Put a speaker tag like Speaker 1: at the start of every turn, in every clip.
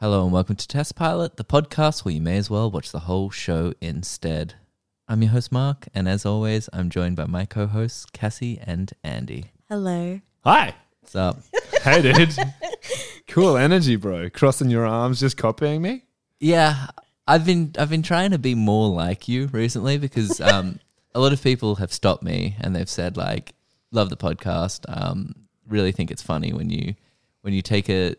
Speaker 1: welcome to Test Pilot, the podcast where you may as well watch the whole show instead. I'm your host, Mark, and as always, I'm joined by my co hosts, Cassie and Andy.
Speaker 2: Hello.
Speaker 3: Hi.
Speaker 1: What's up?
Speaker 3: Hey, dude.
Speaker 4: Cool energy, bro. Crossing your arms, just copying me.
Speaker 1: Yeah, I've been I've been trying to be more like you recently because um, a lot of people have stopped me and they've said like, "Love the podcast. Um, really think it's funny when you when you take a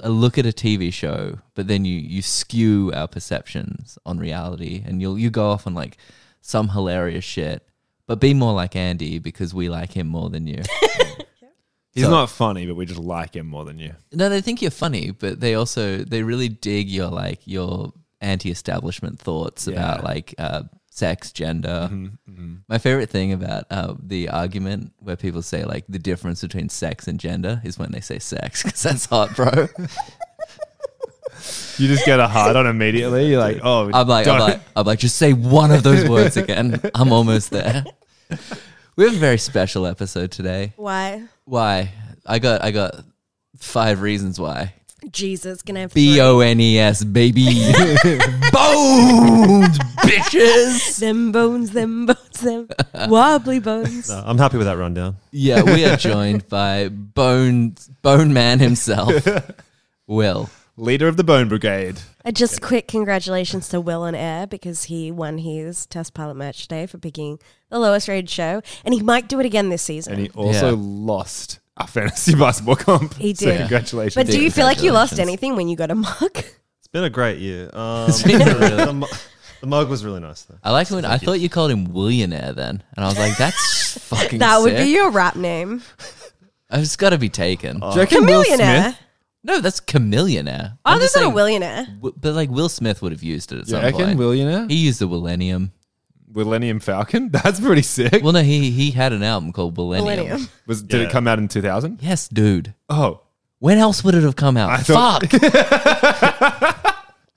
Speaker 1: a look at a TV show, but then you you skew our perceptions on reality and you'll you go off on like some hilarious shit, but be more like Andy because we like him more than you."
Speaker 4: He's
Speaker 1: So-
Speaker 4: not funny, but we just like him more than you.
Speaker 1: No, they think you're funny, but they also they really dig your like your anti-establishment thoughts about like uh, sex, gender. My favorite thing about uh, the argument where people say like the difference between sex and gender is when they say sex because that's hot, bro.
Speaker 4: You just get a hard on immediately. You're like, oh,
Speaker 1: I'm like, I'm
Speaker 4: don't-
Speaker 1: like, I'm like, just say one of those words again. I'm almost there. We have a very special episode today.
Speaker 2: Why?
Speaker 1: Why? I got I got five reasons why.
Speaker 2: Jesus, can I have
Speaker 1: B
Speaker 2: three?
Speaker 1: O N E S, baby. Bones, bitches.
Speaker 2: them bones, them bones, them wobbly bones.
Speaker 3: I'm happy with that rundown.
Speaker 1: Yeah, we are joined by Bone Bone Man himself, Will.
Speaker 4: leader of the Bone Brigade.
Speaker 2: Uh, just quick congratulations to Will on Air because he won his test pilot match today for picking the lowest rated show, and he might do it again this season.
Speaker 4: And he also
Speaker 1: Yeah.
Speaker 4: lost a fantasy basketball comp.
Speaker 2: He
Speaker 4: So
Speaker 2: did.
Speaker 4: congratulations.
Speaker 2: but do you feel like you lost
Speaker 1: Congratulations.
Speaker 2: anything when you got a mug?
Speaker 3: It's been a great year. Um,
Speaker 1: It's been a
Speaker 3: the-
Speaker 1: really-
Speaker 3: the, mu- the mug was really nice, though.
Speaker 1: I like when I thought you called him Willionaire then, and I was like, that's fucking.
Speaker 2: That would
Speaker 1: sick. Oh,
Speaker 2: be your rap name,
Speaker 1: It's got to be taken.
Speaker 4: Do you reckon Will
Speaker 2: chameleonaire.
Speaker 4: Smith-
Speaker 1: No, that's Chameleonaire. I'm
Speaker 2: Oh,
Speaker 1: just
Speaker 2: there's not a
Speaker 1: saying-
Speaker 2: millionaire.
Speaker 1: w- But like Will Smith would have used it at
Speaker 4: You
Speaker 1: some
Speaker 4: reckon
Speaker 1: point.
Speaker 4: Willionaire?
Speaker 1: he used the Millennium.
Speaker 4: Millennium Falcon? That's pretty sick.
Speaker 1: Well, no, he he had an album called Millennium.
Speaker 2: Millennium.
Speaker 4: Was did it
Speaker 3: Yeah.
Speaker 4: come out in 2000?
Speaker 1: Yes, dude.
Speaker 4: Oh,
Speaker 1: When else would it have come out?
Speaker 4: I thought-
Speaker 1: Fuck.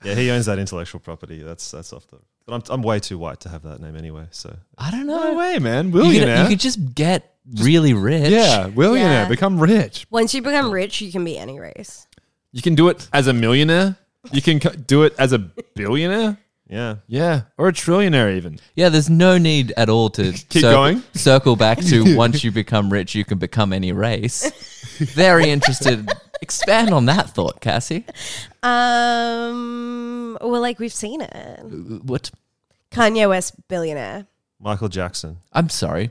Speaker 3: Yeah, he owns that intellectual property. That's that's off the. But I'm, I'm way too white to have that name anyway. So
Speaker 1: I don't know.
Speaker 4: no way,
Speaker 1: You
Speaker 4: man.
Speaker 1: could, you
Speaker 4: Willionaire.
Speaker 1: could just get really rich.
Speaker 4: Yeah, Willionaire.
Speaker 2: Yeah.
Speaker 4: Become rich.
Speaker 2: Once you become rich, you can be any race.
Speaker 4: You can do it as a millionaire. You can co- do it as a billionaire.
Speaker 3: yeah,
Speaker 4: Yeah, or a trillionaire even.
Speaker 1: Yeah, there's no need at all to
Speaker 4: Keep going.
Speaker 1: circle back to once you become rich, you can become any race. Very interested. Expand on that thought, Cassie.
Speaker 2: Um, well, like we've seen
Speaker 1: Uh,
Speaker 2: it.
Speaker 1: What?
Speaker 2: Kanye West billionaire.
Speaker 3: Michael Jackson,
Speaker 1: I'm sorry.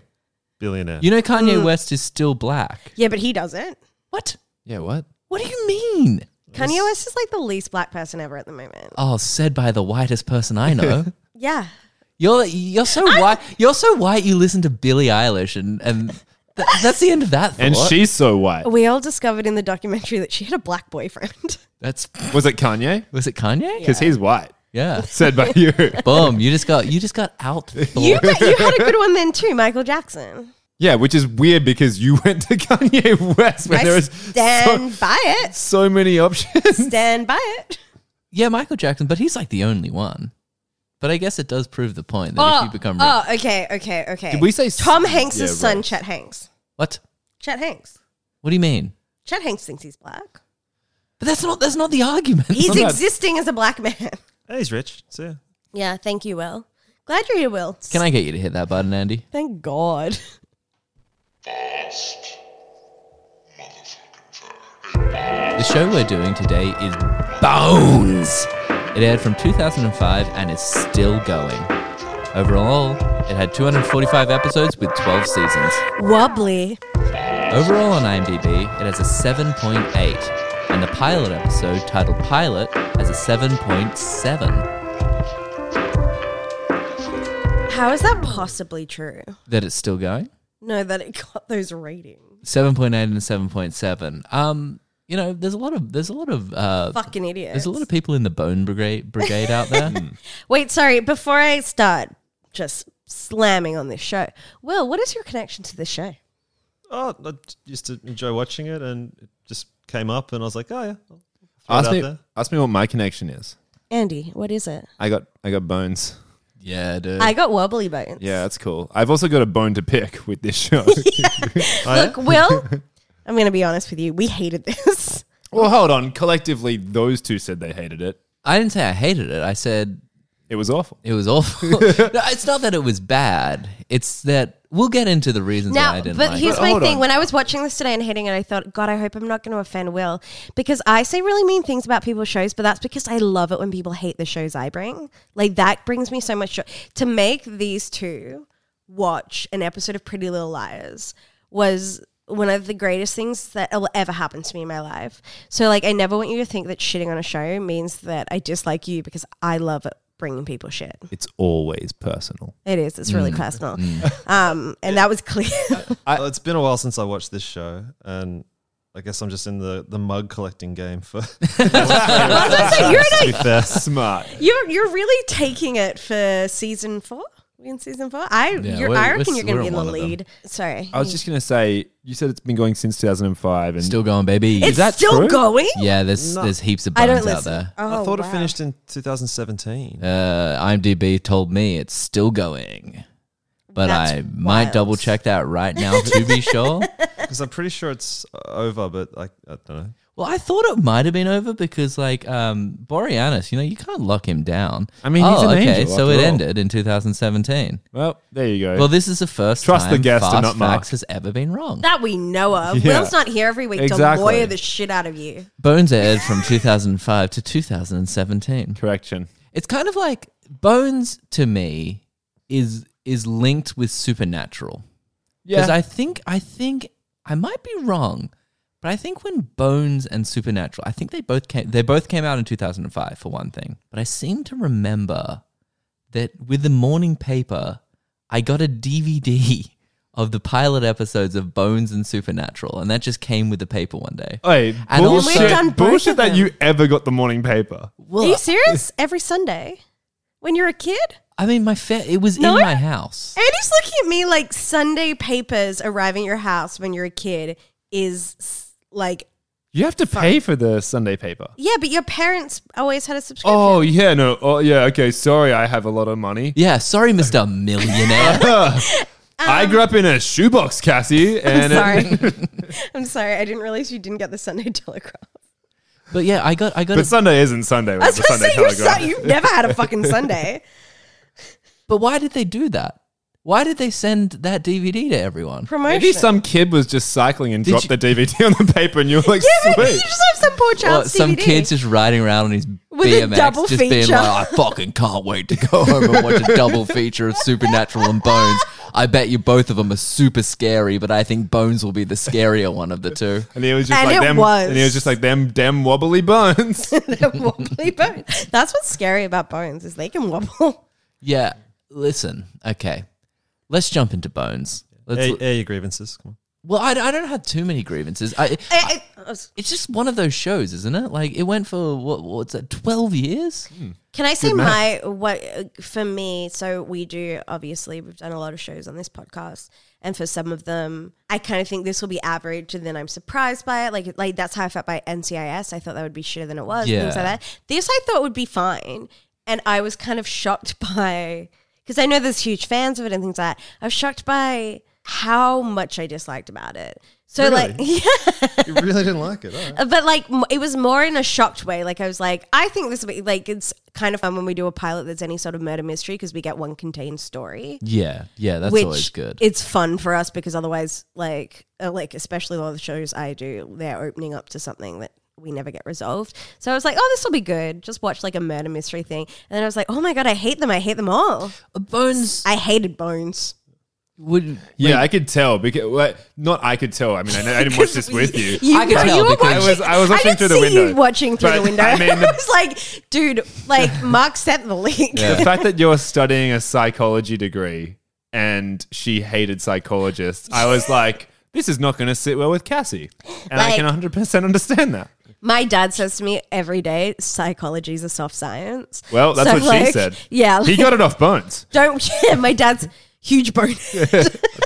Speaker 3: billionaire.
Speaker 1: You know, Kanye West is still black.
Speaker 2: Yeah, but he doesn't.
Speaker 1: What?
Speaker 4: Yeah, what?
Speaker 1: What do you mean?
Speaker 2: Kanye West is like the least black person ever at the moment.
Speaker 1: Oh, said by the whitest person I know.
Speaker 2: Yeah.
Speaker 1: You're you're so white. You're so white. You listen to Billie Eilish, and and th- that's the end of that. Thought.
Speaker 4: And she's so white.
Speaker 2: We all discovered in the documentary that she had a black boyfriend.
Speaker 1: That's
Speaker 4: Was it Kanye?
Speaker 1: was it Kanye?
Speaker 4: Because he's white.
Speaker 1: Yeah.
Speaker 4: Said by you.
Speaker 1: Boom! You just got you just got out.
Speaker 2: you, got- you had a good one then too, Michael Jackson.
Speaker 4: yeah, which is weird because you went to Kanye West when
Speaker 2: I
Speaker 4: there was so,
Speaker 2: stand by it.
Speaker 4: so many options.
Speaker 2: Stand by it.
Speaker 1: Yeah, Michael Jackson, but he's like the only one. But I guess it does prove the point that if you become rich,
Speaker 2: oh, okay, okay, okay.
Speaker 4: Did we say s-
Speaker 2: Tom Hanks'
Speaker 4: Yeah,
Speaker 2: son,
Speaker 4: right.
Speaker 2: Chet Hanks?
Speaker 1: what?
Speaker 2: Chet Hanks.
Speaker 1: What do you mean?
Speaker 2: Chet Hanks thinks he's black.
Speaker 1: But that's not that's not the argument.
Speaker 2: He's
Speaker 4: not bad.
Speaker 2: existing as a black man.
Speaker 3: Hey, he's rich. So yeah.
Speaker 2: Yeah, thank you, Will. Glad you're here, Will.
Speaker 1: Can I get you to hit that button, Andy?
Speaker 2: Thank God.
Speaker 5: Bast. Motherfucking fast.
Speaker 1: The show we're doing today is Bones. It aired from 2005 and is still going. Overall, it had 245 episodes with 12 seasons.
Speaker 2: Wobbly.
Speaker 1: Overall on IMDb, it has a 7.8, and the pilot episode titled Pilot has a 7.7.
Speaker 2: How is that possibly true?
Speaker 1: That it's still going?
Speaker 2: No, that it got those ratings.
Speaker 1: seven point eight and seven point seven. Um, you know, there's a lot of there's a lot of uh,
Speaker 2: Fucking idiots.
Speaker 1: there's a lot of people in the bone brigade brigade out there.
Speaker 2: Wait, sorry. Before I start just slamming on this show, Will, what is your connection to this show?
Speaker 3: Oh, I used to enjoy watching it, and it just came up, and I was like, oh yeah. I'll throw it
Speaker 4: ask
Speaker 3: out
Speaker 4: me
Speaker 3: there.
Speaker 4: ask me what my connection is.
Speaker 2: Andy, what is it?
Speaker 4: I got I got bones.
Speaker 1: yeah, dude.
Speaker 2: I got wobbly bones.
Speaker 4: Yeah, that's cool. I've also got a bone to pick with this show.
Speaker 3: Oh, yeah?
Speaker 2: Look, Will, I'm going to be honest with you. We hated this.
Speaker 4: Well, hold on. Collectively, those two said they hated it.
Speaker 1: I didn't say I hated it. I said
Speaker 4: It was awful.
Speaker 1: it was awful. no, it's not that it was bad. It's that we'll get into the reasons why I
Speaker 2: Now,
Speaker 1: didn't
Speaker 2: but
Speaker 1: like
Speaker 2: here's
Speaker 1: it.
Speaker 4: But
Speaker 2: my
Speaker 4: hold
Speaker 2: thing.
Speaker 4: on.
Speaker 2: When I was watching this today and hating it, I thought, God, I hope I'm not going to offend Will because I say really mean things about people's shows, but that's because I love it when people hate the shows I bring. Like that brings me so much joy. To make these two watch an episode of Pretty Little Liars was one of the greatest things that will ever happen to me in my life. So, like, I never want you to think that shitting on a show means that I dislike you because I love it bringing people shit.
Speaker 4: It's always personal.
Speaker 2: It is. It's
Speaker 1: Mm.
Speaker 2: really personal. Um, and that was clear.
Speaker 3: Well, it's been a while since I watched this show, and I guess I'm just in the, the mug collecting game for.
Speaker 2: I was gonna say, you're in a-
Speaker 3: to be fair.
Speaker 4: Smart.
Speaker 2: You're you're really taking it for season four. We in season four? I
Speaker 1: Yeah,
Speaker 2: you're,
Speaker 1: we're-
Speaker 2: I
Speaker 1: we're
Speaker 2: reckon
Speaker 1: s-
Speaker 2: you're going
Speaker 1: we're
Speaker 2: to be in the
Speaker 1: on one of them.
Speaker 2: lead. Sorry,
Speaker 4: I was just gonna say, you said it's been going since 2005, and
Speaker 1: Still going, baby.
Speaker 2: it's
Speaker 4: that
Speaker 2: still
Speaker 4: true?
Speaker 2: going.
Speaker 1: yeah, there's
Speaker 3: No.
Speaker 1: there's heaps of
Speaker 2: I don't
Speaker 1: buns out
Speaker 2: listen.
Speaker 1: there.
Speaker 2: Oh,
Speaker 3: I thought
Speaker 2: wow.
Speaker 3: it finished in 2017.
Speaker 1: Uh, IMDb told me it's still going, but
Speaker 2: That's
Speaker 1: I might
Speaker 2: wild.
Speaker 1: double check that right now to be sure.
Speaker 3: Because I'm pretty sure it's uh, over, but like I don't know.
Speaker 1: Well, I thought it might have been over because, like, um, Boreanaz, you know, you can't lock him down. Oh,
Speaker 4: I mean, he's an angel
Speaker 1: so it
Speaker 4: after all.
Speaker 1: ended in 2017.
Speaker 4: well, there you go.
Speaker 1: Well, this is the first
Speaker 4: Trust the
Speaker 1: time
Speaker 4: guest and
Speaker 1: Fast
Speaker 4: not Mark.
Speaker 1: Facts has ever been wrong.
Speaker 2: That we know of.
Speaker 4: Yeah.
Speaker 2: Will's not here every week to
Speaker 4: Exactly.
Speaker 2: lawyer the shit out of you.
Speaker 1: Bones aired from 2005 to 2017.
Speaker 4: Correction.
Speaker 1: It's kind of like Bones to me is is linked with Supernatural. Because I think I think I might be wrong, but I think when Bones and Supernatural, I think they both came they both came out in two thousand and five for one thing. But I seem to remember that with the morning paper, I got a DVD of the pilot episodes of Bones and Supernatural, and that just came with the paper one day.
Speaker 4: Hey,
Speaker 1: And also-
Speaker 4: bullshit,
Speaker 1: We've
Speaker 2: done both of
Speaker 4: bullshit that
Speaker 2: them.
Speaker 4: you ever got the morning paper.
Speaker 1: Well,
Speaker 2: Are you serious? every Sunday, when you're a kid,
Speaker 1: I mean, my fa- it was
Speaker 2: No,
Speaker 1: in my house.
Speaker 2: Andy's looking at me like Sunday papers arriving at your house when you're a kid is s- like
Speaker 4: You have to pay for the Sunday paper.
Speaker 2: yeah, but your parents always had a subscription.
Speaker 4: Oh yeah, no. Oh yeah, okay. Sorry, I have a lot of money.
Speaker 1: Yeah, sorry, Mister Millionaire.
Speaker 4: I grew up in a shoebox, Cassie, and
Speaker 2: sorry, I'm sorry. I didn't realize you didn't get the Sunday Telegraph.
Speaker 1: but yeah, I got I got
Speaker 4: but
Speaker 1: a
Speaker 4: Sunday isn't Sunday.
Speaker 2: I
Speaker 4: With
Speaker 2: was
Speaker 4: the
Speaker 2: going to
Speaker 4: Sunday
Speaker 2: say, you're
Speaker 4: Telegraph.
Speaker 2: su- you've never had a fucking Sunday.
Speaker 1: But why did they do that? Why did they send that DVD to everyone?
Speaker 2: Promotion.
Speaker 4: Maybe some kid was just cycling and
Speaker 1: Did
Speaker 4: dropped
Speaker 1: you-
Speaker 4: the DVD on the paper, and you were like,
Speaker 2: yeah, maybe you
Speaker 4: sweet.
Speaker 2: just have some poor
Speaker 1: Well,
Speaker 2: child's
Speaker 1: some
Speaker 2: DVD.
Speaker 1: kids just riding around on his
Speaker 2: With a
Speaker 1: BMX,
Speaker 2: double
Speaker 1: just being
Speaker 2: feature.
Speaker 1: like, "I fucking can't wait to go home and watch a double feature of Supernatural and Bones." I bet you both of them are super scary, but I think Bones will be the scarier one of the two.
Speaker 4: And he was just
Speaker 2: And
Speaker 4: like
Speaker 2: it
Speaker 4: them,
Speaker 2: was.
Speaker 4: and he was just like them, damn wobbly bones.
Speaker 2: They're wobbly bones. That's what's scary about bones is they can wobble.
Speaker 1: Yeah, listen, okay, let's jump into Bones. Let's,
Speaker 3: Air, air your grievances. Come on.
Speaker 1: well, I, I don't have too many grievances. I,
Speaker 2: I, I- I was-
Speaker 1: it's just one of those shows, isn't it? Like it went for what? What's that? Twelve years?
Speaker 2: can I say my what for me? So we do obviously we've done a lot of shows on this podcast, and for some of them, I kind of think this will be average, and then I'm surprised by it. Like like that's how I felt by NCIS. I thought that would be shitter than it was. Things
Speaker 1: Yeah.
Speaker 2: like that. This I thought would be fine, and I was kind of shocked by because I know there's huge fans of it and things like that. I was shocked by how much I disliked about it. So like
Speaker 3: Really? You really didn't like it. All right.
Speaker 2: but like m- it was more in a shocked way like i was like i think this will be like it's kind of fun when we do a pilot that's any sort of murder mystery because we get one contained story
Speaker 1: Yeah, yeah, that's
Speaker 2: which
Speaker 1: always good.
Speaker 2: it's fun for us because otherwise like uh, like especially all the shows i do they're opening up to something that we never get resolved so i was like oh this will be good just watch like a murder mystery thing and then i was like oh my god i hate them i hate them all
Speaker 1: Bones
Speaker 2: i hated bones
Speaker 1: would
Speaker 4: yeah, I could tell because well, not I could tell. I mean, I, know- I didn't watch this with you.
Speaker 1: I could tell
Speaker 2: were
Speaker 1: because-
Speaker 4: I was- I was watching
Speaker 2: didn't
Speaker 4: through the
Speaker 2: see You
Speaker 4: window.
Speaker 2: watching through the
Speaker 4: But,
Speaker 2: window. I
Speaker 4: I mean, the-
Speaker 2: was like, dude, like Mark sent the link.
Speaker 4: The fact that you're studying a psychology degree and she hated psychologists, I was like, this is not going to sit well with Cassie, and I
Speaker 2: Like-
Speaker 4: can 100 percent understand that.
Speaker 2: My dad says to me every day, psychology is a soft science.
Speaker 4: Well, that's
Speaker 2: So,
Speaker 4: what she
Speaker 2: like,
Speaker 4: said.
Speaker 2: Yeah,
Speaker 4: he
Speaker 2: like,
Speaker 4: got it off Bones.
Speaker 2: don't. my dad's huge bonehead.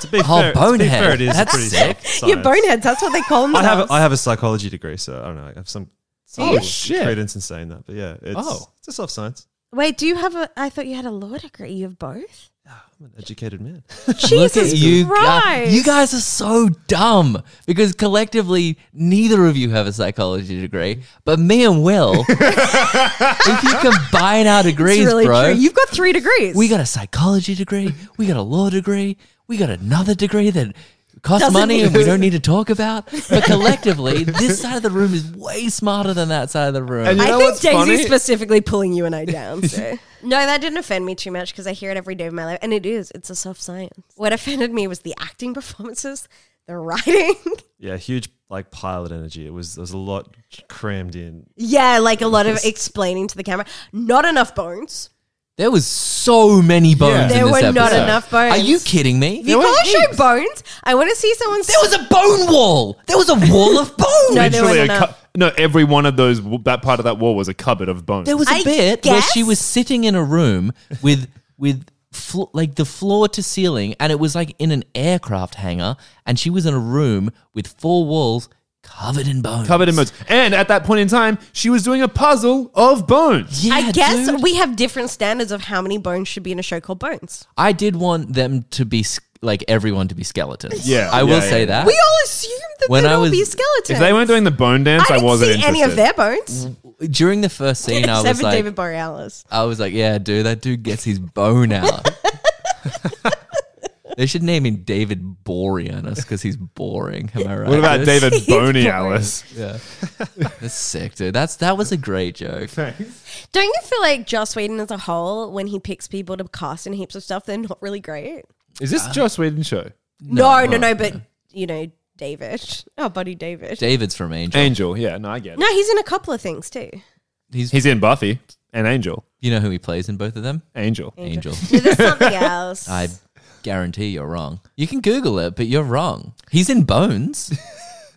Speaker 3: To be
Speaker 1: Oh,
Speaker 3: fair, to be
Speaker 1: bonehead.
Speaker 3: fair, it is
Speaker 1: That's
Speaker 3: pretty
Speaker 1: sick.
Speaker 3: soft
Speaker 2: Your
Speaker 3: science.
Speaker 2: boneheads. That's what they call them.
Speaker 3: I have a, I have a psychology degree, so I don't know. I have some. some
Speaker 4: Oh,
Speaker 3: little
Speaker 4: shit.
Speaker 3: Credence in saying that, but yeah, it's,
Speaker 4: Oh.
Speaker 3: it's a soft science.
Speaker 2: Wait, do you have a? I thought you had a law degree. You have both.
Speaker 3: I'm an educated man.
Speaker 1: Look at
Speaker 2: Jesus
Speaker 1: you
Speaker 2: Christ!
Speaker 1: guys. You guys are so dumb because collectively neither of you have a psychology degree, but me and Will, if you combine our
Speaker 2: It's
Speaker 1: degrees,
Speaker 2: really
Speaker 1: bro,
Speaker 2: true. You've got three degrees.
Speaker 1: we got a psychology degree, we got a law degree, we got another degree that costs
Speaker 2: Doesn't
Speaker 1: money and
Speaker 2: need-
Speaker 1: we don't need to talk about. But collectively, this side of the room is way smarter than that side of the room.
Speaker 4: And you
Speaker 2: I
Speaker 4: know
Speaker 2: think
Speaker 4: what's
Speaker 2: Daisy's
Speaker 4: funny?
Speaker 2: specifically pulling you and I down. So. no, that didn't offend me too much because I hear it every day of my life, and it is. It's a self science. What offended me was the acting performances, the writing.
Speaker 3: Yeah, huge like pilot energy. It was there was a lot crammed in.
Speaker 2: yeah, like a lot of explaining to the camera. Not enough bones.
Speaker 1: there was so many bones. in
Speaker 2: There
Speaker 1: this
Speaker 2: were
Speaker 1: episode.
Speaker 2: not enough bones.
Speaker 1: Are you kidding me?
Speaker 2: You can't show bones. I want to see someone's.
Speaker 1: There was a bone wall. There was a wall of bones.
Speaker 2: No, there
Speaker 4: Literally,
Speaker 2: wasn't
Speaker 4: a
Speaker 2: enough.
Speaker 4: cu- no. Every one of those, that part of that wall was a cupboard of bones.
Speaker 1: There was a
Speaker 2: I
Speaker 1: bit where she
Speaker 2: guess.
Speaker 1: was sitting in a room with with flo- like the floor to ceiling, and it was like in an aircraft hangar, and she was in a room with four walls covered in bones.
Speaker 4: covered in bones. And at that point in time, she was doing a puzzle of bones.
Speaker 1: Yeah,
Speaker 2: I guess
Speaker 1: dude.
Speaker 2: we have different standards of how many bones should be in a show called Bones.
Speaker 1: I did want them to be s- like everyone to be skeletons.
Speaker 4: Yeah,
Speaker 1: I will
Speaker 4: yeah,
Speaker 1: say
Speaker 4: yeah.
Speaker 1: that.
Speaker 2: We all assumed that
Speaker 1: When
Speaker 2: they'd
Speaker 1: I
Speaker 2: all
Speaker 1: was-
Speaker 2: be skeletons.
Speaker 4: If they weren't doing the bone dance,
Speaker 2: I
Speaker 4: I,
Speaker 2: didn't
Speaker 4: wasn't
Speaker 2: see any of
Speaker 4: interested.
Speaker 2: their
Speaker 1: Mm-hmm.
Speaker 2: bones
Speaker 1: During the first scene, I
Speaker 2: except
Speaker 1: was
Speaker 2: for
Speaker 1: like,
Speaker 2: David Borealis.
Speaker 1: I was like, yeah, dude, that dude gets his bone out. they should name him David Boreanus because he's boring. Am I right?
Speaker 4: What about
Speaker 1: dude?
Speaker 4: David Boney
Speaker 2: boring.
Speaker 4: Alice?
Speaker 1: Yeah. That's sick, dude. That's that was a great joke.
Speaker 2: Don't you feel like Joss Whedon as a whole, when he picks people to cast in heaps of stuff, they're not really great?
Speaker 4: Is this Joss Whedon show?
Speaker 2: No, no, no, but you know, David, our buddy David.
Speaker 1: David's from Angel.
Speaker 4: Angel. Yeah, no, I get it.
Speaker 2: no, he's in a couple of things too.
Speaker 1: He's,
Speaker 4: He's in Buffy and Angel.
Speaker 1: you know who he plays in both of them?
Speaker 4: Angel.
Speaker 1: Angel.
Speaker 2: Yeah, there's something else.
Speaker 1: I guarantee you're wrong. You can Google it, but you're wrong. He's in Bones.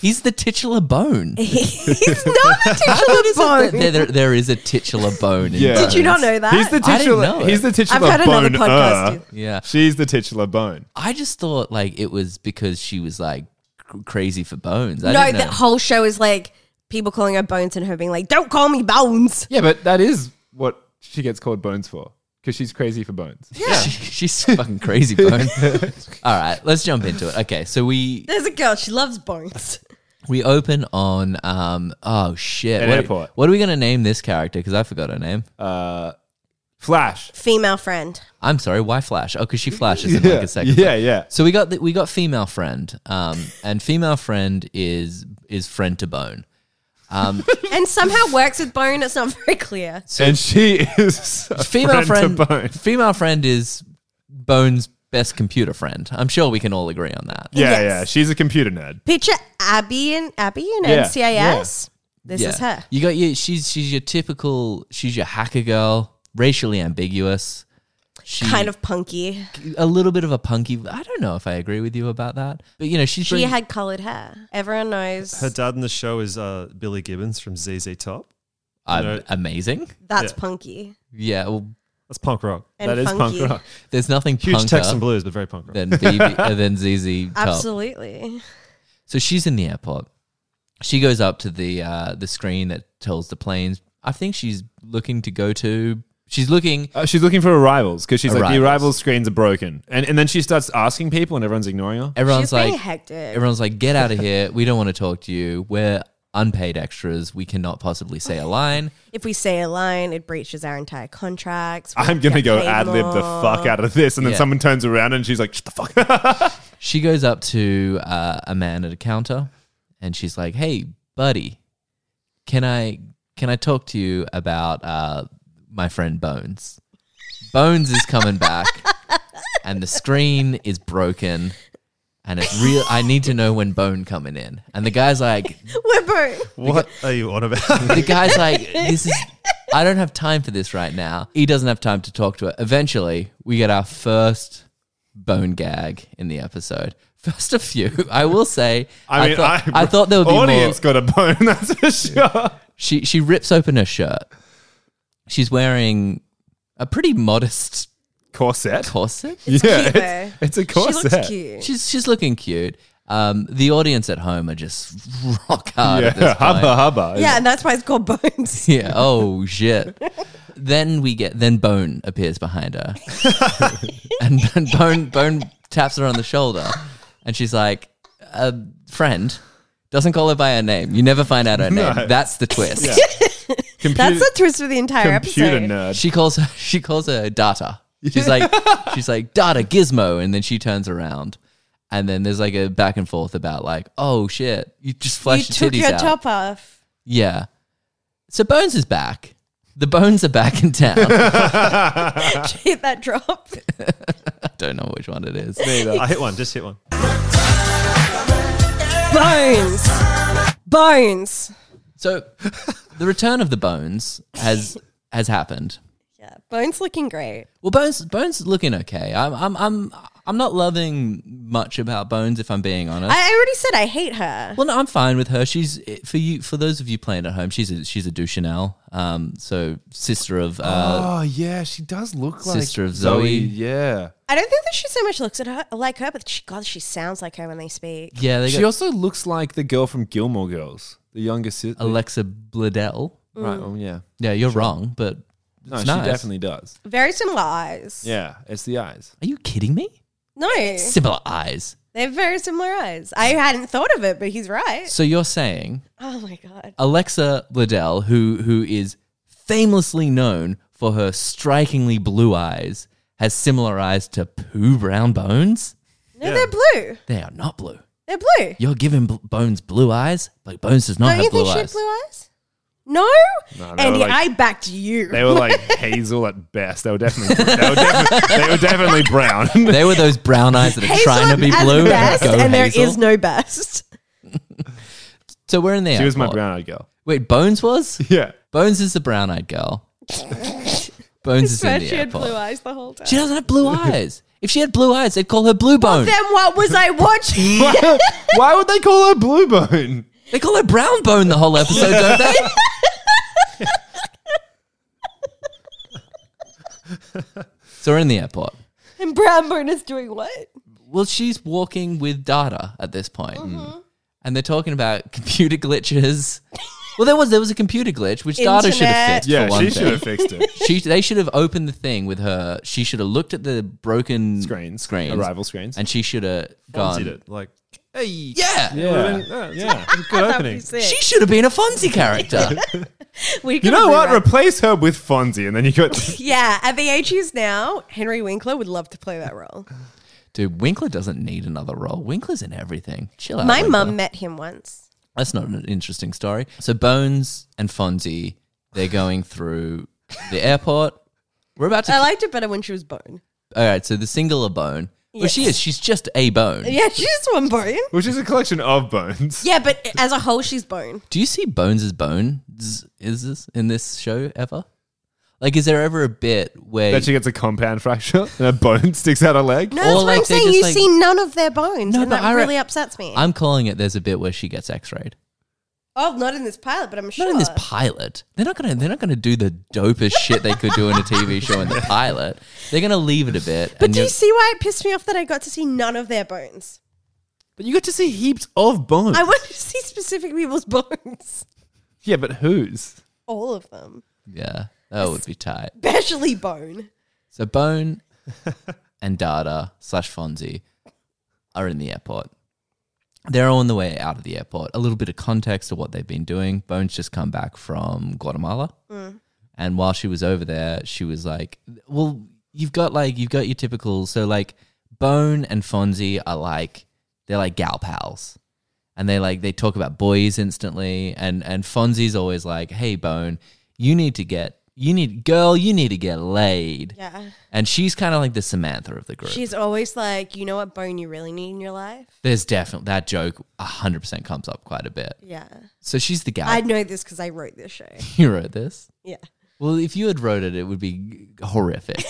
Speaker 1: He's the titular bone.
Speaker 2: he's not the titular bone.
Speaker 1: There, there, there is a titular bone. In
Speaker 4: Yeah.
Speaker 1: Bones.
Speaker 2: Did you not know that?
Speaker 4: He's the
Speaker 1: I didn't
Speaker 4: titular.
Speaker 1: know it.
Speaker 4: He's the
Speaker 2: I've
Speaker 4: titular
Speaker 2: had another
Speaker 4: bone.
Speaker 2: podcast. do-
Speaker 1: Yeah.
Speaker 4: She's the titular bone.
Speaker 1: I just thought like it was because she was like cr- crazy for bones. I
Speaker 2: No,
Speaker 1: didn't know.
Speaker 2: that whole show is like people calling her bones and her being like, "Don't call me bones."
Speaker 4: Yeah, but that is what she gets called bones for because she's crazy for bones.
Speaker 1: She- she's fucking crazy bone. All right, let's jump into it. Okay, so we
Speaker 2: There's a girl. She loves bones.
Speaker 1: we open on um oh shit
Speaker 4: An
Speaker 1: what,
Speaker 4: airport.
Speaker 1: What are we gonna name this character? Because I forgot her name.
Speaker 4: Uh, Flash.
Speaker 2: Female friend.
Speaker 1: I'm sorry. Why Flash? Oh, because she flashes in like a second.
Speaker 4: yeah, yeah.
Speaker 1: So we got the, we got female friend. Um, and female friend is is friend to bone.
Speaker 2: and somehow works with bone. It's not very clear.
Speaker 4: and she is a
Speaker 1: female friend,
Speaker 4: to bone.
Speaker 1: female friend is Bone's best computer friend. I'm sure we can all agree on that.
Speaker 4: Yeah,
Speaker 2: Yes.
Speaker 4: yeah. She's a computer nerd.
Speaker 2: Picture Abby and Abby and
Speaker 4: Yeah,
Speaker 2: NCIS. This is her.
Speaker 1: You got your she's she's your typical she's your hacker girl, racially ambiguous. She,
Speaker 2: Kind of punky.
Speaker 1: a little bit of a punky. I don't know if I agree with you about that, but you know she's
Speaker 2: She
Speaker 1: bring-
Speaker 2: had coloured hair. Everyone knows
Speaker 3: Her dad in the show is uh, Billy Gibbons from ZZ Top.
Speaker 1: um,
Speaker 3: you know-
Speaker 1: amazing.
Speaker 2: that's
Speaker 3: yeah.
Speaker 2: punky.
Speaker 1: Yeah, well,
Speaker 3: That's punk rock.
Speaker 2: And
Speaker 4: that is
Speaker 2: funky.
Speaker 4: punk rock.
Speaker 1: there's nothing
Speaker 3: Huge
Speaker 1: punker
Speaker 3: Texan blues, but very punk rock.
Speaker 1: than BB, uh, than ZZ Top.
Speaker 2: Absolutely.
Speaker 1: So she's in the airport. She goes up to the uh, the screen that tells the planes. I think she's looking to go to. She's looking.
Speaker 4: Uh, she's looking for arrivals because she's like the
Speaker 1: Arrivals.
Speaker 4: arrival screens are broken, and and then she starts asking people, and everyone's ignoring her.
Speaker 1: Everyone's
Speaker 2: She's
Speaker 1: like,
Speaker 2: being hectic.
Speaker 1: everyone's like, get out of here. We don't want to talk to you. We're unpaid extras. We cannot possibly say a line.
Speaker 2: if we say a line, it breaches our entire contracts. We
Speaker 4: I'm gonna
Speaker 2: get
Speaker 4: go
Speaker 2: paid
Speaker 4: ad lib the
Speaker 2: more.
Speaker 4: fuck out of this, and then
Speaker 1: Yeah.
Speaker 4: someone turns around and she's like, "Shut the fuck up."
Speaker 1: She goes up to uh, a man at a counter, and she's like, "Hey, buddy, can I can I talk to you about uh, my friend Bones? Bones is coming back, and the screen is broken." And it's real. I need to know when Bone coming in. And the guy's like,
Speaker 2: We're both.
Speaker 3: What are you on about?
Speaker 1: the guy's like, this is. I don't have time for this right now. He doesn't have time to talk to her. Eventually, we get our first bone gag in the episode. First of few, I will say. I, thought, I, thought there would be more.
Speaker 4: audience got a bone. That's for sure.
Speaker 1: She she rips open her shirt. She's wearing a pretty modest
Speaker 4: Corset.
Speaker 1: corset.
Speaker 4: yeah,
Speaker 2: cute,
Speaker 4: it's,
Speaker 2: though.
Speaker 4: it's a
Speaker 2: She
Speaker 4: corset.
Speaker 2: looks cute.
Speaker 1: She's she's looking cute. Um, the audience at home are just rock hard at
Speaker 4: yeah,
Speaker 1: this point.
Speaker 4: hubba hubba.
Speaker 2: Yeah, and that's why it's called Bones.
Speaker 1: Yeah. Oh shit. then we get then Bone appears behind her, and, and Bone Bone taps her on the shoulder, and she's like, "A friend." Doesn't call her by her name. You never find out her name.
Speaker 4: No.
Speaker 1: That's the twist.
Speaker 4: Computer,
Speaker 2: That's the twist of the entire
Speaker 4: computer
Speaker 2: episode.
Speaker 4: nerd.
Speaker 1: She calls her. She calls her Data. She's like, she's like Data Gizmo, and then she turns around, and then there's like a back and forth about like, oh shit, you just
Speaker 2: You
Speaker 1: flashed your
Speaker 2: took
Speaker 1: titties
Speaker 2: your
Speaker 1: out.
Speaker 2: top off.
Speaker 1: Yeah. So Bones is back. The Bones are back in town. I
Speaker 4: Ah.
Speaker 2: Hit that drop.
Speaker 1: don't know which one it is.
Speaker 3: I hit one. Just hit one.
Speaker 2: Bones. Bones.
Speaker 1: So the return of the Bones has has happened.
Speaker 2: Yeah, Bones looking great.
Speaker 1: Well, Bones Bones is looking okay. I'm I'm I'm I'm not loving much about Bones if I'm being honest.
Speaker 2: I I already said I hate her.
Speaker 1: Well, no, I'm fine with her. She's for you. For those of you playing at home, she's a, she's a Duchanel. Um, so sister of uh,
Speaker 4: Oh yeah, she does look like
Speaker 1: Sister of Zoe.
Speaker 4: Yeah,
Speaker 2: I don't think that she so much looks at her like her, but she, God, she sounds like her when they speak.
Speaker 1: yeah, they
Speaker 4: she
Speaker 1: got
Speaker 4: also looks like the girl from Gilmore Girls, the younger sister.
Speaker 1: Alexa Bledel.
Speaker 4: right? Oh yeah,
Speaker 1: Yeah, you're wrong, but
Speaker 4: no,
Speaker 1: it's
Speaker 4: she
Speaker 1: nice.
Speaker 4: definitely does.
Speaker 2: Very similar eyes.
Speaker 4: Yeah, it's the eyes.
Speaker 1: Are you kidding me?
Speaker 2: No,
Speaker 1: Similar eyes.
Speaker 2: they have very similar eyes. I hadn't thought of it, but he's right.
Speaker 1: So you're saying
Speaker 2: Oh my God.
Speaker 1: Alexa Bledel, who who is famously known for her strikingly blue eyes, has similar eyes to Pooh Brown Bones.
Speaker 2: No, they're blue.
Speaker 1: They are not blue.
Speaker 2: They're blue.
Speaker 1: You're giving B- Bones blue eyes, but Bones does not
Speaker 2: Don't you
Speaker 1: have blue
Speaker 2: think she had
Speaker 1: eyes.
Speaker 2: blue eyes? No?
Speaker 4: they
Speaker 2: Andy,
Speaker 4: were like-
Speaker 2: I backed you.
Speaker 4: They were like hazel at best. They were definitely they were, defi- they were definitely brown.
Speaker 1: They were those brown eyes that are
Speaker 2: Hazel
Speaker 1: trying to be
Speaker 2: at
Speaker 1: blue.
Speaker 2: best,
Speaker 1: Go
Speaker 2: and
Speaker 1: Hazel.
Speaker 2: there is no best.
Speaker 1: so we're in the
Speaker 4: she was my
Speaker 1: airport.
Speaker 4: brown eyed girl.
Speaker 1: Wait, Bones was?
Speaker 4: Yeah,
Speaker 1: Bones is the brown eyed girl. Bones is in the airport.
Speaker 2: eyes the whole time.
Speaker 1: She doesn't have blue eyes. If she had blue eyes, they'd call her Blue Bone.
Speaker 2: Then what was I watching?
Speaker 4: why would they call her Blue Bone?
Speaker 1: They call her Brown Bone the whole episode, don't they? so we're in the airport.
Speaker 2: and Brown Bone is doing what?
Speaker 1: Well, she's walking with Data at this point, Mm. and they're talking about computer glitches. Well, there was there was a computer glitch which Data should have
Speaker 2: Internet.
Speaker 1: fixed.
Speaker 4: Yeah,
Speaker 1: for one
Speaker 4: she
Speaker 1: thing.
Speaker 4: should have fixed it.
Speaker 1: She they should have opened the thing with her. She should have looked at the broken
Speaker 4: Screens,
Speaker 1: screens,
Speaker 4: arrival screens.
Speaker 1: and she should have
Speaker 3: Did
Speaker 1: gone.
Speaker 3: it like
Speaker 1: Yeah.
Speaker 4: yeah,
Speaker 3: yeah? it was a Good opening.
Speaker 1: she should have been a Fonzie character.
Speaker 4: you know what? Replace her with Fonzie, and then you got
Speaker 2: yeah, at the age he's now, Henry Winkler would love to play that role.
Speaker 1: Dude, Winkler doesn't need another role. Winkler's in everything. Chill out.
Speaker 2: My
Speaker 1: Winkler.
Speaker 2: mum met him once.
Speaker 1: That's not an interesting story. So Bones and Fonzie, they're going through the airport. We're about to.
Speaker 2: I liked it better when she was bone.
Speaker 1: all right. So the singular bone. Well, she
Speaker 2: Yes.
Speaker 1: is. She's just a bone.
Speaker 2: Yeah, she's just one bone.
Speaker 4: which is a collection of bones.
Speaker 2: Yeah, but as a whole, she's bone.
Speaker 1: Do you see Bones as bones? Is this in this show ever? Like, is there ever a bit where?
Speaker 4: Then she gets a compound fracture, and a bone sticks out her leg.
Speaker 2: No,
Speaker 1: Or
Speaker 2: that's what I'm
Speaker 1: like they're
Speaker 2: saying.
Speaker 1: just
Speaker 2: You
Speaker 1: like-
Speaker 2: see none of their bones,
Speaker 1: No,
Speaker 2: and
Speaker 1: but
Speaker 2: that
Speaker 1: I re-
Speaker 2: really upsets me.
Speaker 1: I'm calling it. There's a bit where she gets X-rayed.
Speaker 2: oh, not in this pilot, but I'm sure.
Speaker 1: Not in this pilot. They're not gonna. They're not gonna do the dopest shit they could do in a TV show in the pilot. They're gonna leave it a bit.
Speaker 2: but
Speaker 1: and
Speaker 2: do you
Speaker 1: you're-
Speaker 2: see why it pissed me off that I got to see none of their bones?
Speaker 4: But you got to see heaps of bones.
Speaker 2: I wanted to see specific people's bones.
Speaker 4: yeah, but whose?
Speaker 2: All of them.
Speaker 1: yeah, that would be tight.
Speaker 2: Especially bone.
Speaker 1: So Bone and Data slash Fonzie are in the airport. They're on the way out of the airport. A little bit of context of what they've been doing. Bone's just come back from Guatemala, and while she was over there, she was like, "Well, you've got like you've got your typical. So like Bone and Fonzie are like they're like gal pals." and they like they talk about boys instantly and and Fonzie's always like, "Hey Bone, you need to get you need girl, you need to get laid."
Speaker 2: Yeah.
Speaker 1: And she's kind of like the Samantha of the group.
Speaker 2: She's always like, you know what bone you really need in your life?
Speaker 1: There's definitely that joke 100% comes up quite a bit.
Speaker 2: Yeah.
Speaker 1: So she's the gal.
Speaker 2: I know this because I wrote this show.
Speaker 1: you wrote this.
Speaker 2: Yeah.
Speaker 1: Well, if you had wrote it, it would be horrific.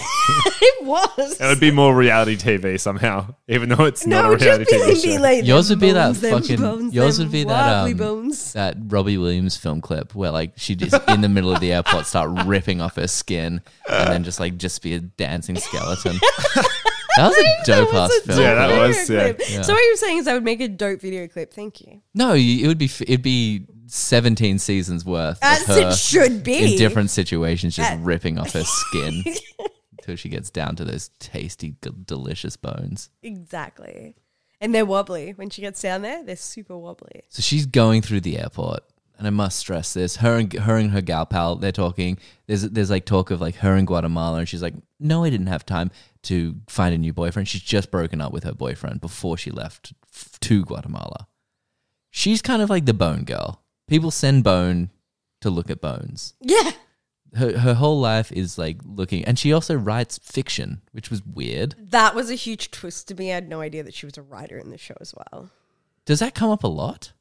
Speaker 2: It was.
Speaker 4: It would be more reality TV somehow, even though it's
Speaker 2: no, it
Speaker 4: not a
Speaker 2: would
Speaker 4: reality
Speaker 2: just be,
Speaker 4: TV
Speaker 2: it'd
Speaker 4: show.
Speaker 2: be like
Speaker 1: Yours
Speaker 2: them
Speaker 1: would be that
Speaker 2: bones, them
Speaker 1: fucking-
Speaker 2: bones,
Speaker 1: yours
Speaker 2: them
Speaker 1: would be that,
Speaker 2: wobbly
Speaker 1: um,
Speaker 2: bones.
Speaker 1: that Robbie Williams film clip where like she just in the middle of the airport start ripping off her skin and then just like just be a dancing skeleton. That was a dope ass film.
Speaker 4: Yeah, that
Speaker 2: video
Speaker 4: was, yeah.
Speaker 2: clip. So what you're saying is I would make a dope video clip. Thank you.
Speaker 1: No, you, it would be f- it'd be seventeen seasons worth
Speaker 2: As
Speaker 1: of her
Speaker 2: it should be.
Speaker 1: Uh-huh. in different situations, just
Speaker 2: Uh,
Speaker 1: ripping off her skin until she gets down to those tasty, g- delicious bones.
Speaker 2: Exactly. And they're wobbly. When she gets down there, they're super wobbly.
Speaker 1: So she's going through the airport, and I must stress this: her and her and her gal pal, they're talking. There's there's like talk of like her in Guatemala, and she's like, "No, I didn't have time to find a new boyfriend." She's just broken up with her boyfriend before she left f- to Guatemala. She's kind of like the bone girl. People send bone to look at bones.
Speaker 2: Yeah.
Speaker 1: her her whole life is like looking and she also writes fiction which was weird
Speaker 2: That was a huge twist to me. I had no idea that she was a writer in the show as well.
Speaker 1: does that come up a lot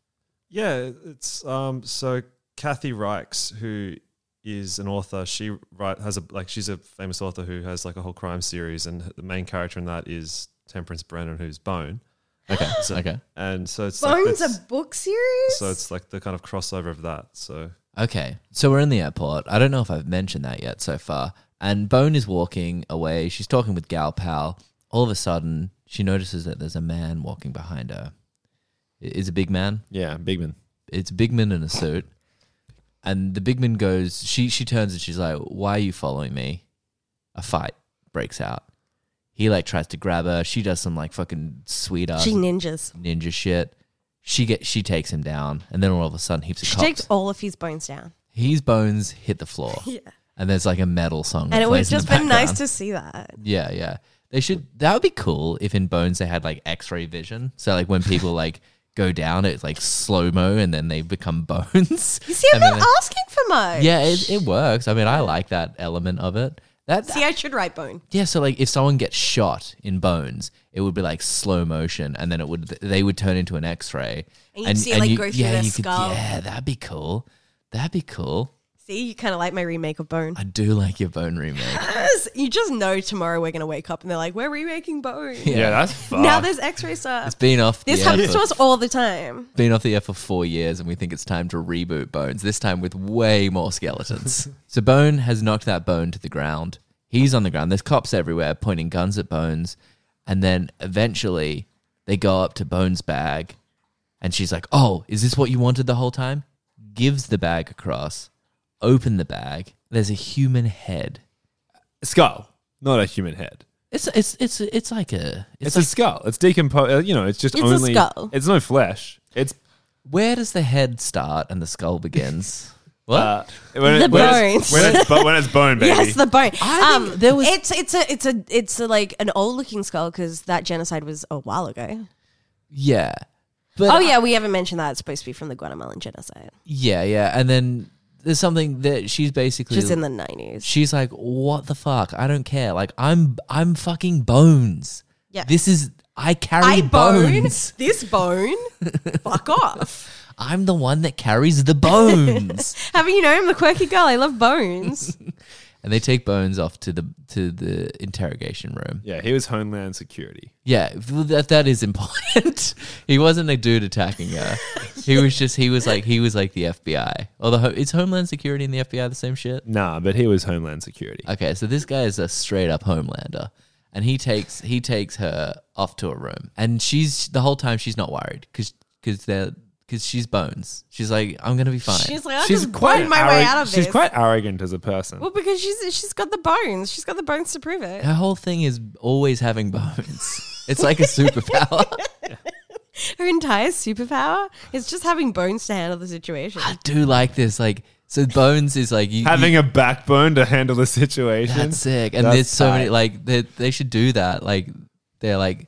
Speaker 3: Yeah, it's um so Kathy Reichs, who is an author, she write has a like she's a famous author who has like a whole crime series and the main character in that is Temperance Brennan who's Bone.
Speaker 1: okay
Speaker 3: So-
Speaker 1: okay
Speaker 3: And so it's like
Speaker 2: Bones,
Speaker 3: it's-
Speaker 2: a book series?
Speaker 3: so it's like the kind of crossover of that. So
Speaker 1: okay so we're in the airport i don't know if i've mentioned that yet so far and bone is walking away she's talking with gal pal all of a sudden she notices that there's a man walking behind her It- it's a big man
Speaker 4: Yeah, Bigman.
Speaker 1: it's a big man in a suit and the big man goes she she turns and she's like why are you following me a fight breaks out he like tries to grab her she does some like fucking sweet ass
Speaker 2: she ninjas.
Speaker 1: ninja shit she get she takes him down and then all of a sudden heaps of
Speaker 2: She
Speaker 1: cops
Speaker 2: takes all of his bones down.
Speaker 1: his bones hit the floor
Speaker 2: Yeah.
Speaker 1: and there's like a metal song that
Speaker 2: And it would
Speaker 1: plays in
Speaker 2: just
Speaker 1: the
Speaker 2: been nice
Speaker 1: background.
Speaker 2: to see that.
Speaker 1: Yeah, yeah. They should. That would be cool if in Bones they had like X-ray vision. So like when people like go down, it's like slow mo, and then they become bones.
Speaker 2: You see, I'm
Speaker 1: And then
Speaker 2: not
Speaker 1: they-
Speaker 2: asking for much.
Speaker 1: yeah, it, it works. I mean, I like that element of it. That,
Speaker 2: See, I should write bone.
Speaker 1: yeah. So like if someone gets shot in Bones, it would be like slow motion, and then it would they would turn into an X-ray,
Speaker 2: And you'd see it, like, go through their
Speaker 1: you could-
Speaker 2: skull.
Speaker 1: yeah, that'd be cool. That'd be cool.
Speaker 2: See, you kind of like my remake of Bone.
Speaker 1: I do like your bone remake.
Speaker 2: You just know tomorrow we're going to wake up and they're like, we're remaking Bone.
Speaker 1: Yeah.
Speaker 4: Yeah, that's fun.
Speaker 2: Now there's x ray stuff.
Speaker 1: It's been off. the
Speaker 2: This
Speaker 1: air
Speaker 2: happens
Speaker 1: for
Speaker 2: to us all the time.
Speaker 1: been off the air for four years and we think it's time to reboot Bones, this time with way more skeletons. so Bone has knocked that bone to the ground. He's on the ground. There's cops everywhere pointing guns at Bones. And then eventually they go up to Bones' bag and she's like, Oh, is this what you wanted the whole time? Gives the bag across, open the bag. There's a human head.
Speaker 4: skull, not a human head.
Speaker 1: It's it's it's it's like a it's,
Speaker 4: It's,
Speaker 1: like,
Speaker 4: a skull. It's decomposed. uh, You know, it's just
Speaker 2: It's a
Speaker 4: only
Speaker 2: skull.
Speaker 4: It's no flesh. It's
Speaker 1: where does the head start and the skull begins? What?
Speaker 4: uh, when
Speaker 2: The
Speaker 4: it, when
Speaker 2: bones.
Speaker 4: It's, when it's, but when it's bone, baby.
Speaker 2: Yes, the bone.
Speaker 1: I
Speaker 2: um,
Speaker 1: think there was-
Speaker 2: It's it's a it's a it's a, like an old looking skull because that genocide was a while ago.
Speaker 1: yeah. But
Speaker 2: Oh yeah, we haven't mentioned that. It's supposed to be from the Guatemalan genocide,
Speaker 1: Yeah, yeah. And then there's something that she's basically
Speaker 2: which is in the nineties.
Speaker 1: she's like, "What the fuck? I don't care. Like I'm I'm fucking bones.
Speaker 2: Yeah.
Speaker 1: This is I carry
Speaker 2: I bone
Speaker 1: bones.
Speaker 2: this bone. Fuck off.
Speaker 1: I'm the one that carries the bones."
Speaker 2: Haven't you know I'm the quirky girl? I love bones.
Speaker 1: and they take bones off to the to the interrogation room.
Speaker 4: yeah, he was Homeland Security.
Speaker 1: Yeah, well, that that is important. he wasn't a dude attacking her. He was just he was like he was like the FBI. Although ho- is Homeland Security and the FBI the same shit?
Speaker 4: Nah, but he was Homeland Security.
Speaker 1: Okay, so this guy is a straight up homelander, and he takes he takes her off to a room, and she's the whole time she's not worried because because they're because she's bones. She's like, I'm gonna be fine.
Speaker 2: She's like, I'll
Speaker 4: she's
Speaker 2: just
Speaker 4: quite
Speaker 2: bone my way
Speaker 4: arrog-
Speaker 2: out of
Speaker 4: She's
Speaker 2: this.
Speaker 4: quite arrogant as a person.
Speaker 2: well, because she's she's got the bones. She's got the bones to prove it.
Speaker 1: her whole thing is always having bones. It's like a superpower.
Speaker 2: Her entire superpower is just having bones to handle the situation.
Speaker 1: I do like this. Like, so bones is like you,
Speaker 4: Having
Speaker 1: you,
Speaker 4: a backbone to handle the situation.
Speaker 1: that's sick. And
Speaker 4: That's
Speaker 1: there's so many
Speaker 4: tight.
Speaker 1: like they they should do that. Like they're like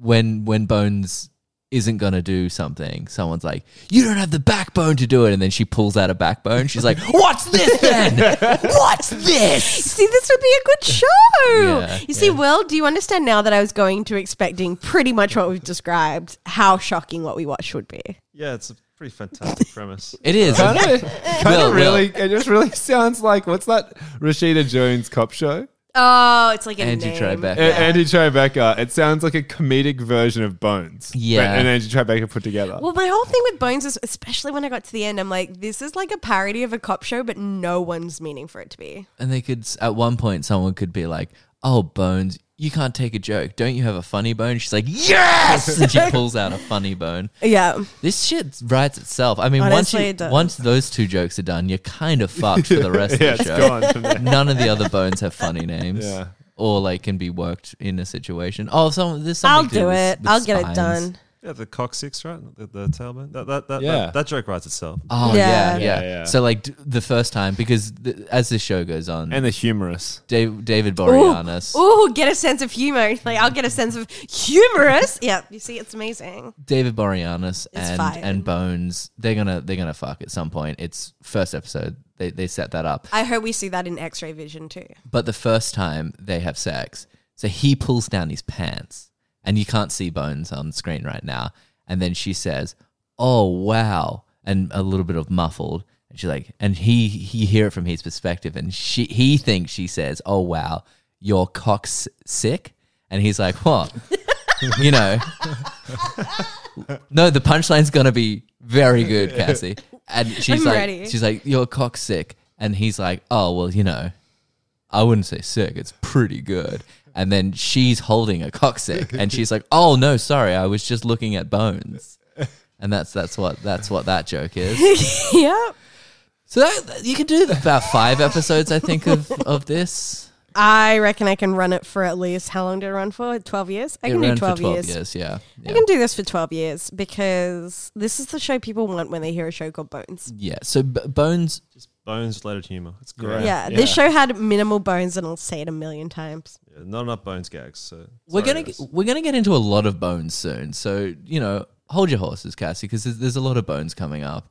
Speaker 1: when when bones isn't gonna do something, someone's like, "You don't have the backbone to do it," and then she pulls out a backbone. She's like, "What's this then? What's this?"
Speaker 2: See, this would be a good show.
Speaker 1: Yeah,
Speaker 2: you see, Will, do you understand now that I was going to expecting pretty much what we've described, how shocking what we watched would be?
Speaker 3: yeah, it's a pretty fantastic premise.
Speaker 1: It is.
Speaker 4: kind of,
Speaker 1: Will,
Speaker 4: really, it just really sounds like what's that Rashida Jones cop show?
Speaker 2: Oh, it's like a
Speaker 1: Andrew
Speaker 2: name.
Speaker 1: Tribeca.
Speaker 4: A- Andy Tribeca. It sounds like a comedic version of Bones.
Speaker 1: Yeah.
Speaker 4: But- and Andy Tribeca put together.
Speaker 2: Well, my whole thing with Bones is, especially when I got to the end, I'm like, this is like a parody of a cop show, but no one's meaning for it to be.
Speaker 1: And they could, at one point, someone could be like, "Oh, bones, you can't take a joke. Don't you have a funny bone? She's like, yes! and she pulls out a funny bone.
Speaker 2: Yeah.
Speaker 1: This shit writes itself. I mean,
Speaker 2: Honestly,
Speaker 1: once
Speaker 2: it
Speaker 1: you,
Speaker 2: does.
Speaker 1: once those two jokes are done, you're kind of fucked for the rest
Speaker 4: yeah,
Speaker 1: of the
Speaker 4: it's
Speaker 1: show.
Speaker 4: gone from there.
Speaker 1: None of the other bones have funny names.
Speaker 4: Yeah.
Speaker 1: Or like can be worked in a situation. Oh, some there's something
Speaker 2: I'll
Speaker 1: to
Speaker 2: do
Speaker 1: with-
Speaker 2: it.
Speaker 1: with
Speaker 2: I'll get it
Speaker 1: spines.
Speaker 2: done.
Speaker 3: Yeah, the coccyx, right? The, the tailbone. That that that,
Speaker 4: Yeah.
Speaker 3: that that joke writes itself.
Speaker 1: Oh yeah,
Speaker 2: Yeah.
Speaker 1: yeah.
Speaker 4: Yeah, yeah.
Speaker 1: So like d- the first time because th- as this show goes on,
Speaker 4: And the humorous.
Speaker 1: Dave, David Boreanaz,
Speaker 2: Ooh, get a sense of humor. Like I'll get a sense of humorous. Yeah, you see, it's amazing.
Speaker 1: David Boreanaz and
Speaker 2: fine.
Speaker 1: and Bones, they're gonna they're gonna fuck at some point. It's first episode. They they set that up.
Speaker 2: I hope we see that in X-ray vision too.
Speaker 1: But the first time they have sex, so he pulls down his pants, and you can't see Bones on screen right now. And then she says, "Oh wow," and a little bit of muffled. And she's like, and he he hear it from his perspective, and she he thinks she says, "Oh wow, your cock's sick," and he's like, "What?" you know. no, the punchline's gonna be very good, Cassie. And she's
Speaker 2: I'm
Speaker 1: like,
Speaker 2: ready.
Speaker 1: she's like, "Your cock's sick," and he's like, "Oh well, you know." I wouldn't say sick. It's pretty good. And then she's holding a coccyx, and she's like, "Oh no, sorry, I was just looking at bones." And that's that's what that's what that joke is.
Speaker 2: yeah.
Speaker 1: So that, you can do about five episodes, I think, of of this.
Speaker 2: I reckon I can run it for at least how long did it run for? Twelve years. I
Speaker 1: It
Speaker 2: can do
Speaker 1: ran
Speaker 2: twelve,
Speaker 1: for twelve
Speaker 2: years.
Speaker 1: years. yeah.
Speaker 2: I
Speaker 1: Yeah.
Speaker 2: can do this for twelve years because this is the show people want when they hear a show called Bones.
Speaker 1: yeah. So B- bones.
Speaker 3: Just bones related humor. It's great.
Speaker 2: Yeah, this show had minimal bones, and I'll say it a million times.
Speaker 3: Yeah, not enough bones gags. So
Speaker 1: We're
Speaker 3: sorry,
Speaker 1: gonna
Speaker 3: guys.
Speaker 1: get, we're gonna get into a lot of bones soon. So you know, hold your horses, Cassie, because there's, there's a lot of bones coming up.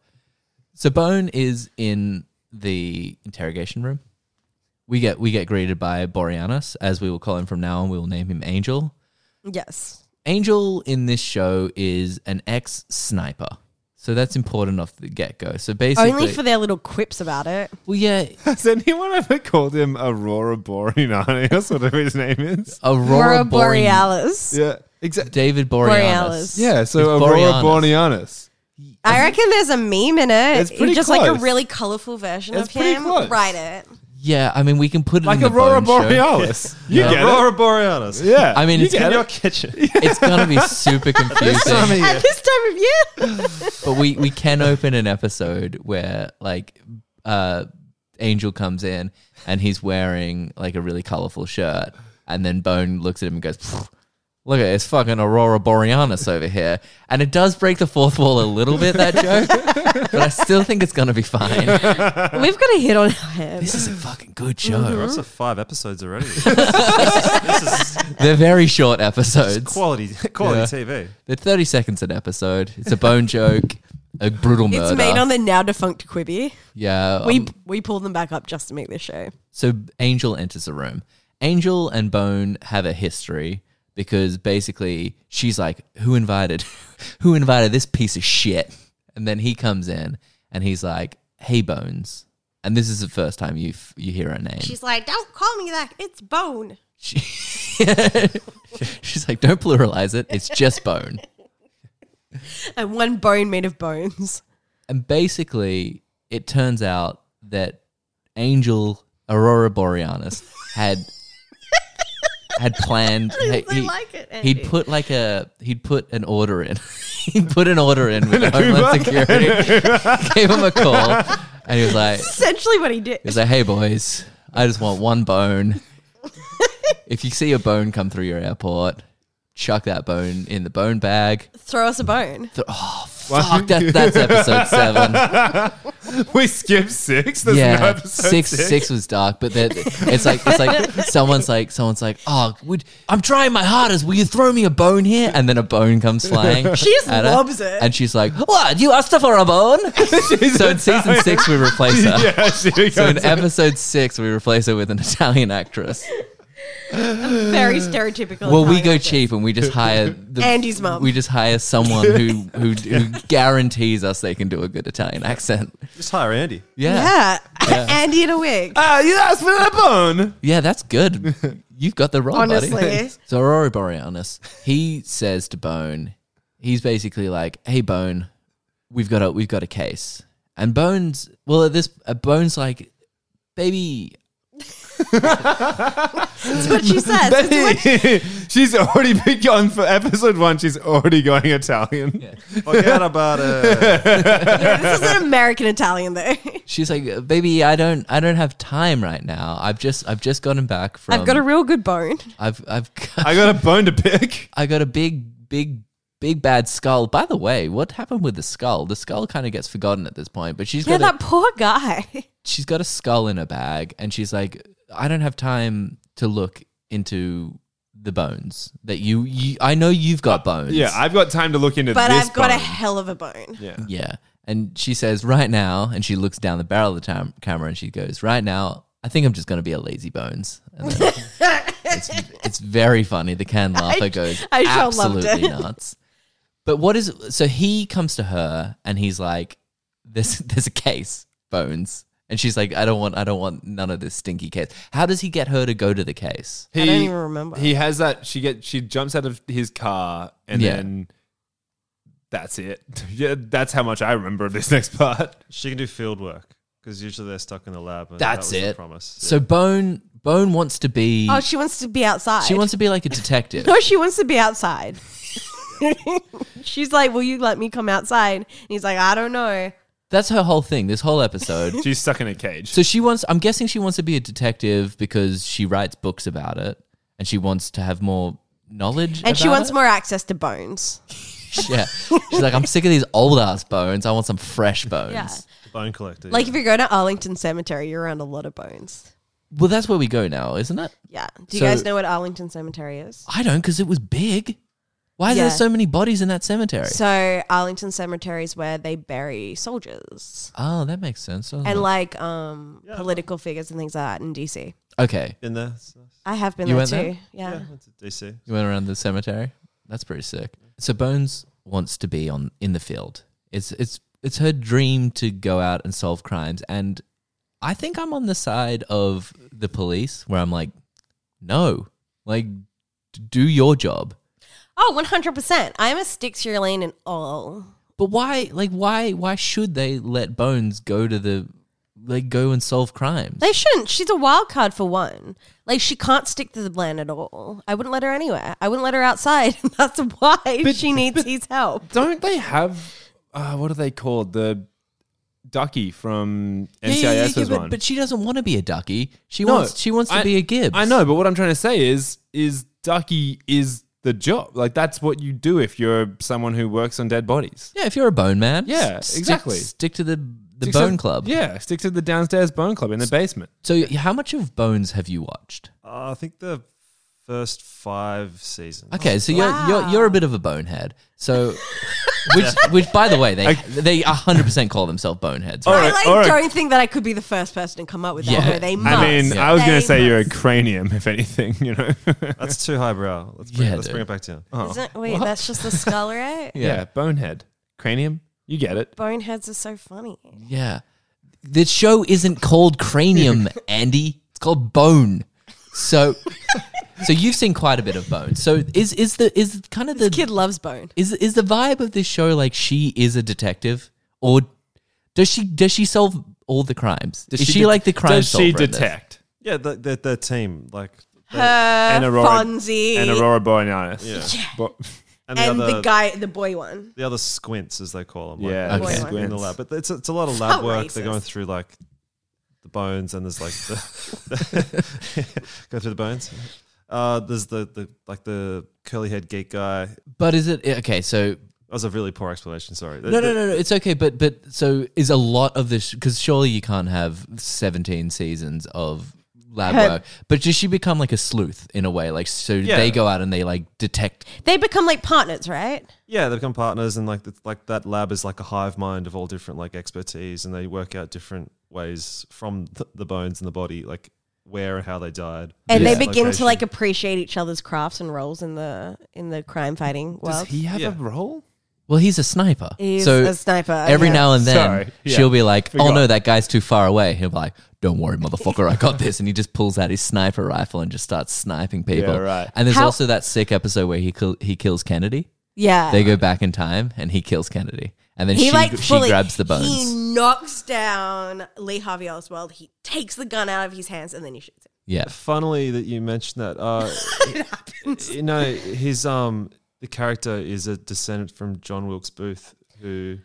Speaker 1: So Bone is in the interrogation room. We get we get greeted by Boreanaz, as we will call him from now on. We will name him Angel.
Speaker 2: Yes.
Speaker 1: Angel in this show is an ex sniper, so that's important off the get go. So basically,
Speaker 2: Only for their little quips about it.
Speaker 1: well, yeah,
Speaker 4: Has anyone ever called him Aurora Boreanaz or whatever his name is?
Speaker 1: Aurora
Speaker 2: Aurora
Speaker 1: Borealis,
Speaker 2: Borealis.
Speaker 4: Yeah, exactly.
Speaker 1: David Boreanaz.
Speaker 2: Borealis.
Speaker 4: Yeah, so
Speaker 1: It's
Speaker 4: Aurora
Speaker 1: Boreanaz.
Speaker 4: Boreanaz.
Speaker 2: I reckon there's a meme in it.
Speaker 4: It's pretty
Speaker 2: just like a
Speaker 4: close.
Speaker 2: really colorful version
Speaker 4: It's
Speaker 2: of
Speaker 4: pretty
Speaker 2: him.
Speaker 4: close.
Speaker 2: Write it.
Speaker 1: Yeah, I mean, we can put it
Speaker 4: Like
Speaker 1: in the
Speaker 4: Aurora
Speaker 1: Bone show.
Speaker 4: Borealis. You
Speaker 1: Yeah.
Speaker 4: get
Speaker 3: Aurora Borealis.
Speaker 4: it? Yeah.
Speaker 1: I mean,
Speaker 4: you
Speaker 1: it's
Speaker 4: get
Speaker 1: in
Speaker 4: it?
Speaker 1: your
Speaker 4: kitchen.
Speaker 1: It's gonna be super confusing.
Speaker 2: At this time of year.
Speaker 1: but we we can open an episode where like uh angel comes in and he's wearing like a really colorful shirt and then bone looks at him and goes "Pfft, look at it's fucking aurora borealis over here and it does break the fourth wall a little bit that joke but i still think it's gonna be fine
Speaker 2: We've got a hit on our head.
Speaker 1: this is a fucking good show
Speaker 3: That's five episodes already. Mm-hmm. this is, this is
Speaker 1: they're very short episodes
Speaker 3: quality quality
Speaker 1: Yeah.
Speaker 3: TV.
Speaker 1: they're 30 seconds an episode it's a bone joke a brutal murder
Speaker 2: It's made on the now defunct Quibi.
Speaker 1: yeah um,
Speaker 2: We we pulled them back up just to make this show.
Speaker 1: So Angel enters the room. Angel and Bone have a history because basically she's like, "Who invited? Who invited this piece of shit?" And then he comes in and he's like, "Hey Bones." And this is the first time you f- you hear her name.
Speaker 2: She's like, "Don't call me that. It's Bone."
Speaker 1: She- she's like, "Don't pluralize it. It's just Bone."
Speaker 2: And one bone made of bones.
Speaker 1: And basically, it turns out that Angel Aurora Borealis had had planned.
Speaker 2: I
Speaker 1: he-
Speaker 2: like it.
Speaker 1: He'd put like a he'd put an order in. he'd put an order in with Homeland Security. gave him a call, and he was like, he
Speaker 2: essentially what he did.
Speaker 1: was like, "Hey boys, I just want one bone. If you see a bone come through your airport, chuck that bone in the bone bag.
Speaker 2: Throw us a bone.
Speaker 1: Th- oh fuck, that, that's episode seven.
Speaker 4: we skipped six. There's
Speaker 1: yeah,
Speaker 4: no episode
Speaker 1: six, six was dark, but that it's like it's like someone's like someone's like, oh, would I'm trying my hardest. Will you throw me a bone here? And then a bone comes flying.
Speaker 2: She just
Speaker 1: at her.
Speaker 2: lobs it.
Speaker 1: And she's like, What? You asked her for a bone? so in season six, we replace her.
Speaker 4: Yeah, she
Speaker 1: So in
Speaker 4: goes-
Speaker 1: episode six, we replace her with an Italian actress.
Speaker 2: Very stereotypical.
Speaker 1: Well, we
Speaker 2: Italian
Speaker 1: go
Speaker 2: accent.
Speaker 1: cheap and we just hire the,
Speaker 2: Andy's mum.
Speaker 1: We just hire someone who, who who guarantees us they can do a good Italian accent.
Speaker 3: Just hire Andy.
Speaker 1: Yeah,
Speaker 2: Yeah. Andy in a wig.
Speaker 4: Ah, you asked for that bone.
Speaker 1: yeah, that's good. You've got the role, Oh, buddy.
Speaker 2: Honestly.
Speaker 1: So Aurora Borealis, he says to Bone, he's basically like, "Hey Bone, we've got a we've got a case." And Bones, well, at this, uh, Bones like, "Baby,
Speaker 2: That's what she says. It's what-
Speaker 4: she's already been gone for episode one. She's already going Italian.
Speaker 3: Forget about uh, it.
Speaker 2: yeah, this is an American Italian though.
Speaker 1: She's like, "Baby, I don't, I don't have time right now. I've just, I've just gotten back from.
Speaker 2: I've got a real good bone.
Speaker 1: I've, I've,
Speaker 4: I got a bone to pick.
Speaker 1: I got a big, big, big bad skull. By the way, what happened with the skull? The skull kind of gets forgotten at this point, but she's
Speaker 2: Yeah,
Speaker 1: got a,
Speaker 2: that poor guy.
Speaker 1: she's got a skull in her bag, and she's like, I don't have time to look into the bones that you. you I know you've got bones.
Speaker 4: Yeah, I've got time to look into
Speaker 2: But
Speaker 4: this.
Speaker 2: I've got a
Speaker 4: bone.
Speaker 2: hell of a bone.
Speaker 4: Yeah.
Speaker 1: yeah. And she says, right now, and she looks down the barrel of the tam- camera, and she goes, right now. I think I'm just going to be a lazy bones. And then it's, it's very funny. The Can Laugher goes
Speaker 2: I sure loved
Speaker 1: absolutely
Speaker 2: it.
Speaker 1: nuts. But what is so he comes to her and he's like, "There's there's a case, Bones," and she's like, "I don't want I don't want none of this stinky case." How does he get her to go to the case?
Speaker 4: He,
Speaker 2: I don't even remember.
Speaker 4: He has that. She get. She jumps out of his car, and
Speaker 1: Yeah.
Speaker 4: then that's it. Yeah, that's how much I remember of this next part.
Speaker 3: She can do field work because usually they're stuck in the lab. And
Speaker 1: That's
Speaker 3: that was the
Speaker 1: it.
Speaker 3: promise.
Speaker 1: So Bone Bone wants to be
Speaker 2: oh, she wants to be outside.
Speaker 1: she wants to be like a detective.
Speaker 2: No, she wants to be outside. She's like, "Will you let me come outside?" And he's like, "I don't know."
Speaker 1: That's her whole thing. This whole episode.
Speaker 4: She's stuck in a cage.
Speaker 1: So she wants. I'm guessing she wants to be a detective because she writes books about it, and she wants to have more knowledge.
Speaker 2: And she
Speaker 1: about
Speaker 2: wants
Speaker 1: it.
Speaker 2: more access to bones.
Speaker 1: Yeah, she's like, I'm sick of these old ass bones. I want some fresh bones.
Speaker 2: Yeah.
Speaker 3: bone collector.
Speaker 2: Like
Speaker 3: yeah.
Speaker 2: if you go to Arlington Cemetery, you're around a lot of bones.
Speaker 1: Well, that's where we go now, isn't it?
Speaker 2: Yeah. Do you
Speaker 1: So-
Speaker 2: guys know what Arlington Cemetery is?
Speaker 1: I don't, because it was big. Why are there
Speaker 2: Yeah.
Speaker 1: so many bodies in that cemetery?
Speaker 2: So Arlington Cemetery is where they bury soldiers
Speaker 1: oh, that makes sense. doesn't
Speaker 2: and
Speaker 1: it?
Speaker 2: like um political figures and things like that in DC.
Speaker 1: okay,
Speaker 3: in there. It's nice.
Speaker 2: I have been
Speaker 1: You
Speaker 2: there
Speaker 1: went
Speaker 2: too.
Speaker 1: there?
Speaker 2: Yeah.
Speaker 3: Yeah, went to DC.
Speaker 1: you went around the cemetery. That's pretty sick. So Bones wants to be on in the field. It's it's it's her dream to go out and solve crimes. And I think I'm on the side of the police, where I'm like, no, like d- do your job.
Speaker 2: Oh, 100%. I'm a stick to your lane in all.
Speaker 1: But why, like, why, why should they let Bones go to the, like, go and solve crimes?
Speaker 2: They shouldn't. She's a wild card for one. Like she can't stick to the plan at all. I wouldn't let her anywhere. I wouldn't let her outside. That's why she needs his help.
Speaker 4: don't they have? Uh, what are they called? The ducky from
Speaker 1: Yeah,
Speaker 4: NCIS
Speaker 1: yeah, yeah, yeah,
Speaker 4: was
Speaker 1: but,
Speaker 4: one.
Speaker 1: but she doesn't want to be a ducky. She
Speaker 4: No,
Speaker 1: wants, she wants to
Speaker 4: I-
Speaker 1: be a Gibbs.
Speaker 4: I know, but what I'm trying to say is, is ducky is the job. Like that's what you do if you're someone who works on dead bodies.
Speaker 1: Yeah, if you're a bone man,
Speaker 4: Yeah,
Speaker 1: stick-
Speaker 4: exactly.
Speaker 1: Stick to the the
Speaker 4: Stick to-
Speaker 1: bone club.
Speaker 4: Yeah, stick to the downstairs bone club in the basement.
Speaker 1: So, y- how much of Bones have you watched?
Speaker 3: Uh, I think the first five seasons.
Speaker 1: Okay, so you're, you're you're a bit of a bonehead. So, which which by the way they they hundred percent call themselves boneheads.
Speaker 4: All
Speaker 1: Right?
Speaker 2: I
Speaker 4: right,
Speaker 2: like,
Speaker 4: all right.
Speaker 2: don't think that I could be the first person to come up with that.
Speaker 1: Yeah.
Speaker 2: No, they
Speaker 1: I
Speaker 2: must.
Speaker 4: I mean,
Speaker 1: Yeah.
Speaker 4: I was going
Speaker 2: They
Speaker 4: to say you're a
Speaker 2: must.
Speaker 4: cranium, if anything, you know?
Speaker 3: That's too highbrow. Let's bring,
Speaker 1: Yeah,
Speaker 3: let's
Speaker 1: dude.
Speaker 3: bring it back down.
Speaker 2: Isn't- wait, that's just the skull, right?
Speaker 1: Yeah.
Speaker 4: bonehead. Cranium, you get it.
Speaker 2: Boneheads are so funny.
Speaker 4: Oh.
Speaker 1: Yeah, the show isn't called Cranium, Andy. It's called Bone. So, so you've seen quite a bit of Bones. So is is the is kind of the
Speaker 2: This kid loves bone.
Speaker 1: is is the vibe of this show like she is a detective or does she does she solve all the crimes? is she,
Speaker 4: det-
Speaker 1: like the crime
Speaker 4: Does
Speaker 1: solver?
Speaker 4: she
Speaker 1: in this?
Speaker 4: detect?
Speaker 3: Yeah, the, the, the team, like, the-
Speaker 2: Her,
Speaker 4: And Aurora-
Speaker 2: Uh, Fonzie,
Speaker 4: And
Speaker 2: and,
Speaker 4: Aurora Borealis.
Speaker 3: Yeah.
Speaker 4: Bo-
Speaker 3: and the other
Speaker 2: the guy, the boy one.
Speaker 3: the other squints as they call them.
Speaker 4: Yeah,
Speaker 1: Okay.
Speaker 3: like, in the- in the
Speaker 4: squints.
Speaker 3: lab. But it's it's a lot of
Speaker 2: So
Speaker 3: lab work. They're
Speaker 2: racist.
Speaker 3: going through like the bones, and there's like the go through the bones. Uh, there's the, the like the curly head geek guy. That
Speaker 1: But is it okay? So
Speaker 3: was a really poor explanation. Sorry.
Speaker 1: no, no, no, no. It's okay. But but so is a lot of this because surely you can't have seventeen seasons of lab
Speaker 2: Her-
Speaker 1: work. But does she become like a sleuth in a way? Like so they go out and they like detect.
Speaker 2: They become like partners, right?
Speaker 3: Yeah, they become partners, and like it's like that lab is like a hive mind of all different like expertise, and they work out different ways from th- the bones and the body, like where and how they died.
Speaker 2: And
Speaker 1: Yeah.
Speaker 2: they begin to
Speaker 3: Location.
Speaker 2: like appreciate each other's crafts and roles in the in the crime fighting world.
Speaker 4: Does he have
Speaker 3: Yeah.
Speaker 4: a role?
Speaker 1: Well, he's a sniper.
Speaker 2: He's
Speaker 1: so
Speaker 2: a sniper.
Speaker 1: every
Speaker 2: yeah.
Speaker 1: now and then
Speaker 4: Sorry, yeah.
Speaker 1: she'll be like, "Oh
Speaker 4: Forgot.
Speaker 1: no, that guy's too far away." He'll be like, "Don't worry, motherfucker, I got this." And he just pulls out his sniper rifle and just starts sniping people.
Speaker 4: Yeah, right.
Speaker 1: And there's
Speaker 2: How-
Speaker 1: also that sick episode where he kill- he kills Kennedy.
Speaker 2: yeah.
Speaker 1: They go back in time and he kills Kennedy. and then she she grabs the bones.
Speaker 2: He knocks down Lee Harvey Oswald. He takes the gun out of his hands and then he shoots him.
Speaker 1: yeah,
Speaker 3: Funnily that you mentioned that. Uh,
Speaker 2: It happens.
Speaker 3: you know, his um the character is a descendant from John Wilkes Booth, who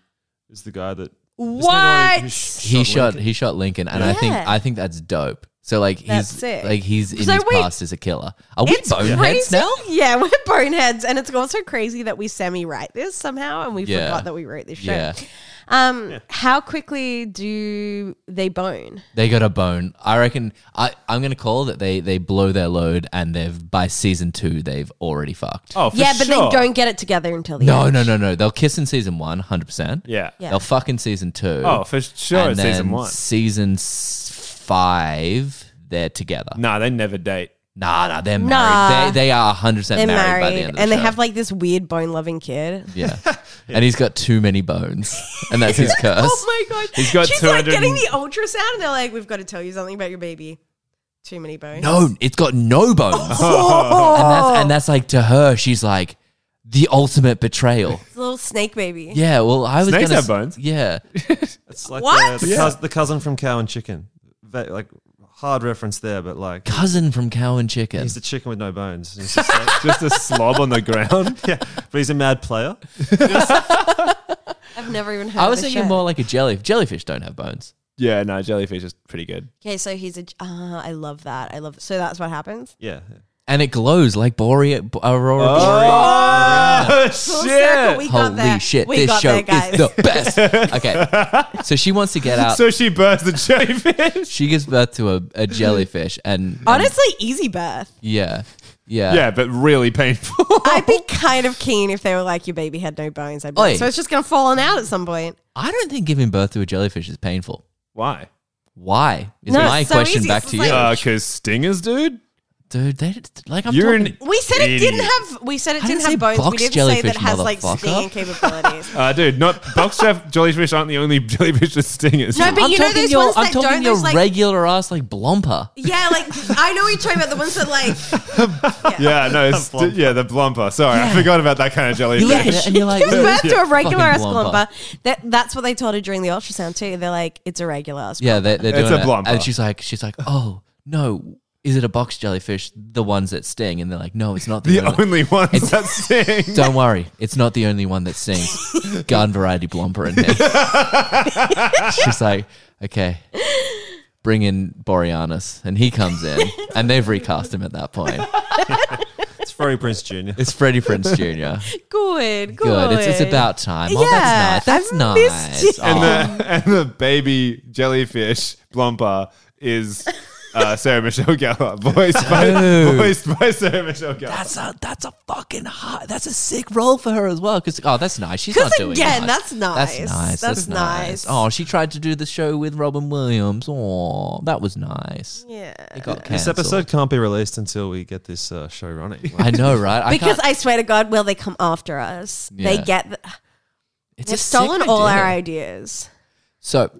Speaker 3: is the guy that isn't that the one who
Speaker 2: What?
Speaker 3: sh-
Speaker 1: he shot
Speaker 3: Lincoln?
Speaker 1: he shot Lincoln, and I think
Speaker 2: Yeah.
Speaker 1: I think that's dope. So like he's
Speaker 2: That's sick.
Speaker 1: like he's in
Speaker 2: So
Speaker 1: his
Speaker 2: wait,
Speaker 1: past as a killer. Are we boneheads
Speaker 2: crazy.
Speaker 1: now?
Speaker 2: Yeah, we're boneheads, and it's also crazy that we semi-write this somehow, and we
Speaker 1: Yeah.
Speaker 2: forgot that we wrote this show.
Speaker 1: Yeah,
Speaker 2: Um, how quickly do they bone?
Speaker 1: they got a bone. I reckon. I I'm gonna call that they they blow their load, and they've by season two they've already fucked.
Speaker 4: Oh, for
Speaker 2: yeah, but
Speaker 4: sure.
Speaker 2: they don't get it together until the
Speaker 1: No,
Speaker 2: end.
Speaker 1: no, no, no. They'll kiss in season one, hundred percent.
Speaker 4: Yeah.
Speaker 2: Yeah.
Speaker 1: They'll fuck in season two.
Speaker 4: Oh, for sure.
Speaker 1: and
Speaker 4: It's
Speaker 1: then
Speaker 4: season one.
Speaker 1: season s- five, they're together.
Speaker 4: Nah, they never date.
Speaker 1: Nah, nah, they're married.
Speaker 2: Nah.
Speaker 1: They, they are 100%
Speaker 2: They're
Speaker 1: married,
Speaker 2: married,
Speaker 1: by the end of the
Speaker 2: and
Speaker 1: show.
Speaker 2: they have like this weird bone-loving kid.
Speaker 1: Yeah. And he's got too many bones. And that's his curse.
Speaker 2: Oh my god,
Speaker 4: He's got
Speaker 2: she's like
Speaker 4: 200
Speaker 2: getting the ultrasound, and they're like, "We've got to tell you something about your baby. Too many bones."
Speaker 1: No, it's got no bones.
Speaker 2: Oh,
Speaker 1: And, that's, and that's like to her, she's like the ultimate betrayal.
Speaker 2: It's a little snake baby.
Speaker 1: Yeah, well, I was
Speaker 4: Snakes
Speaker 1: gonna
Speaker 4: have
Speaker 1: s-
Speaker 4: bones.
Speaker 1: Yeah,
Speaker 3: It's like
Speaker 2: What?
Speaker 3: The, the,
Speaker 4: Yeah.
Speaker 3: cous- the cousin from Cow and Chicken. Ve- like hard reference there, but like
Speaker 1: cousin from Cow and Chicken.
Speaker 3: he's the chicken with no bones. He's just like-
Speaker 4: Just a slob on the ground.
Speaker 3: yeah, but he's a mad player.
Speaker 2: I've never even heard.
Speaker 1: I
Speaker 2: of
Speaker 1: was
Speaker 2: the
Speaker 1: thinking
Speaker 2: show.
Speaker 1: more like a jelly. Jellyfish don't have bones.
Speaker 4: Yeah, no, jellyfish is pretty good.
Speaker 2: Okay, so he's a. Uh, I love that. I love. So that's what happens.
Speaker 3: Yeah. yeah.
Speaker 1: And it glows like Borea, B- Aurora
Speaker 4: Oh,
Speaker 2: Full circle,
Speaker 4: shit.
Speaker 2: we got
Speaker 1: Holy
Speaker 2: there.
Speaker 1: shit,
Speaker 2: we
Speaker 1: this
Speaker 2: got
Speaker 1: show
Speaker 2: there, guys.
Speaker 1: is the best. Okay. So she wants to get out.
Speaker 4: So she bursts the jellyfish.
Speaker 1: she gives birth to a, a jellyfish and and-
Speaker 2: Honestly, easy birth.
Speaker 1: yeah. Yeah.
Speaker 4: Yeah, but really painful.
Speaker 2: I'd be kind of keen if they were like, your baby had no bones. I'd be
Speaker 1: Oi.
Speaker 2: like, so it's just going to fall out at some point.
Speaker 1: I don't think giving birth to a jellyfish is painful.
Speaker 4: Why?
Speaker 1: Why? Is
Speaker 2: No,
Speaker 1: my
Speaker 2: it's so
Speaker 1: question
Speaker 2: easy.
Speaker 1: back
Speaker 2: It's
Speaker 1: to
Speaker 2: like-
Speaker 1: you.
Speaker 2: Uh,
Speaker 4: Because stingers, dude.
Speaker 1: Dude, they did- like I'm
Speaker 4: You're
Speaker 1: talking
Speaker 4: an.
Speaker 2: We said it didn't
Speaker 4: Idiot.
Speaker 2: have. We said it
Speaker 1: I
Speaker 2: didn't
Speaker 1: didn't say
Speaker 2: have bones.
Speaker 1: box
Speaker 2: We didn't say that
Speaker 1: jellyfish,
Speaker 2: it has like
Speaker 1: motherfucker.
Speaker 2: stinging capabilities.
Speaker 4: Uh, dude, not box jeff- jellyfish aren't the only jellyfish with stingers.
Speaker 2: No, but
Speaker 1: I'm
Speaker 2: you know
Speaker 1: talking
Speaker 2: those
Speaker 1: your
Speaker 2: ones
Speaker 1: I'm
Speaker 2: that
Speaker 1: talking
Speaker 2: don't.
Speaker 1: your
Speaker 2: Those like
Speaker 1: regular ass like blomper.
Speaker 2: yeah, like I know what you're talking about the ones that like
Speaker 4: Yeah, no, it's
Speaker 3: The blumper.
Speaker 4: yeah, the blumper. Sorry, I forgot about that kind of jellyfish.
Speaker 1: Yeah, and you're like
Speaker 2: gives birth to a
Speaker 1: fucking
Speaker 2: regular ass
Speaker 1: blomper.
Speaker 2: glumper. That that's what they told her during the ultrasound too. They're like, it's a regular ass.
Speaker 1: Yeah, they're, they're doing
Speaker 4: It's a
Speaker 1: it.
Speaker 4: blomper.
Speaker 1: And she's like, she's like, oh no, is it a box jellyfish? The ones that sting, and they're like, no, it's not the,
Speaker 4: The
Speaker 1: only.
Speaker 4: only ones that sting.
Speaker 1: Don't worry, it's not the only one that sings. Garden variety blomper in there. She's like, okay, bring in Boreanaz, and he comes in, and they've recast him at that point.
Speaker 3: It's Furry Prince Jr.
Speaker 1: It's Freddie Prince Jr.
Speaker 2: Good, good.
Speaker 1: Good, it's, it's about time. Oh,
Speaker 2: Yeah,
Speaker 1: that's
Speaker 2: I've
Speaker 1: nice. That's nice.
Speaker 2: missed it.
Speaker 1: Oh,
Speaker 4: And the and the baby jellyfish blumper is uh, Sarah Michelle Gellar, voiced by
Speaker 1: Dude.
Speaker 4: voiced by Sarah Michelle Gellar.
Speaker 1: Oh. that's a that's a fucking hot, that's a sick role for her as well. Because oh, that's nice. She's
Speaker 2: 'Cause
Speaker 1: not doing
Speaker 2: again,
Speaker 1: much.
Speaker 2: that's nice.
Speaker 1: That's nice. That's,
Speaker 2: That's
Speaker 1: nice.
Speaker 2: nice.
Speaker 1: Oh, she tried to do the show with Robin Williams. Oh, that was nice.
Speaker 2: yeah.
Speaker 1: It got
Speaker 3: This
Speaker 1: cancelled.
Speaker 3: episode can't be released until we get this uh, show running. Like,
Speaker 1: I know, right? I
Speaker 2: Because
Speaker 1: can't-
Speaker 2: I swear to God, well, they come after us. They
Speaker 1: Yeah.
Speaker 2: get. The,
Speaker 1: it's a
Speaker 2: they've
Speaker 1: sick
Speaker 2: stolen all
Speaker 1: idea.
Speaker 2: our ideas.
Speaker 1: So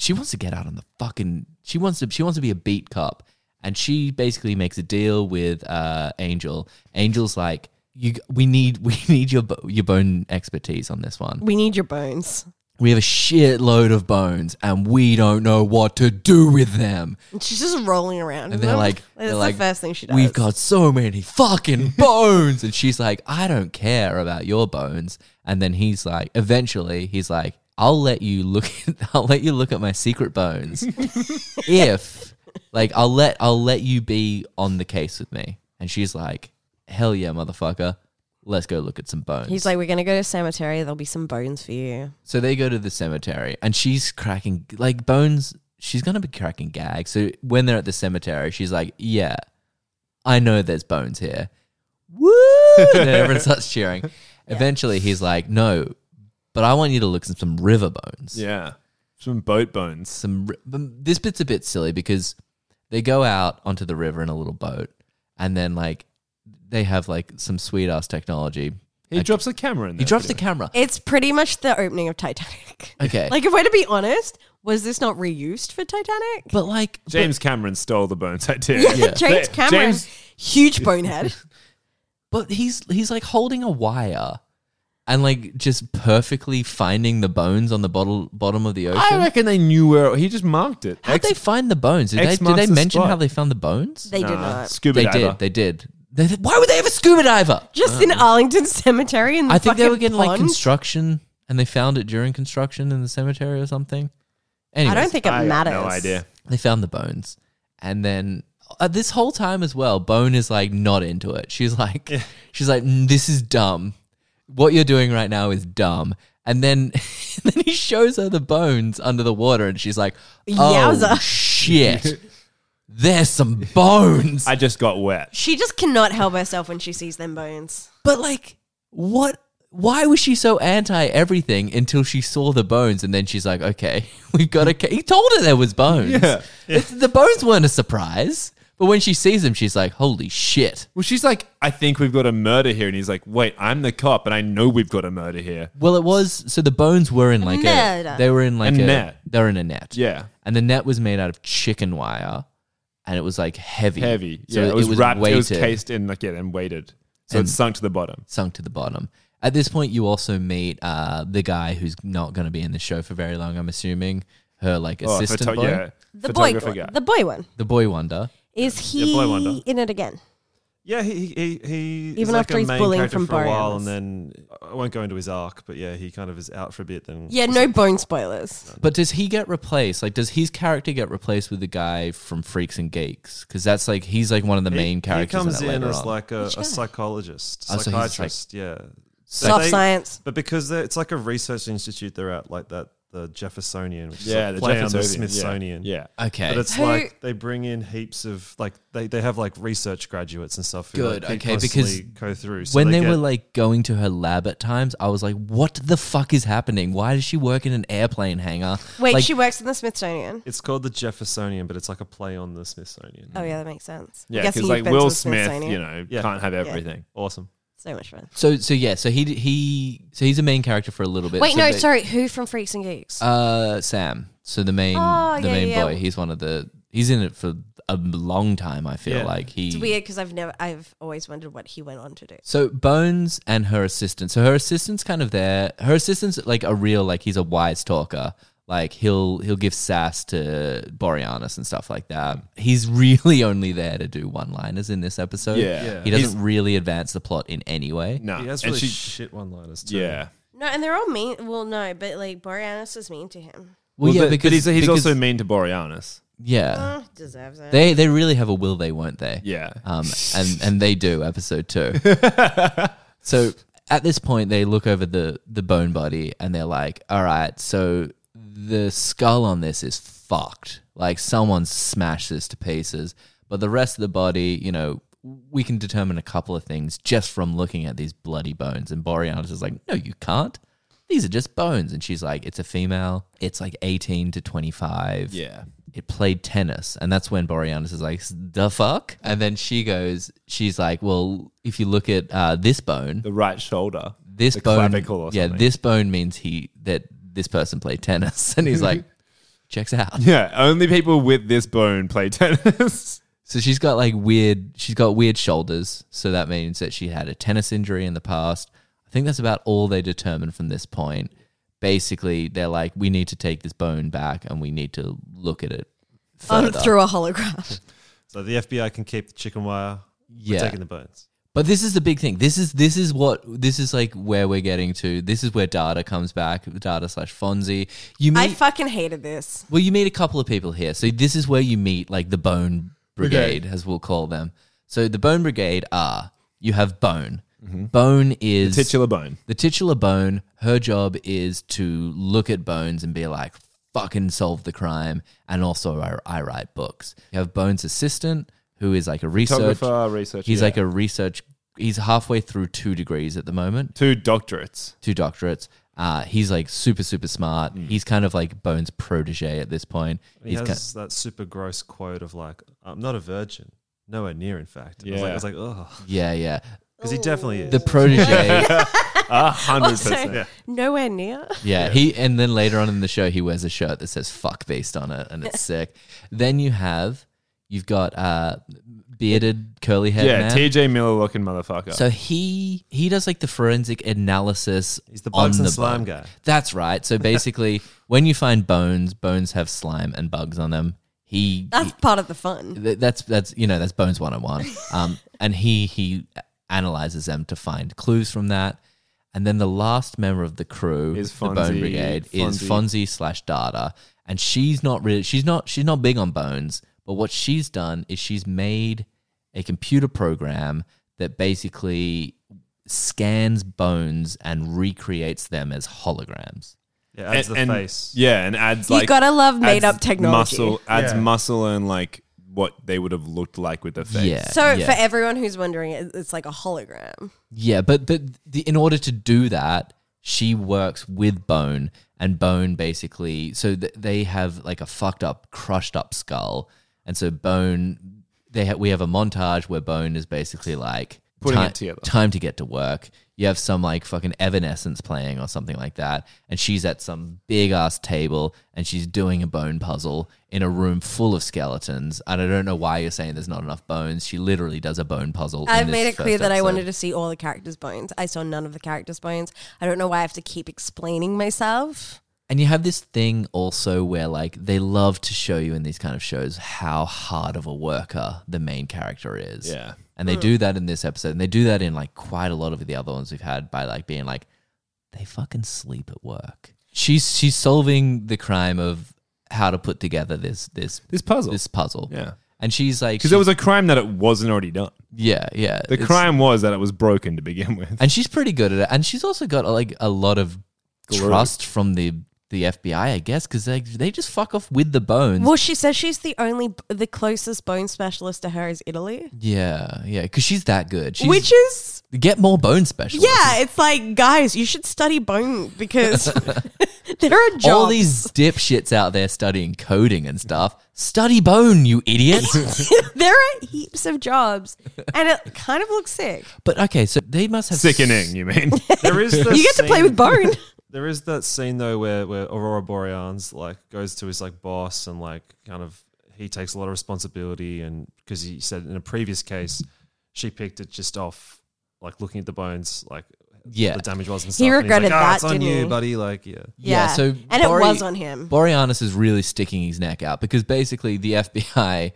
Speaker 1: she wants to get out on the fucking. She wants to. She wants to be a beat cop, and she basically makes a deal with uh, Angel. Angel's like, "You, we need, we need your bo- your bone expertise on this one.
Speaker 2: We need your bones.
Speaker 1: We have a shitload of bones, and we don't know what to do with them."
Speaker 2: And she's just rolling around.
Speaker 1: And they're like,
Speaker 2: that's
Speaker 1: they're
Speaker 2: the
Speaker 1: like,
Speaker 2: first thing she does.
Speaker 1: We've got so many fucking bones, and she's like, I don't care about your bones. And then he's like, eventually, he's like, I'll let you look. At, I'll let you look at my secret bones, if like I'll let I'll let you be on the case with me. And she's like, Hell yeah, motherfucker. Let's go look at some bones.
Speaker 2: He's like, we're gonna go to a cemetery. There'll be some bones for you.
Speaker 1: So they go to the cemetery, and she's cracking like Bones. She's gonna be cracking gags. So when they're at the cemetery, she's like, "Yeah, I know there's bones here." Woo! And then everyone starts cheering. Eventually, he's like, "No, but I want you to look at some river bones."
Speaker 4: Yeah, some boat bones.
Speaker 1: Some ri- but this bit's a bit silly because they go out onto the river in a little boat, and then like they have like some sweet ass technology.
Speaker 4: He drops a camera in there.
Speaker 1: He drops the camera.
Speaker 2: It's pretty much the opening of Titanic.
Speaker 1: Okay,
Speaker 2: like, if we're to be honest, was this not reused for Titanic?
Speaker 1: but like but-
Speaker 4: James Cameron stole the bones idea.
Speaker 2: James
Speaker 4: They-
Speaker 2: Cameron,
Speaker 4: James-
Speaker 2: huge bonehead.
Speaker 1: But he's he's like holding a wire, and like just perfectly finding the bones on the bottle, bottom of the ocean.
Speaker 4: I reckon they knew where he just marked it.
Speaker 1: How'd
Speaker 4: Ex-
Speaker 1: they find the bones? Did
Speaker 4: X
Speaker 1: they, did
Speaker 4: marks
Speaker 1: they
Speaker 4: the
Speaker 1: mention
Speaker 4: spot.
Speaker 1: how they found the bones?
Speaker 2: They did
Speaker 4: Nah,
Speaker 2: not.
Speaker 4: Scuba
Speaker 1: They
Speaker 4: diver.
Speaker 1: did. They did. They, they- why would they have a scuba diver?
Speaker 2: Just in Arlington Cemetery in the
Speaker 1: I think they
Speaker 2: fucking
Speaker 1: were getting like
Speaker 2: pond?
Speaker 1: construction and they found it during construction in the cemetery or something.
Speaker 2: I
Speaker 1: Anyways,
Speaker 2: don't think it
Speaker 4: I got
Speaker 2: matters.
Speaker 4: no idea.
Speaker 1: they found the bones. And then uh, this whole time as well, Bone is like not into it. She's like, she's like, "Mm, this is dumb. What you're doing right now is dumb. And then, then he shows her the bones under the water, and she's like, "Oh
Speaker 2: Yowza."
Speaker 1: shit, there's some bones."
Speaker 4: I just got wet.
Speaker 2: She just cannot help herself when she sees them bones.
Speaker 1: But like, what? Why was she so anti everything until she saw the bones, and then she's like, "Okay, we've got a." Ca-. He told her there was bones.
Speaker 4: Yeah.
Speaker 1: It's- the bones weren't a surprise, but when she sees them, she's like, "Holy shit!"
Speaker 4: Well, she's like, I think we've got a murder here, and he's like, Wait, I'm the cop, and I know we've got a murder here.
Speaker 1: Well, it was so the bones were in like
Speaker 2: Murder.
Speaker 1: a they were in like
Speaker 4: A
Speaker 1: a,
Speaker 4: net.
Speaker 1: They were in a net.
Speaker 4: Yeah,
Speaker 1: and the net was made out of chicken wire, and it was like heavy,
Speaker 4: heavy.
Speaker 1: So
Speaker 4: yeah, it was, wrapped. It was
Speaker 1: weighted.
Speaker 4: cased in like yeah, and weighted, so
Speaker 1: And-
Speaker 4: it's sunk to the bottom.
Speaker 1: sunk to the bottom. At this point, you also meet uh, the guy who's not going to be in the show for very long. I'm assuming her like
Speaker 4: Oh,
Speaker 1: assistant
Speaker 4: photo-
Speaker 1: boy,
Speaker 4: yeah,
Speaker 2: The boy,
Speaker 4: photographer guy.
Speaker 2: the boy one.
Speaker 1: the boy wonder.
Speaker 2: Is
Speaker 3: Yeah,
Speaker 2: he
Speaker 3: boy wonder.
Speaker 2: in it again?
Speaker 3: Yeah, he he he, he is
Speaker 2: Even
Speaker 3: like
Speaker 2: after
Speaker 3: a
Speaker 2: he's
Speaker 3: main
Speaker 2: bullying
Speaker 3: character
Speaker 2: from
Speaker 3: for a while,
Speaker 2: Bones.
Speaker 3: and then uh, I won't go into his arc, but yeah, he kind of is out for a bit. Then
Speaker 2: Yeah, no bone spoilers.
Speaker 1: But does he get replaced? Like, does his character get replaced with the guy from Freaks and Geeks? Because that's like he's like one of the
Speaker 3: He-
Speaker 1: main characters.
Speaker 3: He comes
Speaker 1: in, it
Speaker 3: in
Speaker 1: later
Speaker 3: as
Speaker 1: on.
Speaker 3: like a,
Speaker 2: Which guy?
Speaker 3: a psychologist,
Speaker 1: Oh, so he's a psych-
Speaker 3: psychiatrist. yeah,
Speaker 2: Soft
Speaker 3: they-
Speaker 2: science.
Speaker 3: but because they're- it's like a research institute they're at, like that the Jeffersonian, which
Speaker 4: Yeah,
Speaker 3: is
Speaker 4: the
Speaker 3: like play on the
Speaker 4: Jeffersonian, yeah.
Speaker 3: Smithsonian.
Speaker 4: Yeah,
Speaker 1: okay,
Speaker 3: But it's
Speaker 2: Who-
Speaker 3: like they bring in heaps of like they, they have like research graduates and stuff. Who
Speaker 1: Good,
Speaker 3: like, keep
Speaker 1: okay, because
Speaker 3: constantly go through so
Speaker 1: when they,
Speaker 3: get-
Speaker 1: were like going to her lab at times, I was like, "What the fuck is happening? Why does she work in an airplane hangar?"
Speaker 2: Wait,
Speaker 1: like,
Speaker 2: she works in the Smithsonian.
Speaker 3: It's called the Jeffersonian, but it's like a play on the Smithsonian.
Speaker 2: Oh yeah, that makes sense. I
Speaker 4: yeah,
Speaker 2: guess
Speaker 4: because
Speaker 2: you've
Speaker 4: like
Speaker 2: been to
Speaker 4: Will
Speaker 2: the
Speaker 4: Smith,
Speaker 2: Smithsonian.
Speaker 4: you know,
Speaker 3: Yeah.
Speaker 4: can't have everything.
Speaker 3: Awesome.
Speaker 2: so much fun.
Speaker 1: so so yeah, so he he so he's a main character for a little bit.
Speaker 2: Wait,
Speaker 1: So
Speaker 2: no,
Speaker 1: they-
Speaker 2: sorry. Who from Freaks and Geeks?
Speaker 1: Uh, Sam. So the main,
Speaker 2: Oh,
Speaker 1: the
Speaker 2: yeah,
Speaker 1: main
Speaker 2: yeah.
Speaker 1: boy. He's one of the. He's in it for a long time. I feel
Speaker 3: Yeah.
Speaker 1: like he.
Speaker 2: it's weird because I've never, I've always wondered what he went on to do.
Speaker 1: So Bones and her assistant. So her assistant's kind of there. Her assistant's like a real like he's a wise talker. Like he'll he'll give sass to Boreanaz and stuff like that. He's really only there to do one liners in this episode.
Speaker 4: Yeah. Yeah.
Speaker 1: he doesn't really advance the plot in any way.
Speaker 4: No,
Speaker 3: He has
Speaker 4: and
Speaker 3: really
Speaker 4: she,
Speaker 3: shit one-liners too.
Speaker 4: yeah.
Speaker 2: No, and they're all mean. Well, no, but like Boreanaz is mean to him.
Speaker 1: Well, yeah,
Speaker 4: but,
Speaker 1: because
Speaker 4: but he's, he's
Speaker 1: because-
Speaker 4: also mean to Boreanaz.
Speaker 1: yeah.
Speaker 2: Oh, deserves it.
Speaker 1: They they really have a will they won't they?
Speaker 4: Yeah,
Speaker 1: um, and and they do episode two. so at this point, they look over the the bone body and they're like, "All right, so the skull on this is fucked. Like someone's smashed this to pieces, but the rest of the body, you know." We can determine a couple of things just from looking at these bloody bones. And Boreanaz is like, No, you can't. These are just bones. And she's like, It's a female. It's like 18 to 25
Speaker 4: yeah.
Speaker 1: it played tennis. And that's when Boreanaz is like, the fuck? And then she goes, she's like, well, if you look at uh, this bone,
Speaker 4: The right shoulder,
Speaker 1: this
Speaker 4: the
Speaker 1: bone,
Speaker 4: clavicle or
Speaker 1: yeah,
Speaker 4: something.
Speaker 1: this bone means he that this person played tennis. And he's like, checks out.
Speaker 4: Yeah, only people with this bone play tennis.
Speaker 1: So she's got like weird, she's got weird shoulders. So that means that she had a tennis injury in the past. I think that's about all they determine from this point. Basically, they're like, we need to take this bone back and we need to look at it
Speaker 2: on
Speaker 1: further.
Speaker 2: through a holograph.
Speaker 3: So the FBI can keep the chicken wire. We're
Speaker 1: Yeah.
Speaker 3: taking the bones.
Speaker 1: But this is the big thing. This is this is what this is like where we're getting to. This is where Data comes back. Data slash Fonzie. You meet
Speaker 2: I fucking hated this.
Speaker 1: well, you meet a couple of people here. So this is where you meet like the Bone Brigade, as we'll call them. So the Bone Brigade are you have Bone. Bone is
Speaker 4: Mm-hmm. Titular bone.
Speaker 1: the titular bone, her job is to look at bones and be like, fucking solve the crime. And also, I, I write books. You have Bone's assistant, who is like a research.
Speaker 4: Photographer, researcher.
Speaker 1: He's
Speaker 4: yeah.
Speaker 1: like a research. He's halfway through two degrees at the moment,
Speaker 4: two doctorates.
Speaker 1: two doctorates. Uh, he's like super, super smart. He's kind of like Bones' protege at this point.
Speaker 3: Hmm. He
Speaker 1: he's
Speaker 3: has
Speaker 1: ki-
Speaker 3: that super gross quote of like, "I'm not a virgin." Nowhere near, in fact. And I was like, I was like, oh,
Speaker 1: yeah, yeah.
Speaker 3: because he definitely is.
Speaker 1: The protege,
Speaker 4: A hundred
Speaker 2: Also,
Speaker 4: percent.
Speaker 2: nowhere near.
Speaker 1: yeah. He and then later on in the show, he wears a shirt that says "fuck beast" on it, and it's sick. Then you have You've got uh, bearded, curly haired
Speaker 4: yeah,
Speaker 1: man.
Speaker 4: TJ Miller looking motherfucker.
Speaker 1: So he he does like the forensic analysis.
Speaker 3: He's the
Speaker 1: on
Speaker 3: bugs and
Speaker 1: the
Speaker 3: slime
Speaker 1: bug.
Speaker 3: guy.
Speaker 1: That's right. So basically, when you find bones, bones have slime and bugs on them. He
Speaker 2: That's part of the fun.
Speaker 1: th- that's that's you know that's Bones one on one. Um, and he he analyzes them to find clues from that. And then the last member of the crew,
Speaker 4: Is
Speaker 1: the Bone
Speaker 4: Fonzie-
Speaker 1: Brigade, is
Speaker 4: Fonzie.
Speaker 1: Fonzie slash Data, and she's not really she's not she's not big on bones. But what she's done is she's made a computer program that basically scans bones and recreates them as holograms.
Speaker 3: Yeah, adds the
Speaker 4: and,
Speaker 3: face.
Speaker 4: Yeah, and adds like
Speaker 2: you gotta love made
Speaker 4: adds
Speaker 2: up technology.
Speaker 4: Muscle adds
Speaker 3: Yeah.
Speaker 4: muscle and like what they would have looked like with their face.
Speaker 1: Yeah.
Speaker 2: So
Speaker 1: yeah.
Speaker 2: for everyone who's wondering, it- it's like a hologram.
Speaker 1: Yeah, but but the, in order to do that, she works with Bone, and Bone basically so th- they have like a fucked up, crushed up skull, and so Bone they ha- we have a montage where Bone is basically like
Speaker 4: Putting
Speaker 1: "Ti-
Speaker 4: it together."
Speaker 1: Time to get to work. You have some like fucking Evanescence playing or something like that, and she's at some big ass table and she's doing a bone puzzle in a room full of skeletons. And I don't know why you're saying there's not enough bones. She literally does a bone puzzle. in
Speaker 2: I've
Speaker 1: this
Speaker 2: made it clear
Speaker 1: first
Speaker 2: that I
Speaker 1: episode.
Speaker 2: wanted to see all the characters' bones. I saw none of the characters' bones. I don't know why I have to keep explaining myself.
Speaker 1: And you have this thing also where like they love to show you in these kind of shows how hard of a worker the main character is.
Speaker 4: Yeah.
Speaker 1: And they do that in this episode and they do that in like quite a lot of the other ones we've had by like being like they fucking sleep at work. She's she's solving the crime of how to put together this this
Speaker 4: This puzzle.
Speaker 1: this puzzle.
Speaker 4: Yeah.
Speaker 1: And she's like
Speaker 4: Because there was a crime that it wasn't already done.
Speaker 1: Yeah, yeah.
Speaker 4: The
Speaker 1: It's-
Speaker 4: crime was that it was broken to begin with.
Speaker 1: and she's pretty good at it. And she's also got like a lot of trust from the the FBI, I guess, because they they just fuck off with the bones.
Speaker 2: Well, she says she's the only, the closest bone specialist to her is Italy,
Speaker 1: Yeah, yeah, because she's that good. She's,
Speaker 2: which is
Speaker 1: get more bone specialists.
Speaker 2: yeah. It's like guys, you should study bone because there are jobs.
Speaker 1: all these dipshits out there studying coding and stuff. Study bone, you idiot.
Speaker 2: there are heaps of jobs, and it kind of looks sick.
Speaker 1: but okay, so they must have
Speaker 4: Sickening, you mean?
Speaker 3: There is the
Speaker 2: You get to play
Speaker 3: scene-
Speaker 2: with bone.
Speaker 3: There is that scene though where, where Aurora Boreans like goes to his like boss and like kind of he takes a lot of responsibility and because he said in a previous case she picked it just off like looking at the bones like
Speaker 1: Yeah.
Speaker 3: the damage was and stuff.
Speaker 2: He
Speaker 3: and he's
Speaker 2: regretted
Speaker 3: like, "Ah,
Speaker 2: that,
Speaker 3: It's on
Speaker 2: didn't
Speaker 3: you,
Speaker 2: he?"
Speaker 3: buddy. Like yeah,
Speaker 1: Yeah, so
Speaker 2: and it
Speaker 1: Bori-
Speaker 2: was on him.
Speaker 1: Boreanaz is really sticking his neck out because basically the FBI,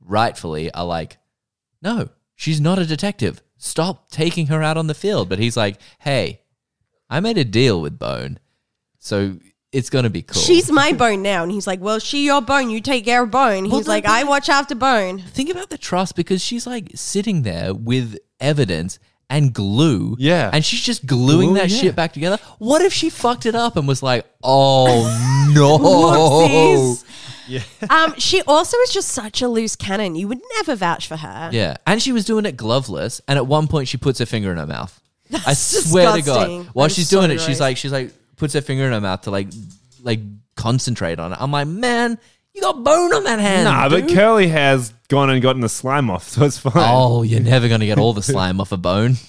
Speaker 1: rightfully, are like, no, she's not a detective. Stop taking her out on the field. But he's like, hey, I made a deal with Bone, so it's gonna be cool.
Speaker 2: She's my bone now, and he's like, "Well, she your bone. You take care of bone." He's
Speaker 1: Well, no,
Speaker 2: like,
Speaker 1: but-
Speaker 2: "I watch after bone."
Speaker 1: think about the trust because she's like sitting there with evidence and glue.
Speaker 4: Yeah.
Speaker 1: And she's just gluing
Speaker 4: Glue,
Speaker 1: that
Speaker 4: yeah.
Speaker 1: shit back together. What if she fucked it up and was like, oh no.
Speaker 2: Whoopsies. Um, she also is just such a loose cannon. You would never vouch for her.
Speaker 1: Yeah. And she was doing it gloveless. And at one point she puts her finger in her mouth. I swear to
Speaker 2: disgusting.
Speaker 1: God. While
Speaker 2: I'm
Speaker 1: she's
Speaker 2: so
Speaker 1: doing it, she's
Speaker 2: gross.
Speaker 1: like, she's like, puts her finger in her mouth to like, like concentrate on it. I'm like, man, you got bone on that hand.
Speaker 4: nah, Uh, but
Speaker 1: dude."
Speaker 4: Curly has gone and gotten the slime off, so it's fine.
Speaker 1: Oh, you're never going to get all the slime off a bone.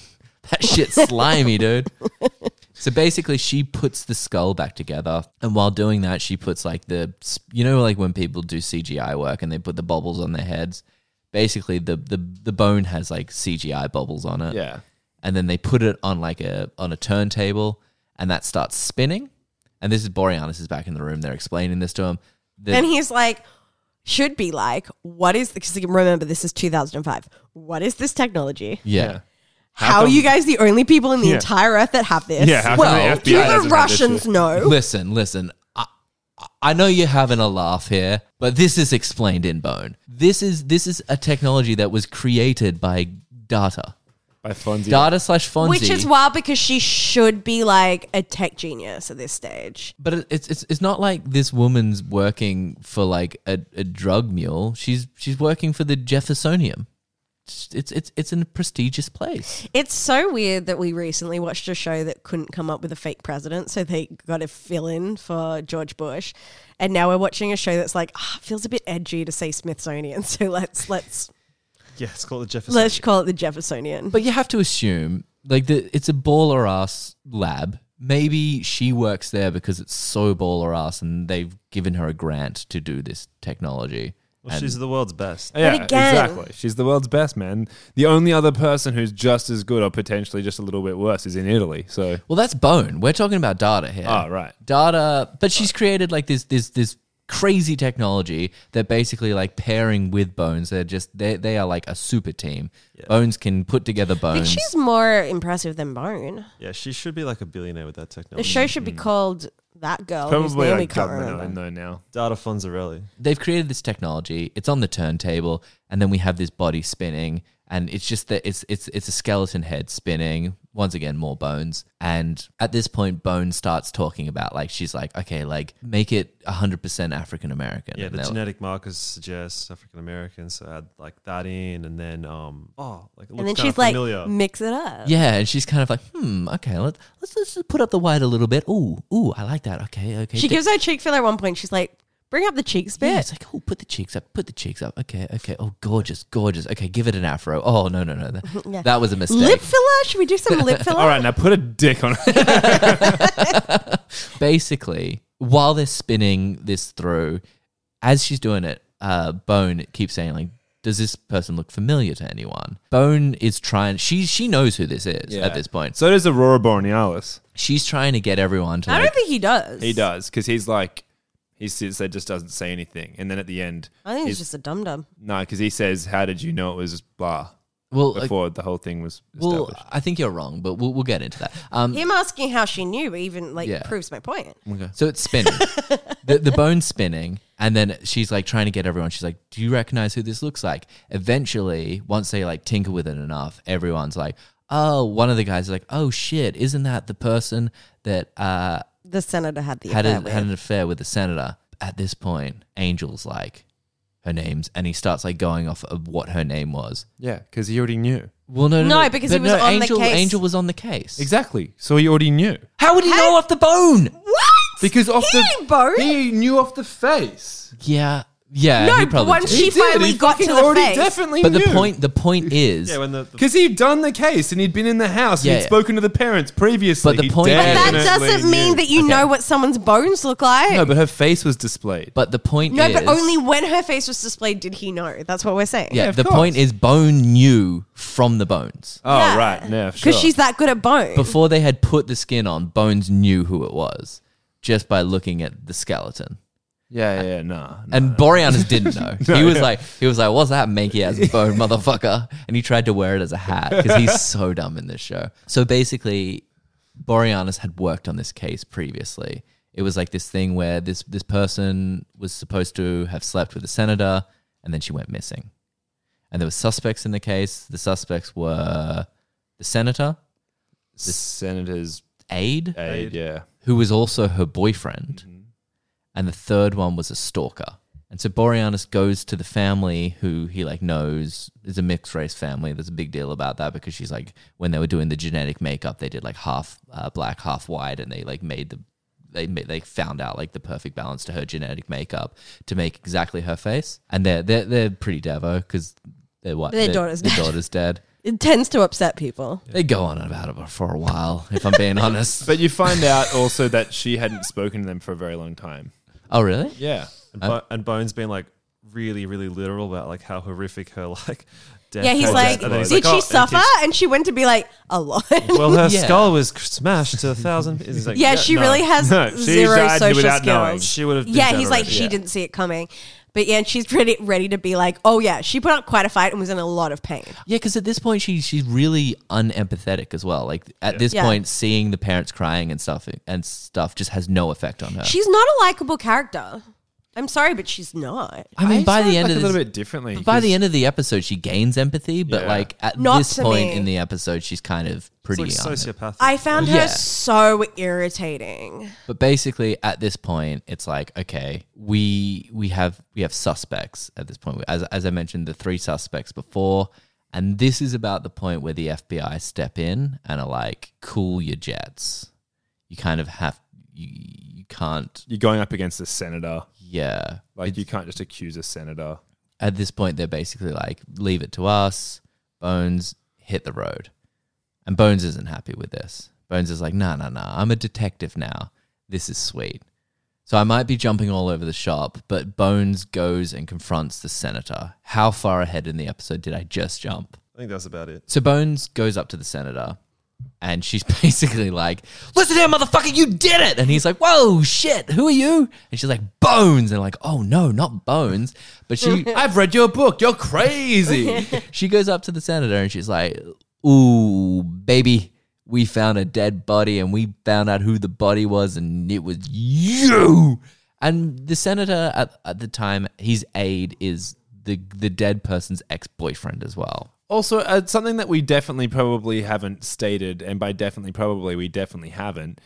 Speaker 1: That shit's slimy, dude. So basically, she puts the skull back together. And while doing that, she puts like the, you know, like when people do CGI work and they put the bubbles on their heads. Basically, the, the, the bone has like CGI bubbles on it.
Speaker 4: Yeah.
Speaker 1: And then they put it on like a, on a turntable and that starts spinning. And this is Boreanaz is back in the room. They're explaining this to him. The-
Speaker 2: And he's like, should be like, what is, because remember, this is 2005. What is this technology?
Speaker 1: yeah.
Speaker 2: How, are you guys the only people in the
Speaker 4: Yeah.
Speaker 2: entire earth that have this?
Speaker 4: Yeah, how come
Speaker 1: Well,
Speaker 4: the FBI
Speaker 2: do
Speaker 4: doesn't
Speaker 2: the
Speaker 4: have this
Speaker 2: Russians
Speaker 4: shit?
Speaker 2: know?
Speaker 1: Listen, listen. I, I know you're having a laugh here, but this is explained in bone. This is this is a technology that was created by Data,
Speaker 4: By Fonzie.
Speaker 1: Data slash Fonzie.
Speaker 2: Which is wild because she should be like a tech genius at this stage.
Speaker 1: but it- it's it's it's not like this woman's working for like a, a drug mule. She's she's working for the Jeffersonium. It's it's it's, it's a prestigious place.
Speaker 2: It's so weird that we recently watched a show that couldn't come up with a fake president, so they got a fill in for George Bush, and now we're watching a show that's like ah, feels a bit edgy to say Smithsonian, so let's let's
Speaker 3: yeah. It's called the Jefferson.
Speaker 2: let's call it the Jeffersonian.
Speaker 1: But you have to assume like the, it's a baller ass lab. Maybe she works there because it's so baller ass, and they've given her a grant to do this technology.
Speaker 3: Well, she's the world's best.
Speaker 4: Yeah,
Speaker 2: again-
Speaker 4: exactly. She's the world's best man. The only other person who's just as good or potentially just a little bit worse is in Italy. So,
Speaker 1: Well, that's Bone. We're talking about Data here.
Speaker 4: Ah, right.
Speaker 1: Data, but she's created like this this this crazy technology that basically like pairing with Bones. They're just they they are like a super team. Bones can put together
Speaker 2: I
Speaker 1: Bones.
Speaker 2: think she's more impressive than Bone.
Speaker 3: Yeah, she should be like a billionaire with that
Speaker 2: The
Speaker 3: technology.
Speaker 2: show should be called That Girl. whose
Speaker 4: Mm. probably
Speaker 2: name
Speaker 4: like
Speaker 2: we can't
Speaker 4: government
Speaker 2: remember.
Speaker 4: unknown now.
Speaker 3: Data Fonzarelli.
Speaker 1: They've created this technology. It's on the turntable, and then we have this body spinning, and it's just that it's it's it's a skeleton head spinning. Once again, more bones. And at this point, Bone starts talking about like she's like, okay, like make it hundred percent African American.
Speaker 3: Yeah,
Speaker 1: And
Speaker 3: the
Speaker 1: they're-
Speaker 3: genetic markers suggest African American, so add like that in, and then um, oh, like it
Speaker 2: And
Speaker 3: looks
Speaker 2: then
Speaker 3: kind
Speaker 2: she's
Speaker 3: of
Speaker 2: like,
Speaker 3: familiar.
Speaker 2: mix it up.
Speaker 1: Yeah, and she's kind of like, hmm, okay, let's let's, let's just put up the white a little bit. Ooh, ooh, I like that. Okay, okay.
Speaker 2: She
Speaker 1: Th-
Speaker 2: gives her cheek filler at one point. She's like, bring up the cheeks bit.
Speaker 1: yeah, it's like, oh, put the cheeks up, put the cheeks up. Okay, okay. Oh, gorgeous, gorgeous. Okay, give it an afro. Oh no, no, no, that,
Speaker 2: Yeah.
Speaker 1: that was a mistake.
Speaker 2: Lip filler? Should we do some lip filler?
Speaker 4: All right, now put a dick on it.
Speaker 1: Basically, while they're spinning this through, as she's doing it, uh, Bone keeps saying like. Does this person look familiar to anyone? Bone is trying. She she knows who this is at this point. So
Speaker 4: So does Aurora Borealis.
Speaker 1: she's trying to get everyone to
Speaker 2: I
Speaker 1: like
Speaker 2: don't think he does.
Speaker 4: He does because he's like he sits there just doesn't say anything, and then at the end,
Speaker 2: I think he's just a dum dum.
Speaker 4: no, because he says, "How did you know it was blah?"
Speaker 1: well like,
Speaker 4: Before the whole thing was
Speaker 1: well. uh,
Speaker 4: established.
Speaker 1: I think you're wrong, but we'll, we'll get into that. Um,
Speaker 2: Him asking how she knew even like
Speaker 1: Yeah.
Speaker 2: proves my point.
Speaker 1: So it's spinning. the, the bone's spinning. And then she's like trying to get everyone. She's like, Do you recognize who this looks like? Eventually, once they like tinker with it enough, everyone's like, Oh, one of the guys is like, Oh shit, isn't that the person that uh,
Speaker 2: The senator had the
Speaker 1: had,
Speaker 2: affair
Speaker 1: a,
Speaker 2: with.
Speaker 1: had an affair with the senator? At this point, Angel's like, her name's and he starts like going off of what her name was.
Speaker 4: yeah, because he already knew
Speaker 1: Well, no, no,
Speaker 2: No, because he
Speaker 1: But
Speaker 2: was on the
Speaker 1: Angel,
Speaker 2: case.
Speaker 1: Angel was on the case.
Speaker 4: exactly. So he already knew
Speaker 1: How would he know off the bone?
Speaker 2: what?
Speaker 4: because off
Speaker 2: He
Speaker 4: the
Speaker 2: ain't bone.
Speaker 4: he knew off the face.
Speaker 1: Yeah, yeah.
Speaker 2: No,
Speaker 1: he
Speaker 2: but
Speaker 1: probably
Speaker 2: once
Speaker 1: did.
Speaker 2: He
Speaker 4: did.
Speaker 2: finally got to
Speaker 4: fucking
Speaker 2: the
Speaker 4: already
Speaker 2: face.
Speaker 4: Definitely,
Speaker 1: But the
Speaker 4: knew.
Speaker 1: point, the point is,
Speaker 3: yeah, when the, the
Speaker 4: Because he'd done the case and he'd been in the house
Speaker 1: Yeah,
Speaker 4: and he'd
Speaker 1: yeah.
Speaker 4: spoken to the parents previously.
Speaker 1: But the
Speaker 4: He
Speaker 1: point- But
Speaker 2: that
Speaker 4: definitely
Speaker 2: doesn't mean
Speaker 4: knew.
Speaker 2: that you know what someone's bones look like.
Speaker 4: No, but her face was displayed.
Speaker 1: But the point
Speaker 2: No,
Speaker 1: is,
Speaker 2: but only when her face was displayed did he know. That's what we're saying.
Speaker 1: yeah.
Speaker 4: Yeah, of
Speaker 1: the
Speaker 4: course.
Speaker 1: point is, Bone knew from the bones
Speaker 4: oh
Speaker 2: Yeah.
Speaker 4: right, yeah,
Speaker 2: Because
Speaker 4: sure.
Speaker 2: she's that good at bones.
Speaker 1: before they had put the skin on. Bones knew who it was just by looking at the skeleton.
Speaker 4: yeah, yeah, yeah, nah. nah.
Speaker 1: And Boreanaz didn't know. he was like, he was like, "What's that manky ass bone, motherfucker?" And he tried to wear it as a hat because he's so dumb in this show. So basically, Boreanaz had worked on this case previously. It was like this thing where this this person was supposed to have slept with a senator, and then she went missing. And there were suspects in the case. The suspects were the senator,
Speaker 4: the senator's
Speaker 1: aide,
Speaker 4: aide, yeah.
Speaker 1: who was also her boyfriend, and the third one was a stalker. And so Boreanaz goes to the family who he like knows is a mixed race family. There's a big deal about that because she's like when they were doing the genetic makeup, they did like half uh, black, half white, and they like made the they ma- they found out like the perfect balance to her genetic makeup to make exactly her face. And they're they're they're pretty devo because they're what
Speaker 2: Their daughter's
Speaker 1: their
Speaker 2: dead.
Speaker 1: daughter's dead.
Speaker 2: it tends to upset people.
Speaker 1: They go on about it for a while. If I'm being honest.
Speaker 4: But you find out also that she hadn't spoken to them for a very long time.
Speaker 1: Oh really?
Speaker 4: Yeah.
Speaker 3: and, Bo- and Bones being like really, really literal about like how horrific her like death.
Speaker 2: Yeah, he's
Speaker 3: was.
Speaker 2: like,
Speaker 3: And then he's
Speaker 2: did
Speaker 3: like,
Speaker 2: she
Speaker 3: "Oh," and
Speaker 2: suffer?
Speaker 3: he keeps-
Speaker 2: And she went to be like, a lot. yeah,
Speaker 3: well, her
Speaker 1: Yeah.
Speaker 3: skull was smashed to a thousand. pieces. He's like,
Speaker 2: she
Speaker 3: no.
Speaker 2: really has
Speaker 4: No, she
Speaker 2: zero
Speaker 4: died
Speaker 2: social
Speaker 4: without knowing.
Speaker 2: skills.
Speaker 3: She would have.
Speaker 2: Yeah, he's like,
Speaker 3: degenerated.
Speaker 2: she didn't see it coming. But yeah, and she's ready, ready to be like, oh yeah, she put up quite a fight and was in a lot of pain.
Speaker 1: Yeah, because at this point she she's really unempathetic as well. Like at this
Speaker 2: Yeah.
Speaker 1: point, seeing the parents crying and stuff and stuff just has no effect on her.
Speaker 2: She's not a likable character. I'm sorry, but she's not.
Speaker 1: I mean, by
Speaker 4: sound
Speaker 1: the end
Speaker 4: like
Speaker 1: of
Speaker 4: a
Speaker 1: this,
Speaker 4: little bit differently.
Speaker 1: by the
Speaker 4: 'cause-
Speaker 1: end of the episode, she gains empathy, but
Speaker 4: Yeah.
Speaker 1: like at
Speaker 2: Not
Speaker 1: this
Speaker 2: to
Speaker 1: point
Speaker 2: me.
Speaker 1: in the episode, she's kind of
Speaker 3: It's
Speaker 1: pretty.
Speaker 3: like
Speaker 1: on it.
Speaker 3: sociopathic.
Speaker 2: I found
Speaker 1: Yeah.
Speaker 2: her so irritating.
Speaker 1: But basically, at this point, it's like okay, we we have we have suspects at this point. As as I mentioned, the three suspects before, and this is about the point where the FBI step in and are like, "Cool your jets." You kind of have you you can't
Speaker 4: you're going up against a senator.
Speaker 1: yeah.
Speaker 4: Like you can't just accuse a senator.
Speaker 1: At this point, they're basically like, "Leave it to us." Bones hit the road, and Bones isn't happy with this. Bones is like, "Nah, nah, nah. I'm a detective now. This is sweet." So I might be jumping all over the shop, but Bones goes and confronts the senator. How far ahead in the episode did I just jump?
Speaker 3: I think that's about it.
Speaker 1: So Bones goes up to the senator and she's basically like, Listen here, motherfucker, you did it. And he's like, Whoa, shit, who are you? And she's like, Bones. And like, Oh no, not Bones. But she, I've read your book. You're crazy. she goes up to the senator and she's like, Ooh, baby, we found a dead body and we found out who the body was and it was you. And the senator at, at the time, his aide is the, the dead person's ex boyfriend as well.
Speaker 4: Also, uh, something that we definitely probably haven't stated, and by definitely probably, we definitely haven't.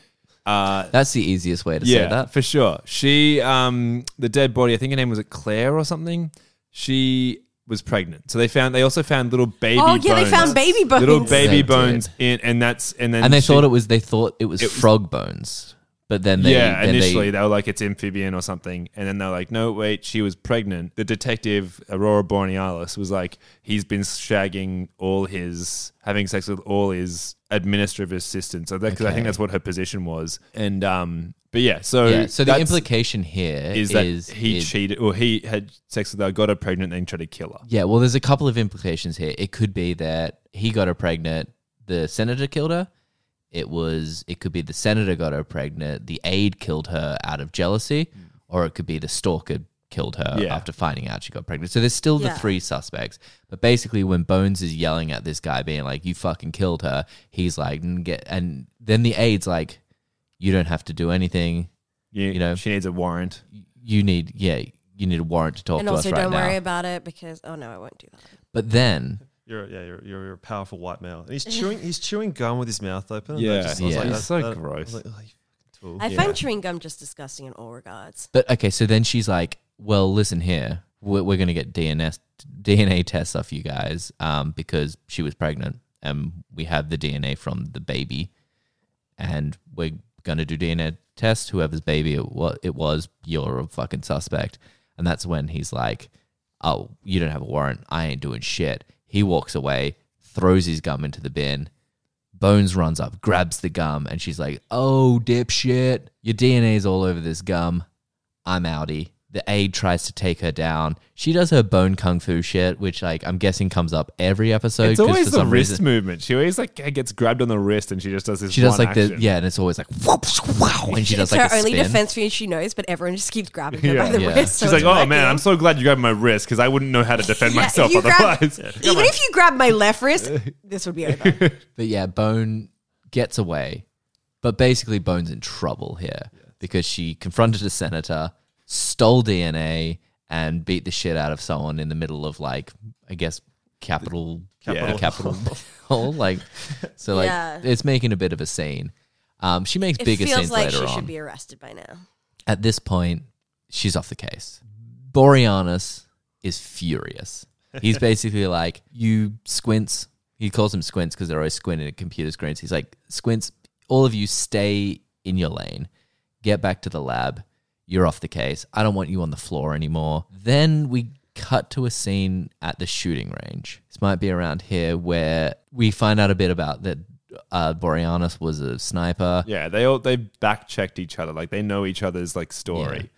Speaker 4: Uh,
Speaker 1: That's the easiest way to say
Speaker 4: yeah,
Speaker 1: that.
Speaker 4: for sure. She, um, the dead body. I think her name was it Claire or something. She was pregnant, so they found. They also found little baby.
Speaker 2: Oh, yeah, they found baby bones.
Speaker 4: Little baby
Speaker 1: They did.
Speaker 4: bones in, and that's and then
Speaker 1: And they
Speaker 4: she-
Speaker 1: thought it was they thought it was
Speaker 4: It was-
Speaker 1: frog bones, but then they
Speaker 4: yeah,
Speaker 1: then
Speaker 4: initially
Speaker 1: they,
Speaker 4: they were like it's amphibian or something, and then they're like, no, wait, she was pregnant. The detective Aurora Borealis was like, he's been shagging all his, having sex with all his administrative assistants. So because I
Speaker 1: Okay.
Speaker 4: think that's what her position was, and um, but yeah, so
Speaker 1: yeah. So the
Speaker 4: that's-
Speaker 1: implication here
Speaker 4: is that
Speaker 1: is
Speaker 4: he
Speaker 1: is-
Speaker 4: cheated or he had sex with her, got her pregnant, then tried to kill her.
Speaker 1: Yeah, well, there's a couple of implications here. It could be that he got her pregnant, the senator killed her. It was it could be the senator got her pregnant, the aide killed her out of jealousy, or it could be the stalker killed her
Speaker 4: Yeah.
Speaker 1: after finding out she got pregnant. So there's still the
Speaker 2: Yeah.
Speaker 1: three suspects. But basically when Bones is yelling at this guy being like you fucking killed her, he's like "Mm, get and then the aide's like you don't have to do anything.
Speaker 4: You,
Speaker 1: You know.
Speaker 4: know, she needs a warrant.
Speaker 1: You need yeah, you need a warrant to talk
Speaker 2: And
Speaker 1: to
Speaker 2: also,
Speaker 1: us right
Speaker 2: don't
Speaker 1: now.
Speaker 2: worry about it because oh no, I won't do that.
Speaker 1: but then
Speaker 3: You're yeah, you're, you're, you're a powerful white male, and he's chewing he's chewing gum with his mouth open. and I
Speaker 4: Yeah.
Speaker 3: just- I was
Speaker 1: Yeah.
Speaker 3: like,
Speaker 1: It's
Speaker 3: that-
Speaker 4: so
Speaker 3: that- I was
Speaker 4: gross.
Speaker 3: like, "Oh, you fucking tool."
Speaker 2: I find chewing gum just disgusting in all regards.
Speaker 1: But okay, so then she's like, "Well, listen here, we're, we're gonna get DNS DNA tests off you guys, um, because she was pregnant, and we have the DNA from the baby, and we're gonna do DNA tests. Whoever's baby it was, it was, you're a fucking suspect." And that's when he's like, "Oh, you don't have a warrant. I ain't doing shit." He walks away, throws his gum into the bin. Bones runs up, grabs the gum, and she's like, "Oh, dipshit! Your DNA's all over this gum. I'm outie." The aide tries to take her down. She does her bone kung fu shit, which like I'm guessing comes up every episode.
Speaker 4: It's
Speaker 1: 'cause
Speaker 4: always
Speaker 1: for
Speaker 4: the
Speaker 1: some
Speaker 4: wrist
Speaker 1: reason-
Speaker 4: movement. She always like gets grabbed on the wrist and she just does this.
Speaker 1: She does
Speaker 4: one
Speaker 1: like the
Speaker 4: action.
Speaker 1: yeah, and it's always like whoop, wow, and she does
Speaker 2: it's
Speaker 1: like
Speaker 2: her
Speaker 1: a
Speaker 2: only
Speaker 1: spin.
Speaker 2: defense for you. She knows, but everyone just keeps grabbing her by
Speaker 4: Yeah.
Speaker 2: the
Speaker 1: Yeah.
Speaker 2: wrist. so
Speaker 4: She's like,
Speaker 2: it's
Speaker 4: oh
Speaker 2: working."
Speaker 4: man, I'm so glad you grabbed my wrist because I wouldn't know how to defend
Speaker 2: Yeah,
Speaker 4: myself
Speaker 2: you grab-
Speaker 4: otherwise.
Speaker 2: Even if you grab my left wrist, this would be over.
Speaker 1: But yeah, Bone gets away. But basically, Bone's in trouble here because she confronted a senator, stole DNA, and beat the shit out of someone in the middle of like, I guess, capital,
Speaker 4: Capitol.
Speaker 1: capital hall. Like, so like,
Speaker 2: Yeah.
Speaker 1: it's making a bit of a scene. Um, she makes
Speaker 2: It
Speaker 1: bigger
Speaker 2: feels
Speaker 1: scenes
Speaker 2: like
Speaker 1: later
Speaker 2: she
Speaker 1: on
Speaker 2: should be arrested by now.
Speaker 1: at this point, she's off the case. Boreanaz is furious. He's basically like, You squints. He calls them squints because they're always squinting at computer screens. He's like, Squints, all of you stay in your lane. Get back to the lab. You're off the case. I don't want you on the floor anymore. Then we cut to a scene at the shooting range. This might be around here where we find out a bit about that uh, Boreanaz was a sniper.
Speaker 4: yeah, they all they back checked each other. Like they know each other's like
Speaker 1: Yeah.
Speaker 4: story.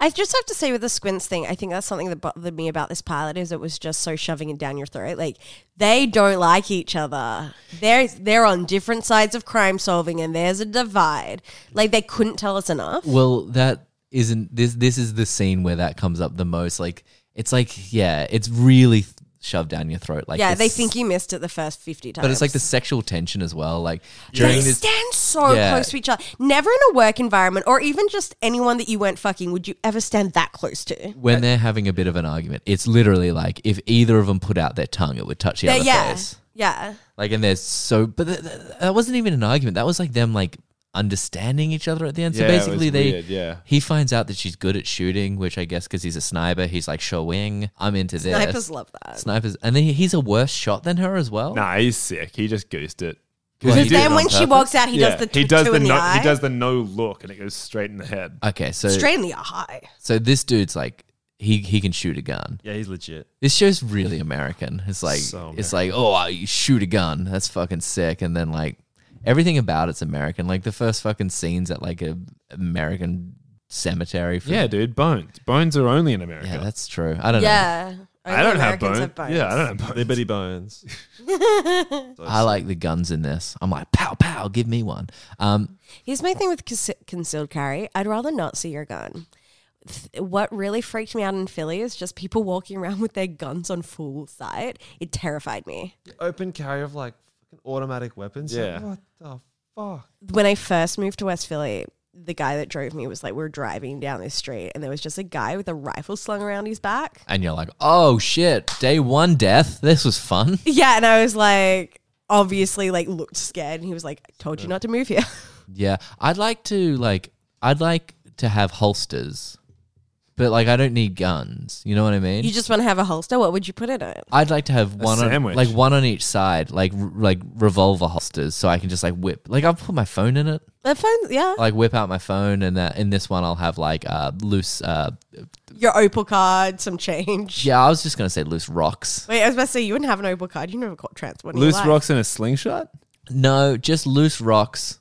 Speaker 2: I just have to say with the squints thing, I think that's something that bothered me about this pilot is it was just so shoving it down your throat. Like they don't like each other. They're they're on different sides of crime solving, and there's a divide. Like they couldn't tell us enough.
Speaker 1: Well, that isn't this. This is the scene where that comes up the most. Like it's like yeah, it's really th- shoved down your throat. Like
Speaker 2: yeah,
Speaker 1: this-
Speaker 2: they think you missed it the first fifty times.
Speaker 1: but it's like the sexual tension as well. Like
Speaker 2: They
Speaker 1: during this,
Speaker 2: stand so
Speaker 1: Yeah.
Speaker 2: close to each other. Never in a work environment or even just anyone that you weren't fucking would you ever stand that close to.
Speaker 1: when they're having a bit of an argument, it's literally like if either of them put out their tongue, it would touch the
Speaker 2: They're-
Speaker 1: other
Speaker 2: yeah.
Speaker 1: face.
Speaker 2: Yeah.
Speaker 1: Like and they're so. But th- th- that wasn't even an argument. That was like them like understanding each other at the end. So
Speaker 4: Yeah, it was
Speaker 1: basically, they
Speaker 4: weird, yeah.
Speaker 1: he finds out that she's good at shooting, which I guess because he's a sniper, he's like showing. I'm into this.
Speaker 2: Snipers love that.
Speaker 1: snipers, and then he- he's a worse shot than her as well.
Speaker 4: Nah, he's sick. He just goosed it.
Speaker 1: Well,
Speaker 4: He
Speaker 1: he did
Speaker 2: Then
Speaker 1: it
Speaker 2: when
Speaker 1: on
Speaker 2: she
Speaker 1: purpose.
Speaker 2: walks out, he does the
Speaker 4: he does
Speaker 2: two
Speaker 4: the
Speaker 2: in the
Speaker 4: no,
Speaker 2: eye.
Speaker 4: he does the no look and it goes straight in the head.
Speaker 1: Okay, so
Speaker 2: straight in the eye.
Speaker 1: so this dude's like he he can shoot a gun.
Speaker 3: yeah, he's legit.
Speaker 1: This show's really American. It's like
Speaker 3: So
Speaker 1: it's like oh I- you shoot a gun that's fucking sick, and then like everything about it's American. Like the first fucking scenes at like a American cemetery. For,
Speaker 4: Yeah, dude, bones. Bones are only in America.
Speaker 1: yeah, that's true. I don't know.
Speaker 2: yeah.
Speaker 4: I don't have
Speaker 2: Americans
Speaker 4: bones. Yeah, I don't have bones.
Speaker 3: Liberty Bones. So
Speaker 1: I like the guns in this. I'm like pow pow, give me one. Um,
Speaker 2: Here's my thing with cons- concealed carry. I'd rather not see your gun. Th- What really freaked me out in Philly is just people walking around with their guns on full sight. It terrified me.
Speaker 3: open carry of like fucking automatic weapons.
Speaker 4: Yeah.
Speaker 3: What the fuck?
Speaker 2: When I first moved to West Philly, the guy that drove me was like, we were driving down this street and there was just a guy with a rifle slung around his back.
Speaker 1: and you're like, oh shit, day one death. This was fun.
Speaker 2: Yeah, and I was like, obviously, like looked scared, and he was like, "I told you not to move here."
Speaker 1: Yeah, I'd like to like I'd like to have holsters, but like I don't need guns. You know what I mean?
Speaker 2: you just want to have a holster. What would you put in it?
Speaker 1: I'd like to have one on,
Speaker 4: sandwich.
Speaker 1: like one on each side, like r- like revolver holsters, so I can just like whip. Like I'll put my phone in it,
Speaker 2: A phone, yeah,
Speaker 1: like whip out my phone, and that in this one I'll have like uh loose. uh
Speaker 2: your Opal card, some change.
Speaker 1: Yeah, I was just gonna say loose rocks.
Speaker 2: Wait, I was about to say you wouldn't have an Opal card. You never got transport. in your
Speaker 4: Loose
Speaker 2: life.
Speaker 4: rocks in a slingshot?
Speaker 1: No, just loose rocks.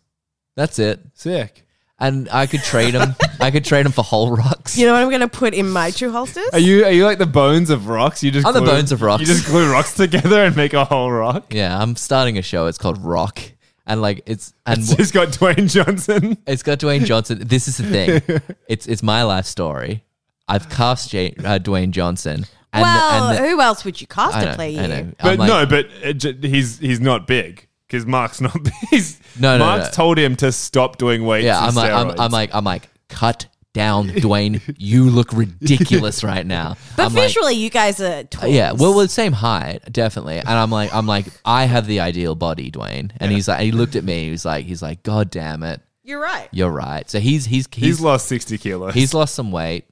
Speaker 1: That's it.
Speaker 4: Sick.
Speaker 1: And I could trade them. I could trade them for whole rocks.
Speaker 2: You know what I'm gonna put in my two holsters?
Speaker 4: Are you are you like the bones of rocks? You just
Speaker 1: I'm the
Speaker 4: glue-
Speaker 1: bones of rocks.
Speaker 4: You just glue rocks together and make a whole rock.
Speaker 1: yeah, I'm starting a show. It's called Rock, and like it's and
Speaker 4: It's just got Dwayne Johnson.
Speaker 1: It's got Dwayne Johnson. This is the thing. It's it's my life story. I've cast J, uh, Dwayne Johnson. And the,
Speaker 2: well,
Speaker 1: and the-
Speaker 2: who else would you cast
Speaker 1: I
Speaker 2: to
Speaker 1: know,
Speaker 2: play you?
Speaker 1: I know.
Speaker 4: But
Speaker 1: I'm like,
Speaker 4: no, but uh, j- he's he's not big because Mark's not. big. He's,
Speaker 1: No, no,
Speaker 4: Mark's
Speaker 1: no.
Speaker 4: told him to stop doing weights.
Speaker 1: yeah,
Speaker 4: and
Speaker 1: I'm like,
Speaker 4: steroids.
Speaker 1: I'm, I'm like, I'm like, cut down, Dwayne. You look ridiculous right now.
Speaker 2: But
Speaker 1: I'm like, Uh,
Speaker 2: visually, you guys are twins.
Speaker 1: yeah, well, we're the same height, definitely. And I'm like, I'm like, I have the ideal body, Dwayne. And he's like, and he looked at me. He was like, he's like, God damn it,
Speaker 2: you're right.
Speaker 1: you're right. So he's he's he's,
Speaker 4: he's lost sixty kilos.
Speaker 1: He's lost some weight,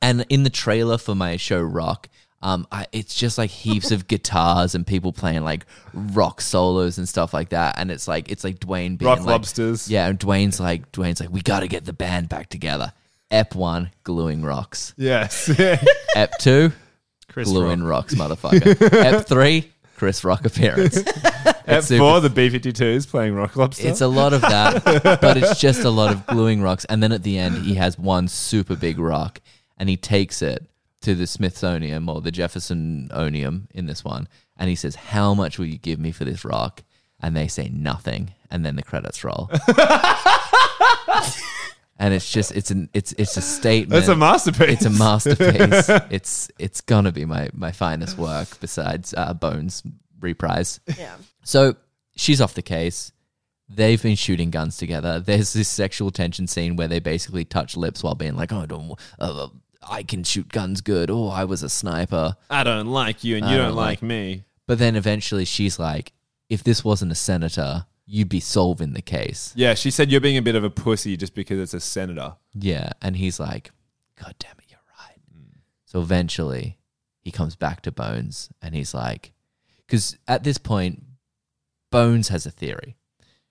Speaker 1: and in the trailer for my show Rock, um, I, it's just like heaps of guitars and people playing like rock solos and stuff like that, and it's like it's like Dwayne being
Speaker 4: Rock
Speaker 1: like,
Speaker 4: lobsters.
Speaker 1: yeah, and Dwayne's like Dwayne's like we got to get the band back together. Ep one, gluing rocks.
Speaker 4: yes.
Speaker 1: Ep two,
Speaker 3: Chris
Speaker 1: gluing rocks, motherfucker. Ep three, Chris Rock appearance.
Speaker 4: At
Speaker 1: super-
Speaker 4: four, the B-52s playing rock lobster.
Speaker 1: It's a lot of that, but it's just a lot of gluing rocks. And then at the end, he has one super big rock and he takes it to the Smithsonian or the Jeffersonium in this one. And he says, How much will you give me for this rock? And they say, Nothing. And then the credits roll. and it's just, it's an, it's, it's a statement.
Speaker 4: That's a
Speaker 1: it's
Speaker 4: masterpiece.
Speaker 1: a masterpiece. it's it's gonna be my, my finest work besides uh, Bones reprise.
Speaker 2: Yeah.
Speaker 1: So she's off the case. They've been shooting guns together. There's this sexual tension scene where they basically touch lips while being like, "Oh, I don't, uh, uh, I can shoot guns good. Oh, I was a sniper."
Speaker 4: I don't like you, and you
Speaker 1: I
Speaker 4: don't,
Speaker 1: don't
Speaker 4: like, me.
Speaker 1: But then eventually she's like, "If this wasn't a senator, you'd be solving the case."
Speaker 4: Yeah, she said you're being a bit of a pussy just because it's a senator.
Speaker 1: Yeah, and he's like, "God damn it, you're right." So eventually, he comes back to Bones, and he's like, because at this point, Bones has a theory.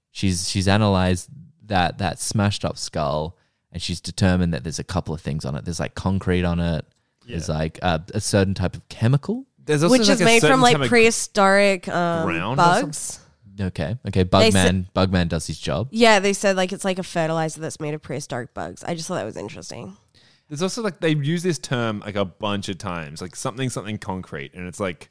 Speaker 1: She's she's analyzed that that smashed up skull, and she's determined that there's a couple of things on it. There's like concrete on it. There's like a, a certain type of chemical.
Speaker 4: There's
Speaker 2: Which is made from like prehistoric um,
Speaker 4: ground or something?
Speaker 2: bugs.
Speaker 1: Okay, okay.
Speaker 2: They
Speaker 1: Bugman
Speaker 2: sa-
Speaker 1: Bugman does his job.
Speaker 2: Yeah, they said like it's like a fertilizer that's made of prehistoric bugs. I just thought that was interesting.
Speaker 4: There's also like they use this term like a bunch of times, like something something concrete, and it's like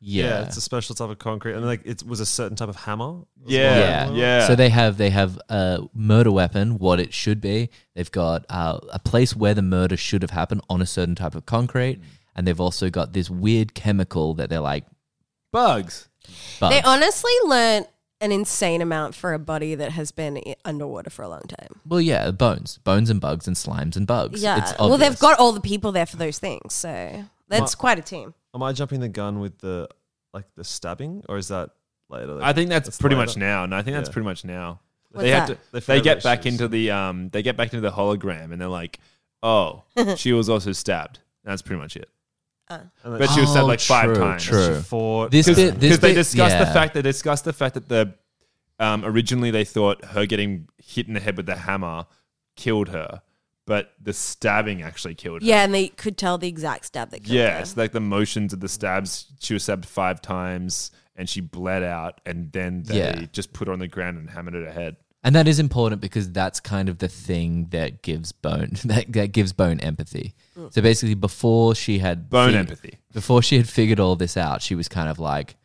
Speaker 1: Yeah.
Speaker 3: Yeah, it's a special type of concrete, and like it was a certain type of hammer. as
Speaker 4: yeah,
Speaker 1: Yeah.
Speaker 4: yeah.
Speaker 1: So they have they have a murder weapon, what it should be. They've got uh, a place where the murder should have happened on a certain type of concrete,
Speaker 2: Mm.
Speaker 1: and they've also got this weird chemical that they're like.
Speaker 4: bugs.
Speaker 1: Bugs.
Speaker 2: They honestly learnt an insane amount for a body that has been i- underwater for a long time.
Speaker 1: well, yeah, bones, bones and bugs and slimes and bugs.
Speaker 2: Yeah.
Speaker 1: It's
Speaker 2: well, they've
Speaker 1: obvious.
Speaker 2: got all the people there for those things, so that's quite a team.
Speaker 3: Am I jumping the gun with the like the stabbing, or is that later?
Speaker 4: I think that's
Speaker 3: That's
Speaker 4: pretty
Speaker 3: later.
Speaker 4: much now, and I think that's
Speaker 3: Yeah.
Speaker 4: pretty much now.
Speaker 2: What's
Speaker 4: they have
Speaker 2: that?
Speaker 4: to.
Speaker 3: The
Speaker 4: They get
Speaker 3: photo
Speaker 4: back
Speaker 3: issues.
Speaker 4: into the um. They get back into the hologram, and they're like, "Oh, she was also stabbed." That's pretty much it.
Speaker 3: And
Speaker 4: But she was stabbed
Speaker 1: Oh,
Speaker 4: like five
Speaker 1: true,
Speaker 4: times.
Speaker 1: true.
Speaker 3: for
Speaker 1: This bit, this
Speaker 4: because they
Speaker 1: bit-
Speaker 4: discussed the
Speaker 1: yeah.
Speaker 4: fact they discussed the fact that the um, originally they thought her getting hit in the head with the hammer killed her, but the stabbing actually killed her.
Speaker 2: Yeah, and they could tell the exact stab that killed
Speaker 4: Yeah,
Speaker 2: them.
Speaker 4: so like the motions of the stabs, she was stabbed five times and she bled out, and then they
Speaker 1: Yeah.
Speaker 4: just put her on the ground and hammered her head.
Speaker 1: And that is important because that's kind of the thing that gives bone that, that gives bone empathy.
Speaker 2: Mm.
Speaker 1: So basically, before she had
Speaker 4: Bone
Speaker 1: fig-
Speaker 4: empathy.
Speaker 1: before she had figured all this out, she was kind of like,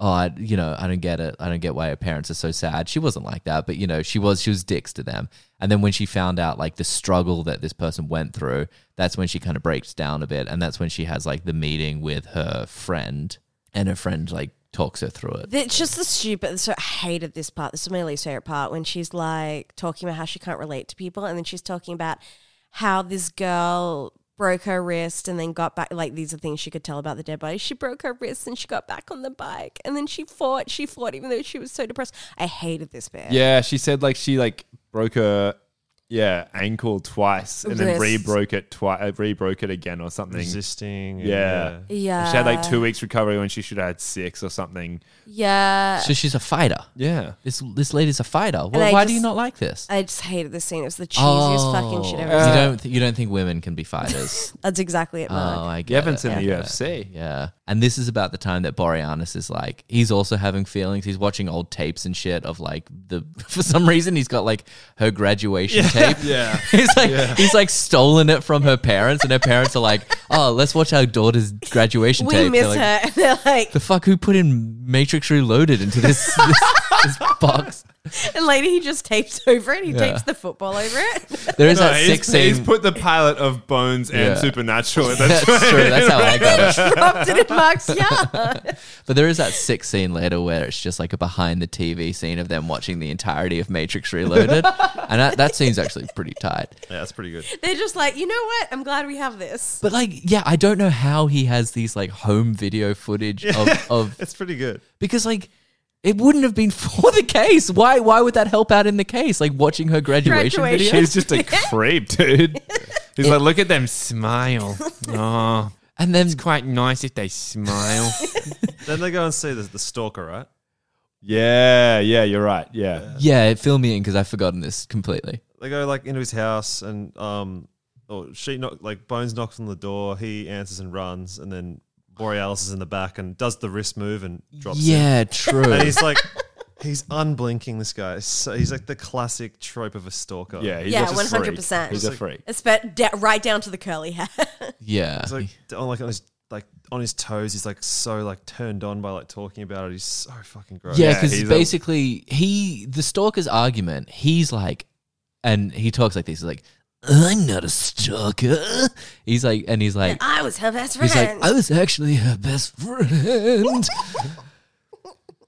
Speaker 1: "Oh, I, you know, I don't get it. I don't get why her parents are so sad." She wasn't like that, but you know, she was she was dicks to them. And then when she found out like the struggle that this person went through, that's when she kind of breaks down a bit, and that's when she has like the meeting with her friend, and her friend like talks her through it.
Speaker 2: It's just the stupid. So I hated this part. This is my least favorite part when she's like talking about how she can't relate to people, and then she's talking about how this girl broke her wrist and then got back. Like these are things she could tell about the dead body. She broke her wrist and she got back on the bike, and then she fought. She fought even though she was so depressed. I hated this bit.
Speaker 4: Yeah, she said like she like broke her yeah ankle twice and then
Speaker 2: Wrist.
Speaker 4: re broke it twice, re broke it again or something.
Speaker 3: Resisting. and,
Speaker 4: Yeah.
Speaker 2: yeah.
Speaker 4: She had like two weeks recovery when she should have had six or something.
Speaker 2: Yeah.
Speaker 1: So she's a fighter.
Speaker 4: Yeah.
Speaker 1: This this lady's a fighter. Wh-
Speaker 2: I
Speaker 1: why do
Speaker 2: just-
Speaker 1: you not like this? Oh.
Speaker 2: I just hated this scene. It was the cheesiest fucking shit
Speaker 4: Oh.
Speaker 2: ever.
Speaker 1: You don't th- you don't think women can be fighters?
Speaker 2: That's exactly it,
Speaker 1: oh,
Speaker 2: Mark.
Speaker 1: I get it.
Speaker 4: Gavin's in the
Speaker 1: Yeah.
Speaker 4: UFC.
Speaker 1: Yeah, and this is about the time that Boreanaz is like he's also having feelings. He's watching old tapes and shit of like the for some reason he's got like her graduation tape.
Speaker 4: Yeah.
Speaker 1: He's like he's like stolen it from her parents, and her parents are like, "Oh, let's watch our daughter's graduation
Speaker 2: we
Speaker 1: tape." They're
Speaker 2: miss
Speaker 1: like,
Speaker 2: her. And they're like,
Speaker 1: The fuck? Who put in Matrix Reloaded into this this, this box?
Speaker 2: and later he just tapes over it. He
Speaker 1: Yeah.
Speaker 2: tapes the football over it.
Speaker 1: There is
Speaker 4: No,
Speaker 1: that
Speaker 4: he's,
Speaker 1: sick
Speaker 4: he's
Speaker 1: scene.
Speaker 4: put the pilot of Bones
Speaker 1: Yeah.
Speaker 4: and Supernatural. in
Speaker 1: That's
Speaker 4: That's
Speaker 1: true. That's how I got it.
Speaker 2: dropped it in Mark's yard.
Speaker 1: But there is that sick scene later where it's just like a behind the TV scene of them watching the entirety of Matrix Reloaded, and that, that scene's actually pretty tight.
Speaker 3: Yeah, that's pretty good.
Speaker 2: They're just like, you know what? I'm glad we have this.
Speaker 1: But like, yeah, I don't know how he has these like home video footage of, of
Speaker 3: It's pretty good.
Speaker 1: because like it wouldn't have been for the case. Why? Why would that help out in the case? Like watching her graduation,
Speaker 2: Graduation.
Speaker 1: video,
Speaker 4: He's just a creep, dude. He's like, look at them smile. Oh,
Speaker 1: and then
Speaker 4: it's quite nice if they smile.
Speaker 3: Then they go and see the, the stalker, right?
Speaker 4: yeah, yeah, you're right. Yeah.
Speaker 1: yeah, fill me in because I've forgotten this completely.
Speaker 3: They go like into his house and um, oh, she knock like Bones knocks on the door. He answers and runs, and then Borealis is in the back and does the wrist move and drops. him.
Speaker 1: yeah, true.
Speaker 3: and he's like, he's unblinking. This guy, so he's like the classic trope of a stalker.
Speaker 4: Yeah, he's
Speaker 2: Yeah,
Speaker 4: a freak.
Speaker 2: 100%.
Speaker 4: He's a freak.
Speaker 2: It's but da- right down to the curly hair.
Speaker 1: yeah,
Speaker 3: he's like on like on his like on his toes. He's like so like turned on by like talking about it. He's so fucking gross.
Speaker 1: Yeah,
Speaker 4: Yeah,
Speaker 1: because
Speaker 4: he's a-
Speaker 1: basically he the stalker's argument, he's like and he talks like this, he's like, I'm not a stalker. He's like and he's like
Speaker 2: I was her best friend.
Speaker 1: he's like, I was actually her best friend.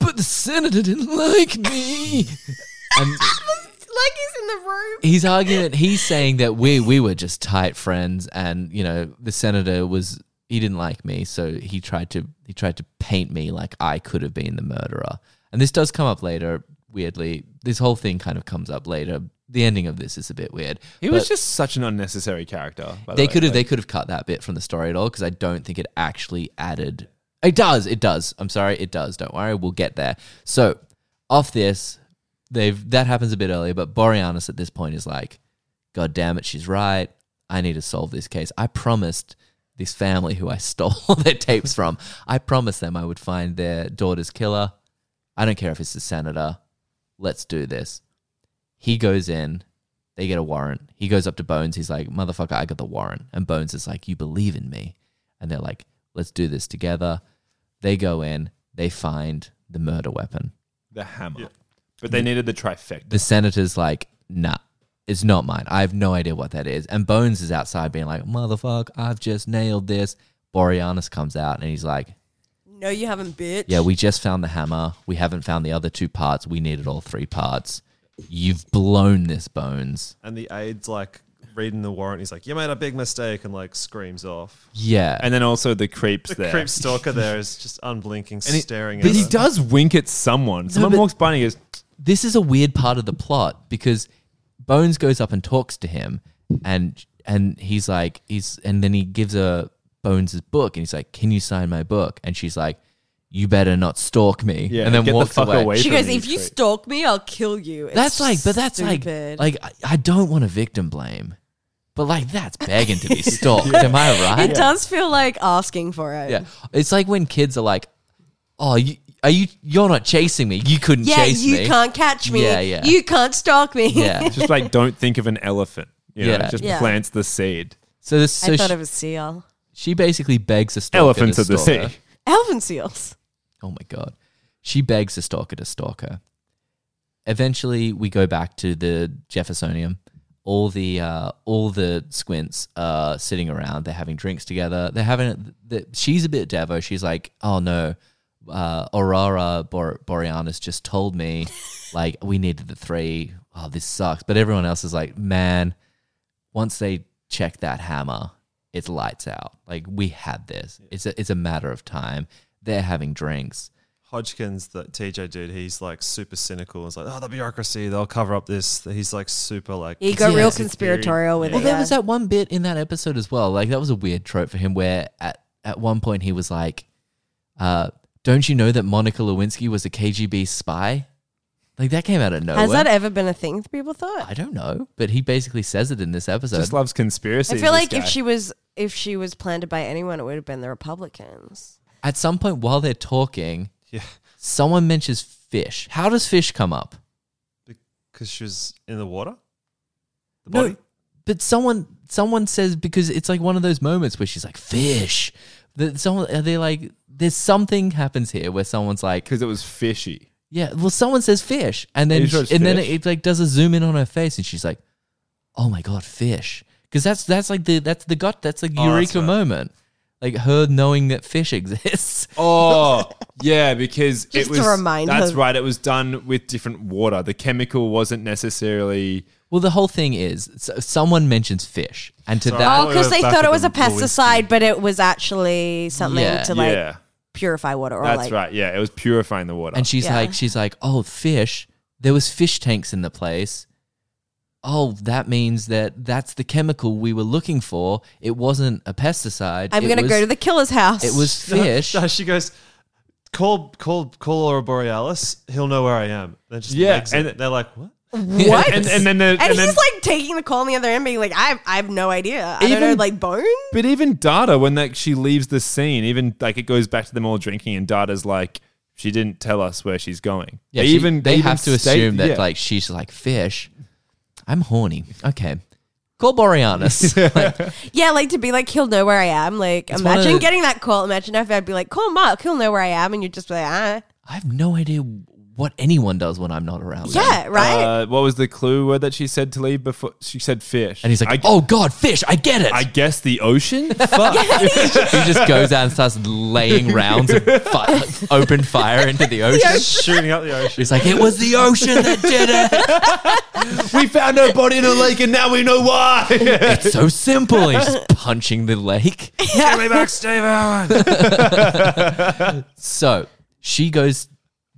Speaker 1: but the senator didn't like me. and
Speaker 2: like he's in the room.
Speaker 1: he's arguing he's saying that we we were just tight friends and you know the senator was he didn't like me so he tried to he tried to paint me like i could have been the murderer and this does come up later weirdly this whole thing kind of comes up later the ending of this is a bit weird
Speaker 4: He was
Speaker 1: But
Speaker 4: just such an unnecessary character. by the
Speaker 1: they
Speaker 4: way.
Speaker 1: could have
Speaker 4: Like,
Speaker 1: they could have cut that bit from the story at all because i don't think it actually added it does it does i'm sorry it does don't worry we'll get there so off this they've that happens a bit earlier but boreanaz at this point is like god damn it she's right i need to solve this case i promised this family who i stole their tapes from i promised them i would find their daughter's killer i don't care if it's the senator let's do this he goes in they get a warrant. He goes up to Bones. He's like, motherfucker, I got the warrant. And Bones is like, you believe in me. And they're like, let's do this together. They go in, they find the murder weapon.
Speaker 4: the hammer, but they needed the trifecta.
Speaker 1: The senator's like, nah, it's not mine. I have no idea what that is. And Bones is outside being like, motherfucker, I've just nailed this. Boreanaz comes out and he's like,
Speaker 2: No, you haven't, bitch.
Speaker 1: yeah, we just found the hammer. We haven't found the other two parts. We needed all three parts. You've blown this, Bones.
Speaker 3: and the aide's like reading the warrant. He's like, "You made a big mistake," and like screams off.
Speaker 1: Yeah.
Speaker 4: and then also the creeps
Speaker 3: The
Speaker 4: there.
Speaker 3: creep stalker there is just unblinking,
Speaker 4: And he-
Speaker 3: staring
Speaker 4: but
Speaker 3: at
Speaker 4: he
Speaker 3: her.
Speaker 4: does wink at someone. Someone
Speaker 1: but-
Speaker 4: walks by and he goes,
Speaker 1: this is a weird part of the plot because Bones goes up and talks to him, and and he's like he's and then he gives her Bones's book, and he's like, "Can you sign my book?" And she's like, "You better not stalk me."
Speaker 4: "Yeah,"
Speaker 1: and then
Speaker 4: get
Speaker 1: walks
Speaker 4: the fuck away.
Speaker 1: away.
Speaker 2: She
Speaker 4: from
Speaker 2: goes,
Speaker 4: me,
Speaker 2: if you
Speaker 4: creep."
Speaker 2: stalk me, I'll kill you. It's
Speaker 1: That's like, but that's
Speaker 2: stupid.
Speaker 1: like, like I, I don't want to victim blame, but like that's begging to be stalked. Am I right?
Speaker 2: it does feel like asking for it.
Speaker 1: Yeah, it's like when kids are like, "Oh, you, are you? You're not chasing me. You couldn't
Speaker 2: Yeah,
Speaker 1: chase
Speaker 2: you
Speaker 1: me.
Speaker 2: can't catch me.
Speaker 1: Yeah, yeah.
Speaker 2: You can't stalk me.
Speaker 1: Yeah.
Speaker 4: Just like don't think of an elephant. You know,
Speaker 1: Yeah.
Speaker 4: it just
Speaker 2: Yeah.
Speaker 4: plants the seed.
Speaker 1: So, this, so
Speaker 2: I thought
Speaker 1: she,
Speaker 2: it was seal.
Speaker 1: she basically begs a stalker.
Speaker 4: Elephants
Speaker 1: to
Speaker 4: of the
Speaker 1: stalk
Speaker 4: sea.
Speaker 1: her.
Speaker 2: Elven seals.
Speaker 1: Oh my god. She begs the stalker to stalk her. Eventually we go back to the Jeffersonium. All the uh, all the squints are sitting around, they're having drinks together. They're having the, she's a bit devo. She's like, "Oh no, uh, Aurora Bor- Borealis just told me like we needed the three. Oh, this sucks." But everyone else is like, "Man, once they check that hammer, it's lights out. Like we had this. It's a, it's a matter of time. They're having drinks.
Speaker 3: Hodgkins, that TJ dude, he's like super cynical. It's like, oh, the bureaucracy, they'll cover up this. He's like super like.
Speaker 2: He got real
Speaker 1: it's
Speaker 2: conspiratorial with
Speaker 1: Well,
Speaker 2: it.
Speaker 1: there
Speaker 2: yeah.
Speaker 1: was that one bit in that episode as well. Like that was a weird trope for him, where at at one point he was like, uh, "Don't you know that Monica Lewinsky was a KGB spy?" Like that came out of nowhere.
Speaker 2: Has that ever been a thing that people thought?
Speaker 1: I don't know, but he basically says it in this episode.
Speaker 4: Just loves conspiracy.
Speaker 2: I feel like if she was if she was planted by anyone, it would have been the Republicans.
Speaker 1: at some point while they're talking,
Speaker 3: Yeah.
Speaker 1: someone mentions fish. How does fish come up?
Speaker 3: Because she was in the water? The
Speaker 1: No.
Speaker 3: body?
Speaker 1: But someone someone says because it's like one of those moments where she's like fish. That someone are they like there's something happens here where someone's like
Speaker 4: because it was fishy.
Speaker 1: yeah well someone says fish and then
Speaker 4: Are you sure it's
Speaker 1: and then it,
Speaker 4: fish?
Speaker 1: like does a zoom in on her face and she's like oh my god fish because that's that's like the that's the gut that's like
Speaker 3: Oh, that's
Speaker 1: eureka
Speaker 3: right.
Speaker 1: moment like her knowing that fish exists
Speaker 4: Oh, yeah, because
Speaker 2: Just
Speaker 4: it
Speaker 2: to
Speaker 4: was.
Speaker 2: remind
Speaker 4: that's
Speaker 2: her.
Speaker 4: right. It was done with different water. The chemical wasn't necessarily.
Speaker 1: well the whole thing is so someone mentions fish and to
Speaker 3: Sorry.
Speaker 1: that
Speaker 2: Oh,
Speaker 3: Oh,
Speaker 2: because they
Speaker 3: back
Speaker 2: thought
Speaker 3: to
Speaker 2: it was
Speaker 3: the
Speaker 2: a pesticide, but it was actually something
Speaker 1: Yeah.
Speaker 2: to like
Speaker 4: yeah,
Speaker 2: purify water or
Speaker 4: that's
Speaker 2: like
Speaker 4: right. Yeah, it was purifying the water.
Speaker 1: And she's
Speaker 2: Yeah.
Speaker 1: like, she's like, oh, fish. There was fish tanks in the place. Oh, that means that that's the chemical we were looking for. It wasn't a pesticide.
Speaker 2: I'm
Speaker 1: It
Speaker 2: gonna
Speaker 1: was-
Speaker 2: go to the killer's house.
Speaker 1: It was fish.
Speaker 3: No, she goes, call, call, call Aurora Borealis. He'll know where I am. Then just
Speaker 4: Yeah,
Speaker 3: legs it.
Speaker 4: and-
Speaker 3: they're like, what?
Speaker 2: what?
Speaker 4: and, and then the,
Speaker 2: And he's
Speaker 4: then,
Speaker 2: like taking the call on the other end, being like, "I, I have no idea. I don't know,
Speaker 4: Even-
Speaker 2: like bone."
Speaker 4: But even Data, when like she leaves the scene, even like it goes back to them all drinking, and Data's like, she didn't tell us where she's going.
Speaker 1: yeah,
Speaker 4: they
Speaker 1: she-
Speaker 4: even
Speaker 1: they
Speaker 4: even
Speaker 1: have to
Speaker 4: state-
Speaker 1: assume that
Speaker 4: yeah.
Speaker 1: like she's like fish. I'm horny. Okay, call Boreanaz. Like,
Speaker 2: Yeah, like to be like, "He'll know where I am." Like,
Speaker 1: one of
Speaker 2: imagine
Speaker 1: the-
Speaker 2: getting that call. Imagine if I'd be like, "Call Mark. He'll know where I am," and you're just like, "Ah,
Speaker 1: I have no idea what anyone does when I'm not around. them.
Speaker 2: yeah, right."
Speaker 4: Uh, what was the clue word that she said to leave before? She said fish,
Speaker 1: and he's like,
Speaker 4: I,
Speaker 1: oh god, fish. I get it.
Speaker 4: I guess the ocean. Fuck.
Speaker 1: he just goes out and starts laying rounds of fi- open fire into the ocean.
Speaker 3: Shooting up the ocean.
Speaker 1: He's like, it was the ocean that did it.
Speaker 4: we found her body in a lake, and now we know why.
Speaker 1: It's so simple. He's just punching the lake.
Speaker 3: Get me back, Steve Irwin.
Speaker 1: So she goes,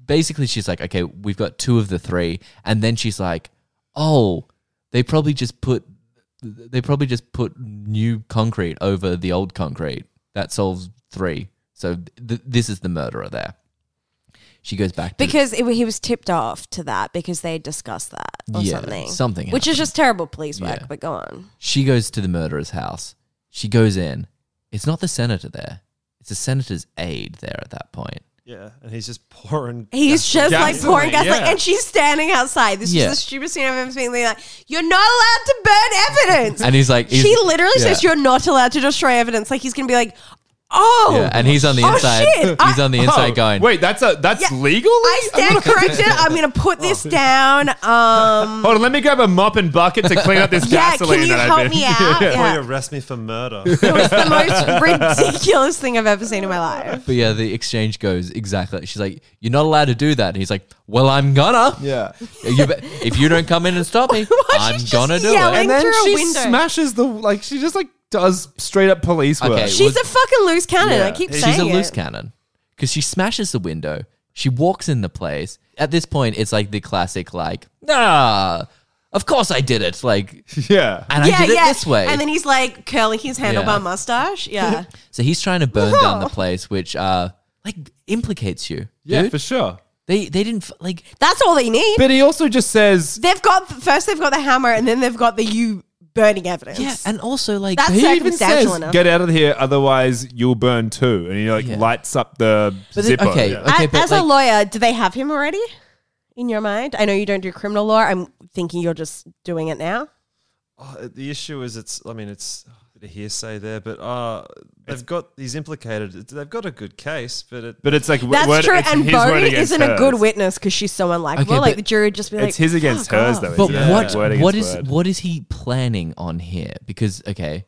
Speaker 1: basically, she's like, okay, we've got two of the three. And then she's like, oh, they probably just put, they probably just put new concrete over the old concrete. That solves three. So th- this is the murderer there. She goes back to
Speaker 2: because it, he was tipped off to that because they discussed that or
Speaker 1: Yeah,
Speaker 2: something.
Speaker 1: something
Speaker 2: which is just terrible police work.
Speaker 1: Yeah.
Speaker 2: But go on.
Speaker 1: She goes to the murderer's house. She goes in. It's not the senator there. It's the senator's aide there at that point.
Speaker 3: Yeah, and he's just pouring.
Speaker 2: He's just like
Speaker 4: Gasoline,
Speaker 2: pouring gas, like,
Speaker 4: yeah.
Speaker 2: and she's standing outside. This
Speaker 1: Yeah.
Speaker 2: is the stupidest scene I've ever seen. They're like, "You're not allowed to burn evidence."
Speaker 1: And he's like, he's-
Speaker 2: she literally
Speaker 1: yeah.
Speaker 2: says, "You're not allowed to destroy evidence." Like he's gonna be like, "Oh,
Speaker 1: Yeah, and he's on the
Speaker 2: oh,
Speaker 1: inside.
Speaker 2: shit,
Speaker 1: He's
Speaker 2: I-
Speaker 1: on the inside
Speaker 4: Oh,
Speaker 1: going.
Speaker 4: Wait, that's a that's
Speaker 2: Yeah.
Speaker 4: legal.
Speaker 2: I stand corrected. I'm gonna put this down. Um,
Speaker 4: Hold on, let me grab a mop and bucket to clean up this
Speaker 2: yeah,
Speaker 4: gasoline
Speaker 2: can you
Speaker 4: that I've
Speaker 2: help
Speaker 4: been.
Speaker 2: me out?
Speaker 3: Before
Speaker 2: Yeah.
Speaker 3: you arrest me for murder.
Speaker 2: It was the most ridiculous thing I've ever seen in my life.
Speaker 1: But yeah, the exchange goes exactly. She's like, "You're not allowed to do that." And he's like, "Well, I'm gonna.
Speaker 4: Yeah.
Speaker 1: You be- if you don't come in and stop me,
Speaker 2: Why
Speaker 1: I'm
Speaker 2: she's
Speaker 1: gonna
Speaker 2: just
Speaker 1: do
Speaker 2: yelling?
Speaker 1: it."
Speaker 4: and then
Speaker 2: through a
Speaker 4: she
Speaker 2: window.
Speaker 4: smashes the like she just like does straight up police work.
Speaker 1: Okay.
Speaker 2: She's
Speaker 1: was-
Speaker 2: a fucking loose cannon. I
Speaker 4: Yeah.
Speaker 2: keep saying
Speaker 1: She's a
Speaker 2: it.
Speaker 1: loose cannon because she smashes the window. She walks in the place. At this point, it's like the classic, like, "Ah, of course I did it." Like,
Speaker 4: Yeah.
Speaker 1: and I did it this way.
Speaker 2: And then he's like curling his handlebar
Speaker 1: Yeah.
Speaker 2: mustache. Yeah.
Speaker 1: So he's trying to burn down the place, which uh like implicates you.
Speaker 4: Yeah,
Speaker 1: dude.
Speaker 4: for sure.
Speaker 1: they they didn't f- like
Speaker 2: That's all they need.
Speaker 4: But he also just says
Speaker 2: they've got first they've got the hammer and then they've got the you burning evidence.
Speaker 1: Yeah, and also like
Speaker 2: That's
Speaker 1: he even
Speaker 2: circumstantial
Speaker 1: says-
Speaker 2: enough.
Speaker 4: Get out of here, otherwise you'll burn too. And he like
Speaker 1: Yeah.
Speaker 4: lights up the
Speaker 1: But then-
Speaker 4: zipper.
Speaker 1: okay,
Speaker 4: Yeah.
Speaker 1: okay,
Speaker 2: A-
Speaker 1: but
Speaker 2: as
Speaker 1: like,
Speaker 2: a lawyer, do they have him already in your mind? I know you don't do criminal law. I'm thinking you're just doing it now.
Speaker 3: Oh, the issue is, it's. I mean, it's oh, a bit of hearsay there, but uh, they've got he's implicated. They've got a good case, but it,
Speaker 4: But it's like w-
Speaker 2: That's
Speaker 4: word-
Speaker 2: true.
Speaker 4: it's
Speaker 2: And
Speaker 4: his
Speaker 2: Bo
Speaker 4: word against
Speaker 2: isn't a good
Speaker 4: hers.
Speaker 2: witness because she's so unlikable.
Speaker 1: Okay,
Speaker 2: like
Speaker 1: but-
Speaker 2: the jury would just be like,
Speaker 4: It's his against
Speaker 2: "Fuck
Speaker 4: hers
Speaker 2: off."
Speaker 4: though.
Speaker 1: But
Speaker 4: isn't it?
Speaker 1: what
Speaker 4: Word against
Speaker 1: what is
Speaker 4: word.
Speaker 1: what is he planning on here? Because okay,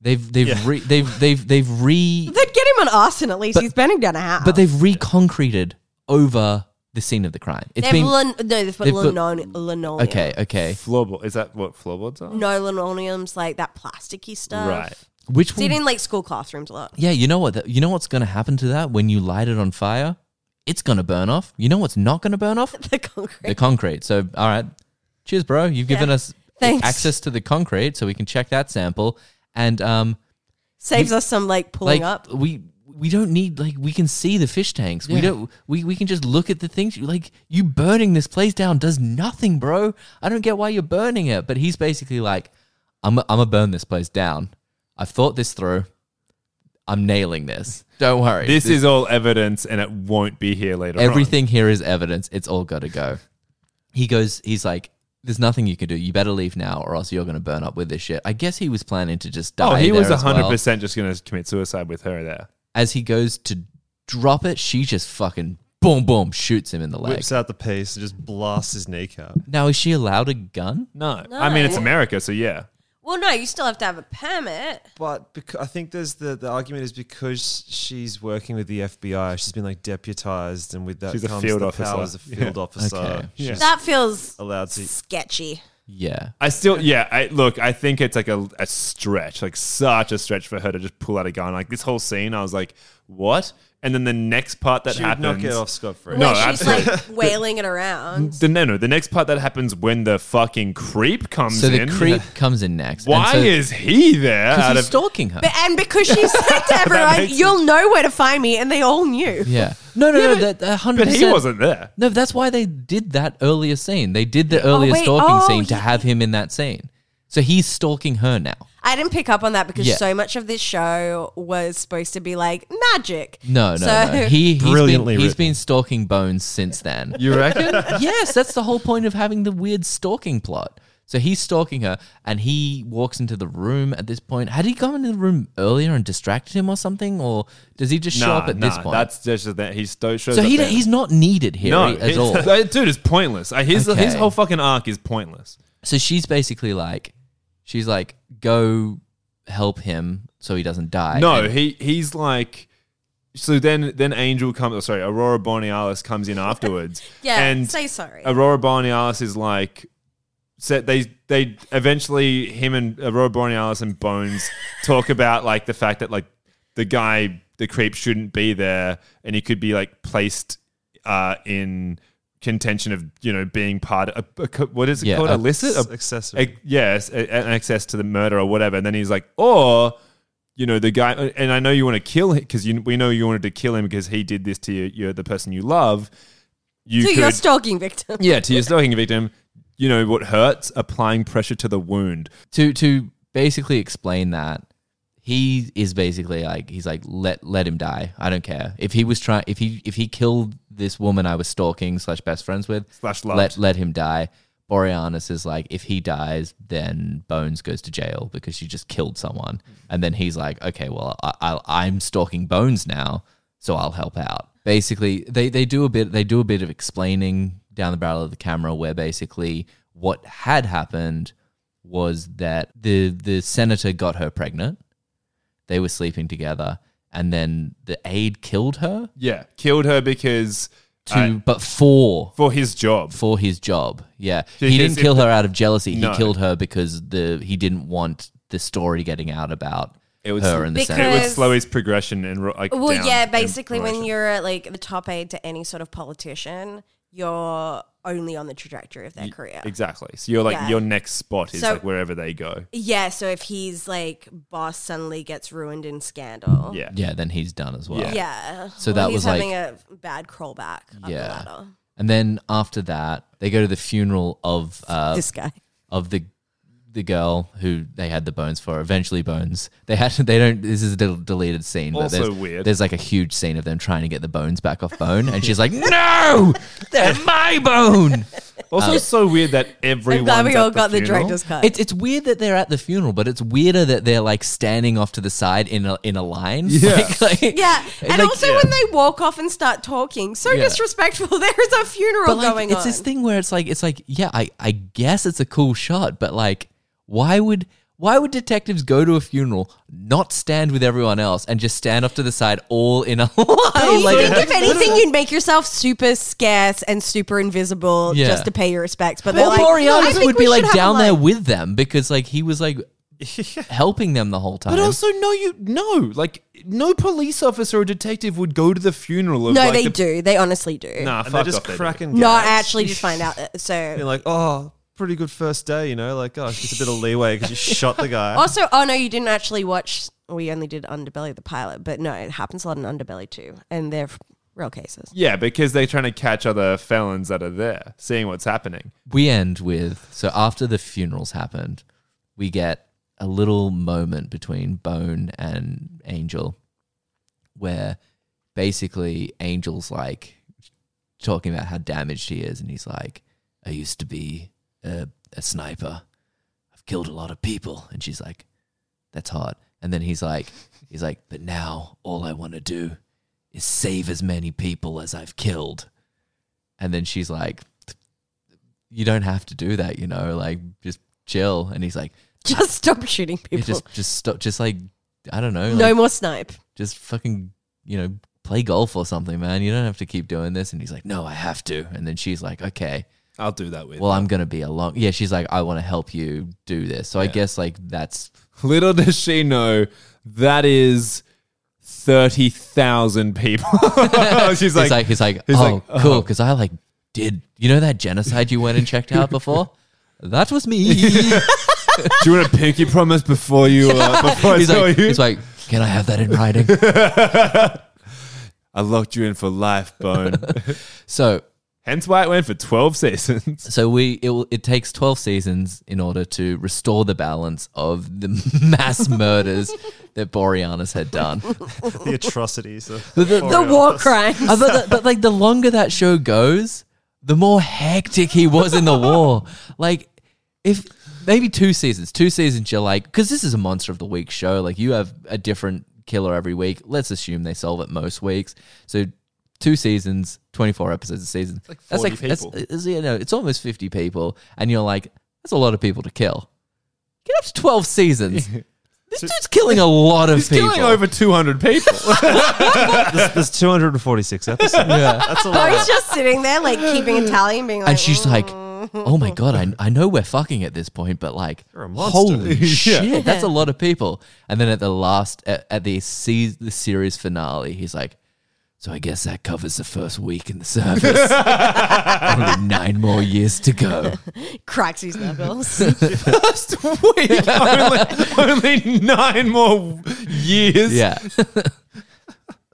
Speaker 1: they've they've
Speaker 3: Yeah.
Speaker 1: re, they've they've they've re
Speaker 2: They'd get him on arson at least.
Speaker 1: But-
Speaker 2: He's burning down a house.
Speaker 1: but they've reconcreted over the scene of the crime. It's
Speaker 2: they've
Speaker 1: been
Speaker 2: lin- no, they've put
Speaker 1: they've put-
Speaker 2: linoleum. linoleum.
Speaker 1: okay, okay.
Speaker 4: floorboard? Is that what floorboards are?
Speaker 2: No linoleums, like that plasticky stuff.
Speaker 4: Right.
Speaker 1: Which
Speaker 2: See it
Speaker 1: will,
Speaker 2: in like school classrooms a lot.
Speaker 1: yeah, you know what? that- you know what's going to happen to that when you light it on fire? It's going to burn off. You know what's not going to burn off?
Speaker 2: The concrete.
Speaker 1: The concrete. So all right, cheers, bro. You've given
Speaker 2: Yeah.
Speaker 1: us
Speaker 2: Thanks.
Speaker 1: access to the concrete, so we can check that sample and um.
Speaker 2: Saves us some like pulling
Speaker 1: like
Speaker 2: up.
Speaker 1: we we don't need like we can see the fish tanks. We Yeah. don't we, we can just look at the things like you burning this place down does nothing, bro. I don't get why you're burning it. But he's basically like, I'm I'm gonna burn this place down. I've thought this through. I'm nailing this. Don't worry.
Speaker 4: This is all evidence, and it won't be here later. on.
Speaker 1: everything here is evidence. It's all gotta go. He goes, he's like, There's nothing you can do. You better leave now or else you're gonna burn up with this shit. I guess he was planning to just die.
Speaker 4: Oh, he was
Speaker 1: there as well.
Speaker 4: hundred percent just going to commit suicide with her there.
Speaker 1: as he goes to drop it, she just fucking boom, boom, shoots him in the leg.
Speaker 3: whips out the piece and just blasts his kneecap.
Speaker 1: Now, is she allowed a gun?
Speaker 4: No.
Speaker 2: No.
Speaker 4: I mean it's America, so yeah.
Speaker 2: Well, no, you still have to have a permit.
Speaker 3: But because, I think there's the, the argument is because she's working with the FBI, she's been like deputized, and with that
Speaker 4: She's a
Speaker 3: comes
Speaker 4: field
Speaker 3: the
Speaker 4: officer.
Speaker 3: power as a
Speaker 4: Yeah.
Speaker 3: field officer.
Speaker 1: Okay.
Speaker 3: She's
Speaker 4: Yeah.
Speaker 2: That feels
Speaker 3: allowed to.
Speaker 2: sketchy.
Speaker 1: Yeah.
Speaker 4: I still, yeah. I look. I think it's like a, a stretch, like such a stretch for her to just pull out a gun. Like this whole scene, I was like, what? And then the next part that
Speaker 3: She would
Speaker 4: happens,
Speaker 3: not get off scot free.
Speaker 4: No,
Speaker 2: Where she's
Speaker 4: absolutely. Mm.
Speaker 2: like wailing it around.
Speaker 4: The, no, no. The next part that happens when the fucking creep comes
Speaker 1: So the
Speaker 4: in.
Speaker 1: creep comes in next. and
Speaker 4: Why
Speaker 1: so,
Speaker 4: is he there?
Speaker 1: Because
Speaker 4: Out
Speaker 1: he's
Speaker 4: of
Speaker 1: stalking her.
Speaker 2: But, and because she said to everyone,
Speaker 4: makes
Speaker 2: you'll know where to find me, and they all knew.
Speaker 1: yeah. No, no, no. That that hundred.
Speaker 4: but he wasn't there.
Speaker 1: No, that's why they did that earlier scene. They did the earlier
Speaker 2: wait,
Speaker 1: stalking
Speaker 2: oh,
Speaker 1: scene to
Speaker 2: yeah.
Speaker 1: have him in that scene. So he's stalking her now.
Speaker 2: I didn't pick up on that because
Speaker 1: Yeah.
Speaker 2: so much of this show was supposed to be like magic.
Speaker 1: No, no,
Speaker 2: So-
Speaker 1: no. He, he's
Speaker 3: Brilliantly
Speaker 1: been, he's
Speaker 3: written.
Speaker 1: been stalking Bones since then.
Speaker 4: You reckon?
Speaker 1: yes, that's the whole point of having the weird stalking plot. So he's stalking her, and he walks into the room at this point. Had he come into the room earlier and distracted him or something, or does he just show
Speaker 4: nah,
Speaker 1: up at
Speaker 4: nah,
Speaker 1: this point?
Speaker 4: That's just that he sto- shows
Speaker 1: so
Speaker 4: up
Speaker 1: he
Speaker 4: there.
Speaker 1: don't- he's not needed here
Speaker 4: no,
Speaker 1: i- at
Speaker 4: it's-
Speaker 1: all.
Speaker 4: like, dude, it's pointless. Uh, His
Speaker 1: Okay.
Speaker 4: his whole fucking arc is pointless.
Speaker 1: so she's basically like, she's like, go help him so he doesn't die.
Speaker 4: No,
Speaker 1: And-
Speaker 4: he he's like. So then, then Angel comes. Oh, sorry, Aurora Borealis comes in afterwards.
Speaker 2: Yeah,
Speaker 4: and
Speaker 2: say sorry.
Speaker 4: Aurora Borealis is like. So they they eventually him and Aurora Borealis and Bones talk about like the fact that like the guy the creep shouldn't be there and he could be like placed uh, in contention of you know being part of a, a- what is it
Speaker 1: Yeah,
Speaker 4: called
Speaker 1: a-
Speaker 4: illicit
Speaker 3: It's
Speaker 4: A-
Speaker 3: excessive.
Speaker 4: ac- yes, a- an access to the murder or whatever. And then he's like, or you know, the guy. And I know you want to kill him because you, we know you wanted to kill him because he did this to you, you the person you love. You
Speaker 2: to
Speaker 4: could,
Speaker 2: your stalking victim.
Speaker 4: yeah, to your stalking victim. You know what hurts? Applying pressure to the wound.
Speaker 1: to to basically explain that he is basically like he's like let let him die. I don't care if he was trying if he if he killed this woman I was stalking slash best friends with
Speaker 4: Slash loved.
Speaker 1: let let him die. Boreanaz is like if he dies, then Bones goes to jail because she just killed someone, and then he's like, okay, well I, I I'm stalking Bones now, so I'll help out. Basically, they they do a bit they do a bit of explaining down the barrel of the camera where basically what had happened was that the the senator got her pregnant. They were sleeping together, and then the aide killed her
Speaker 4: Yeah, killed her because
Speaker 1: to
Speaker 4: uh,
Speaker 1: but for
Speaker 4: for his job.
Speaker 1: for his job. Yeah,
Speaker 4: So
Speaker 1: he
Speaker 4: his-
Speaker 1: didn't kill her out of jealousy.
Speaker 4: No.
Speaker 1: He killed her because the he didn't want the story getting out about
Speaker 4: It was-
Speaker 1: her and the
Speaker 2: Because-
Speaker 4: It
Speaker 1: senator.
Speaker 4: would slow his progression and ro- like.
Speaker 2: Well,
Speaker 4: down
Speaker 2: yeah,
Speaker 4: in
Speaker 2: basically, when
Speaker 4: promotion.
Speaker 2: you're at like the top aide to any sort of politician, you're only on the trajectory of their career.
Speaker 4: exactly, so you're like
Speaker 2: Yeah.
Speaker 4: your next spot is
Speaker 2: So-
Speaker 4: like wherever they go.
Speaker 2: Yeah, so if he's like boss suddenly gets ruined in scandal.
Speaker 4: Yeah,
Speaker 1: Yeah, then he's done as well.
Speaker 4: Yeah.
Speaker 2: Yeah.
Speaker 1: So
Speaker 2: Well,
Speaker 1: that
Speaker 2: he's
Speaker 1: was, like-
Speaker 2: having a bad crawlback up
Speaker 1: Yeah.
Speaker 2: the ladder.
Speaker 1: And then after that, they go to the funeral of uh,
Speaker 2: This guy.
Speaker 1: of the the girl who they had the bones for eventually bones. They had they don't. This is a del- deleted scene, but
Speaker 4: Also
Speaker 1: there's,
Speaker 4: weird.
Speaker 1: There's like a huge scene of them trying to get the bones back off Bone, and she's like, "No, they're my bone."
Speaker 4: Also, it's so weird that everyone.
Speaker 2: I'm glad Uh, we all got the, director's cut.
Speaker 1: It's it's weird that they're at the funeral, but it's weirder that they're like standing off to the side in a, in a line.
Speaker 4: Yeah.
Speaker 1: Like- like-
Speaker 2: yeah, and
Speaker 1: like-
Speaker 2: also when they walk off and start talking, so
Speaker 1: Yeah.
Speaker 2: disrespectful. There is a funeral
Speaker 1: but like,
Speaker 2: going
Speaker 1: it's
Speaker 2: on.
Speaker 1: this thing where it's like it's like yeah, I I guess it's a cool shot, but like why would why would detectives go to a funeral, not stand with everyone else, and just stand off to the side all in a line?
Speaker 2: Oh, you
Speaker 1: Like,
Speaker 2: think if anything, you'd make yourself super scarce and super invisible
Speaker 1: Yeah.
Speaker 2: just to pay your respects. But they're
Speaker 1: well,
Speaker 2: like, "No, I
Speaker 1: Borealis
Speaker 2: think
Speaker 1: would
Speaker 2: we
Speaker 1: be
Speaker 2: should
Speaker 1: like
Speaker 2: have a
Speaker 1: down
Speaker 2: line."
Speaker 1: there with them because like he was like helping them the whole time.
Speaker 4: But also, no, you no, like no police officer or detective would go to the funeral. Of,
Speaker 2: No,
Speaker 4: like,
Speaker 2: they
Speaker 4: the,
Speaker 2: do. They honestly do.
Speaker 4: Nah,
Speaker 3: and
Speaker 4: fuck
Speaker 3: they're just
Speaker 4: off, they do.
Speaker 3: cracking.
Speaker 2: Not
Speaker 3: gags.
Speaker 2: actually, just find out. that-
Speaker 3: You're
Speaker 2: So.
Speaker 3: like, oh, pretty good first day, you know? Like, gosh, it's a bit of leeway because you shot the guy.
Speaker 2: Also, oh no, you didn't actually watch. We only did Underbelly the pilot, but no, it happens a lot in Underbelly too, and they're f- real cases.
Speaker 4: Yeah, because they're trying to catch other felons that are there, seeing what's happening.
Speaker 1: we end with so after the funerals happened, we get a little moment between Bone and Angel where basically Angel's like talking about how damaged he is and he's like, I used to be a, a sniper. I've killed a lot of people and she's like, That's hot. And then he's like he's like, But now all I wanna do is save as many people as I've killed. And then she's like you don't have to do that, you know, like just chill. And he's like,
Speaker 2: Just stop shooting
Speaker 1: you
Speaker 2: people.
Speaker 1: just, just stop, just like, I don't know,
Speaker 2: no
Speaker 1: like,
Speaker 2: more snipe.
Speaker 1: just fucking, you know, play golf or something, man. You don't have to keep doing this. And he's like, no, I have to. And then she's like, okay,
Speaker 4: I'll do that with.
Speaker 1: well, I'm going to be along. Yeah. She's like, I want to help you do this. So I guess like that's,
Speaker 4: Little does she know that is thirty thousand people. She's
Speaker 1: he's like,
Speaker 4: like,
Speaker 1: he's like,
Speaker 4: he's
Speaker 1: oh,
Speaker 4: like,
Speaker 1: cool. Cause I like did, you know, that genocide you went and checked out before? That was me.
Speaker 4: "Do you want a pinky promise before you? Uh, before
Speaker 1: he's
Speaker 4: I tell
Speaker 1: like,
Speaker 4: you,
Speaker 1: he's like, can I have that in writing?
Speaker 4: I locked you in for life, Bone."
Speaker 1: So
Speaker 4: Hence why it went for twelve seasons.
Speaker 1: So we it will, it takes twelve seasons in order to restore the balance of the mass murders that Boreanaz had done.
Speaker 3: the atrocities. Of
Speaker 2: The war crimes.
Speaker 1: Uh, but, the- but like the longer that show goes, the more hectic he was in the war. Like if maybe two seasons, two seasons you're like because this is a monster of the week show. Like you have a different killer every week. Let's assume they solve it most weeks. So. Two seasons, twenty four episodes a season.
Speaker 4: like 40
Speaker 1: that's,
Speaker 4: people.
Speaker 1: it's, you know, it's almost fifty people, and you're like, that's a lot of people to kill. Get up to twelve seasons. this dude's killing a lot of
Speaker 4: He's
Speaker 1: people.
Speaker 4: killing over two hundred people.
Speaker 3: There's 246 episodes.
Speaker 1: Yeah.
Speaker 3: That's a
Speaker 2: I
Speaker 3: lot.
Speaker 2: was just sitting there, like keeping Italian, being like,
Speaker 1: and she's like,
Speaker 2: "Mm."
Speaker 1: "Oh my god, I I know we're fucking at this point, but like,
Speaker 3: You're a monster."
Speaker 1: holy
Speaker 4: Yeah.
Speaker 1: shit, that's a lot of people." And then at the last, at, at the se- the series finale, he's like, "So I guess that covers the first week in the service. Only nine more years to go."
Speaker 2: cracks his knuckles.
Speaker 4: First week, only, only nine more years.
Speaker 1: Yeah.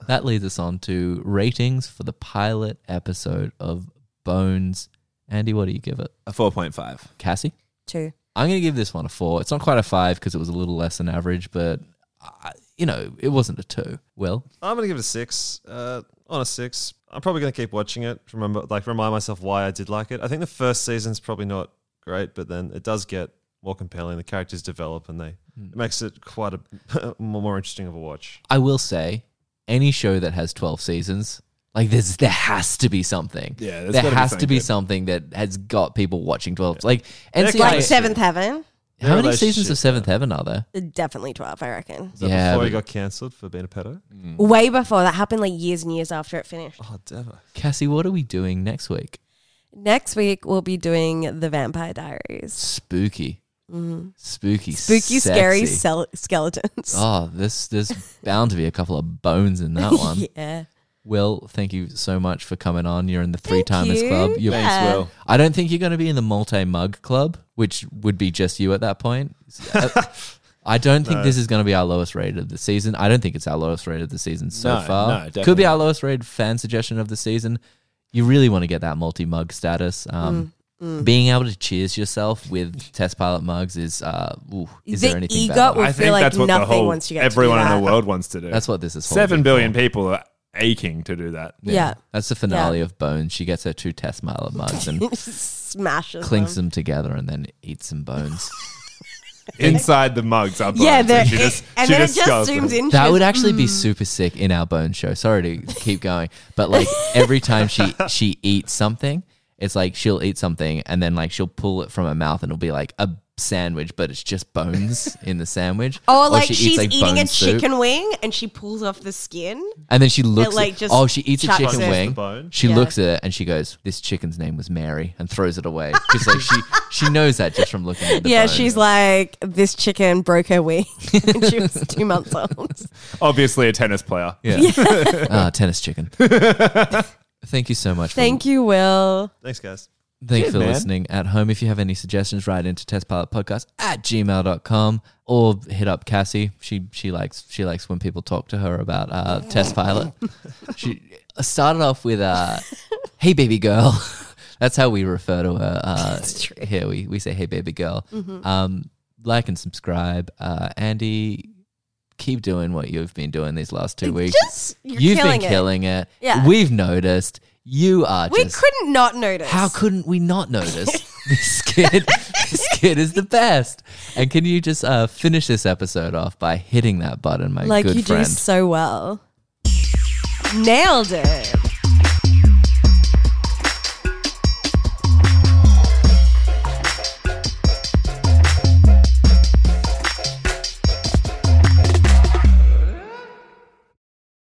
Speaker 1: that leads us on to ratings for the pilot episode of Bones. Andy, what do you give it?
Speaker 4: a four point five.
Speaker 1: Cassie.
Speaker 2: Two.
Speaker 1: I'm going to give this one a four. It's not quite a five because it was a little less than average, but I, you know, it wasn't a two. Well,
Speaker 3: I'm going to give it a six. Uh, on a six, I'm probably going to keep watching it. to Remember, like, remind myself why I did like it. I think the first season's probably not great, but then it does get more compelling. The characters develop, and they it makes it quite a more more interesting of a watch.
Speaker 1: I will say any show that has 12 seasons, like there's there has to be something.
Speaker 4: Yeah, there's
Speaker 1: there
Speaker 4: gotta be
Speaker 1: has to
Speaker 4: something
Speaker 1: be
Speaker 4: good.
Speaker 1: something that has got people watching 12. Like NCIS,
Speaker 3: Yeah,
Speaker 2: Like
Speaker 3: it's-
Speaker 2: Seventh Heaven,
Speaker 1: how many
Speaker 3: Their
Speaker 1: seasons of
Speaker 3: relationship,
Speaker 1: Seventh Heaven are there?
Speaker 2: definitely twelve. I reckon.
Speaker 3: Is that
Speaker 1: Yeah,
Speaker 3: before
Speaker 1: but-
Speaker 3: he got cancelled for being a pedo?
Speaker 2: Way before that happened, like years and years after it finished.
Speaker 3: Oh, Deva.
Speaker 1: Cassie, what are we doing next week?
Speaker 2: Next week we'll be doing the Vampire Diaries.
Speaker 1: Spooky, spooky,
Speaker 2: Mm-hmm. Spooky, scary
Speaker 1: sexy.
Speaker 2: sel- skeletons.
Speaker 1: Oh, this there's bound to be a couple of bones in that one.
Speaker 2: yeah.
Speaker 1: Will, thank you so much for coming on. You're in the three
Speaker 2: Thank
Speaker 1: timers
Speaker 2: you.
Speaker 1: club. You're
Speaker 4: Thanks,
Speaker 2: Yeah.
Speaker 4: Will.
Speaker 1: I don't think you're going to be in the multi mug club, which would be just you at that point. Uh, I don't think this is going to be our lowest rated of the season. I don't think it's our lowest rated of the season so
Speaker 4: No, no,
Speaker 1: far.
Speaker 4: definitely
Speaker 1: Could
Speaker 2: Mm,
Speaker 1: be our lowest rated fan suggestion of the season. You really want to get that multi mug status. Um, Being able to cheers yourself with test pilot mugs is uh, ooh, is
Speaker 2: The
Speaker 1: there anything
Speaker 2: ego-
Speaker 1: better?
Speaker 2: We
Speaker 4: I
Speaker 2: feel
Speaker 4: think
Speaker 2: like
Speaker 4: that's what the
Speaker 2: nothing
Speaker 4: whole
Speaker 2: wants you to get to do
Speaker 4: everyone in the
Speaker 2: that.
Speaker 4: world wants to do.
Speaker 1: That's what this is.
Speaker 4: seven
Speaker 1: holding
Speaker 4: billion
Speaker 1: for.
Speaker 4: people are aching to do that.
Speaker 1: Yeah. That's the finale of Bones. She gets her two test pilot mugs and
Speaker 2: Smashes.
Speaker 1: clinks
Speaker 2: them.
Speaker 1: them together and then eats some bones.
Speaker 4: Inside the mugs are
Speaker 2: Yeah,
Speaker 4: bones,
Speaker 2: they're-
Speaker 4: and she just,
Speaker 2: and
Speaker 4: she
Speaker 2: then it
Speaker 4: sculls
Speaker 2: just
Speaker 4: them.
Speaker 2: zooms in. she
Speaker 1: That
Speaker 2: goes,
Speaker 1: would actually be super sick in our bone show. Sorry to keep going, but like every time she she eats something, it's like she'll eat something and then like she'll pull it from her mouth and it'll be like a sandwich, but it's just bones in the sandwich.
Speaker 2: Oh,
Speaker 1: Or
Speaker 2: like
Speaker 1: she eats,
Speaker 2: she's
Speaker 1: like,
Speaker 2: eating a
Speaker 1: bone soup,
Speaker 2: chicken wing and she pulls off the skin.
Speaker 1: and then she looks.
Speaker 2: like,
Speaker 1: at,
Speaker 2: just
Speaker 1: oh, she eats a
Speaker 2: chucks
Speaker 1: chicken
Speaker 2: it.
Speaker 1: wing.
Speaker 3: The bone?
Speaker 1: She
Speaker 2: Yeah.
Speaker 1: looks at it and she goes, "This chicken's name was Mary," and throws it away because like she she knows that just from looking at the
Speaker 2: Yeah,
Speaker 1: bone.
Speaker 2: she's like, this chicken broke her wing when she was two months old.
Speaker 4: Obviously, a tennis player.
Speaker 1: yeah, Ah, tennis chicken. Thank you so much. for
Speaker 2: Thank you, Will.
Speaker 3: Thanks, guys.
Speaker 1: Thanks
Speaker 4: Cheers,
Speaker 1: for
Speaker 4: man.
Speaker 1: listening at home. If you have any suggestions, write into testpilotpodcast at gmail.com or hit up Cassie. She she likes she likes when people talk to her about uh, test pilot. she started off with uh, hey baby girl. That's how we refer to her. Uh,
Speaker 2: true. Mm-hmm.
Speaker 1: Here we, we say hey baby girl. Um, like and subscribe. Uh, Andy, keep doing what you've been doing these last two weeks.
Speaker 2: Just, you're
Speaker 1: you've
Speaker 2: killing
Speaker 1: been
Speaker 2: it.
Speaker 1: killing it.
Speaker 2: Yeah.
Speaker 1: We've noticed. You are
Speaker 2: We
Speaker 1: just
Speaker 2: couldn't not notice.
Speaker 1: how couldn't we not notice this kid? this kid is the best. And can you just uh, finish this episode off by hitting that button, my
Speaker 2: like
Speaker 1: good
Speaker 2: you
Speaker 1: friend?
Speaker 2: do so well. Nailed it.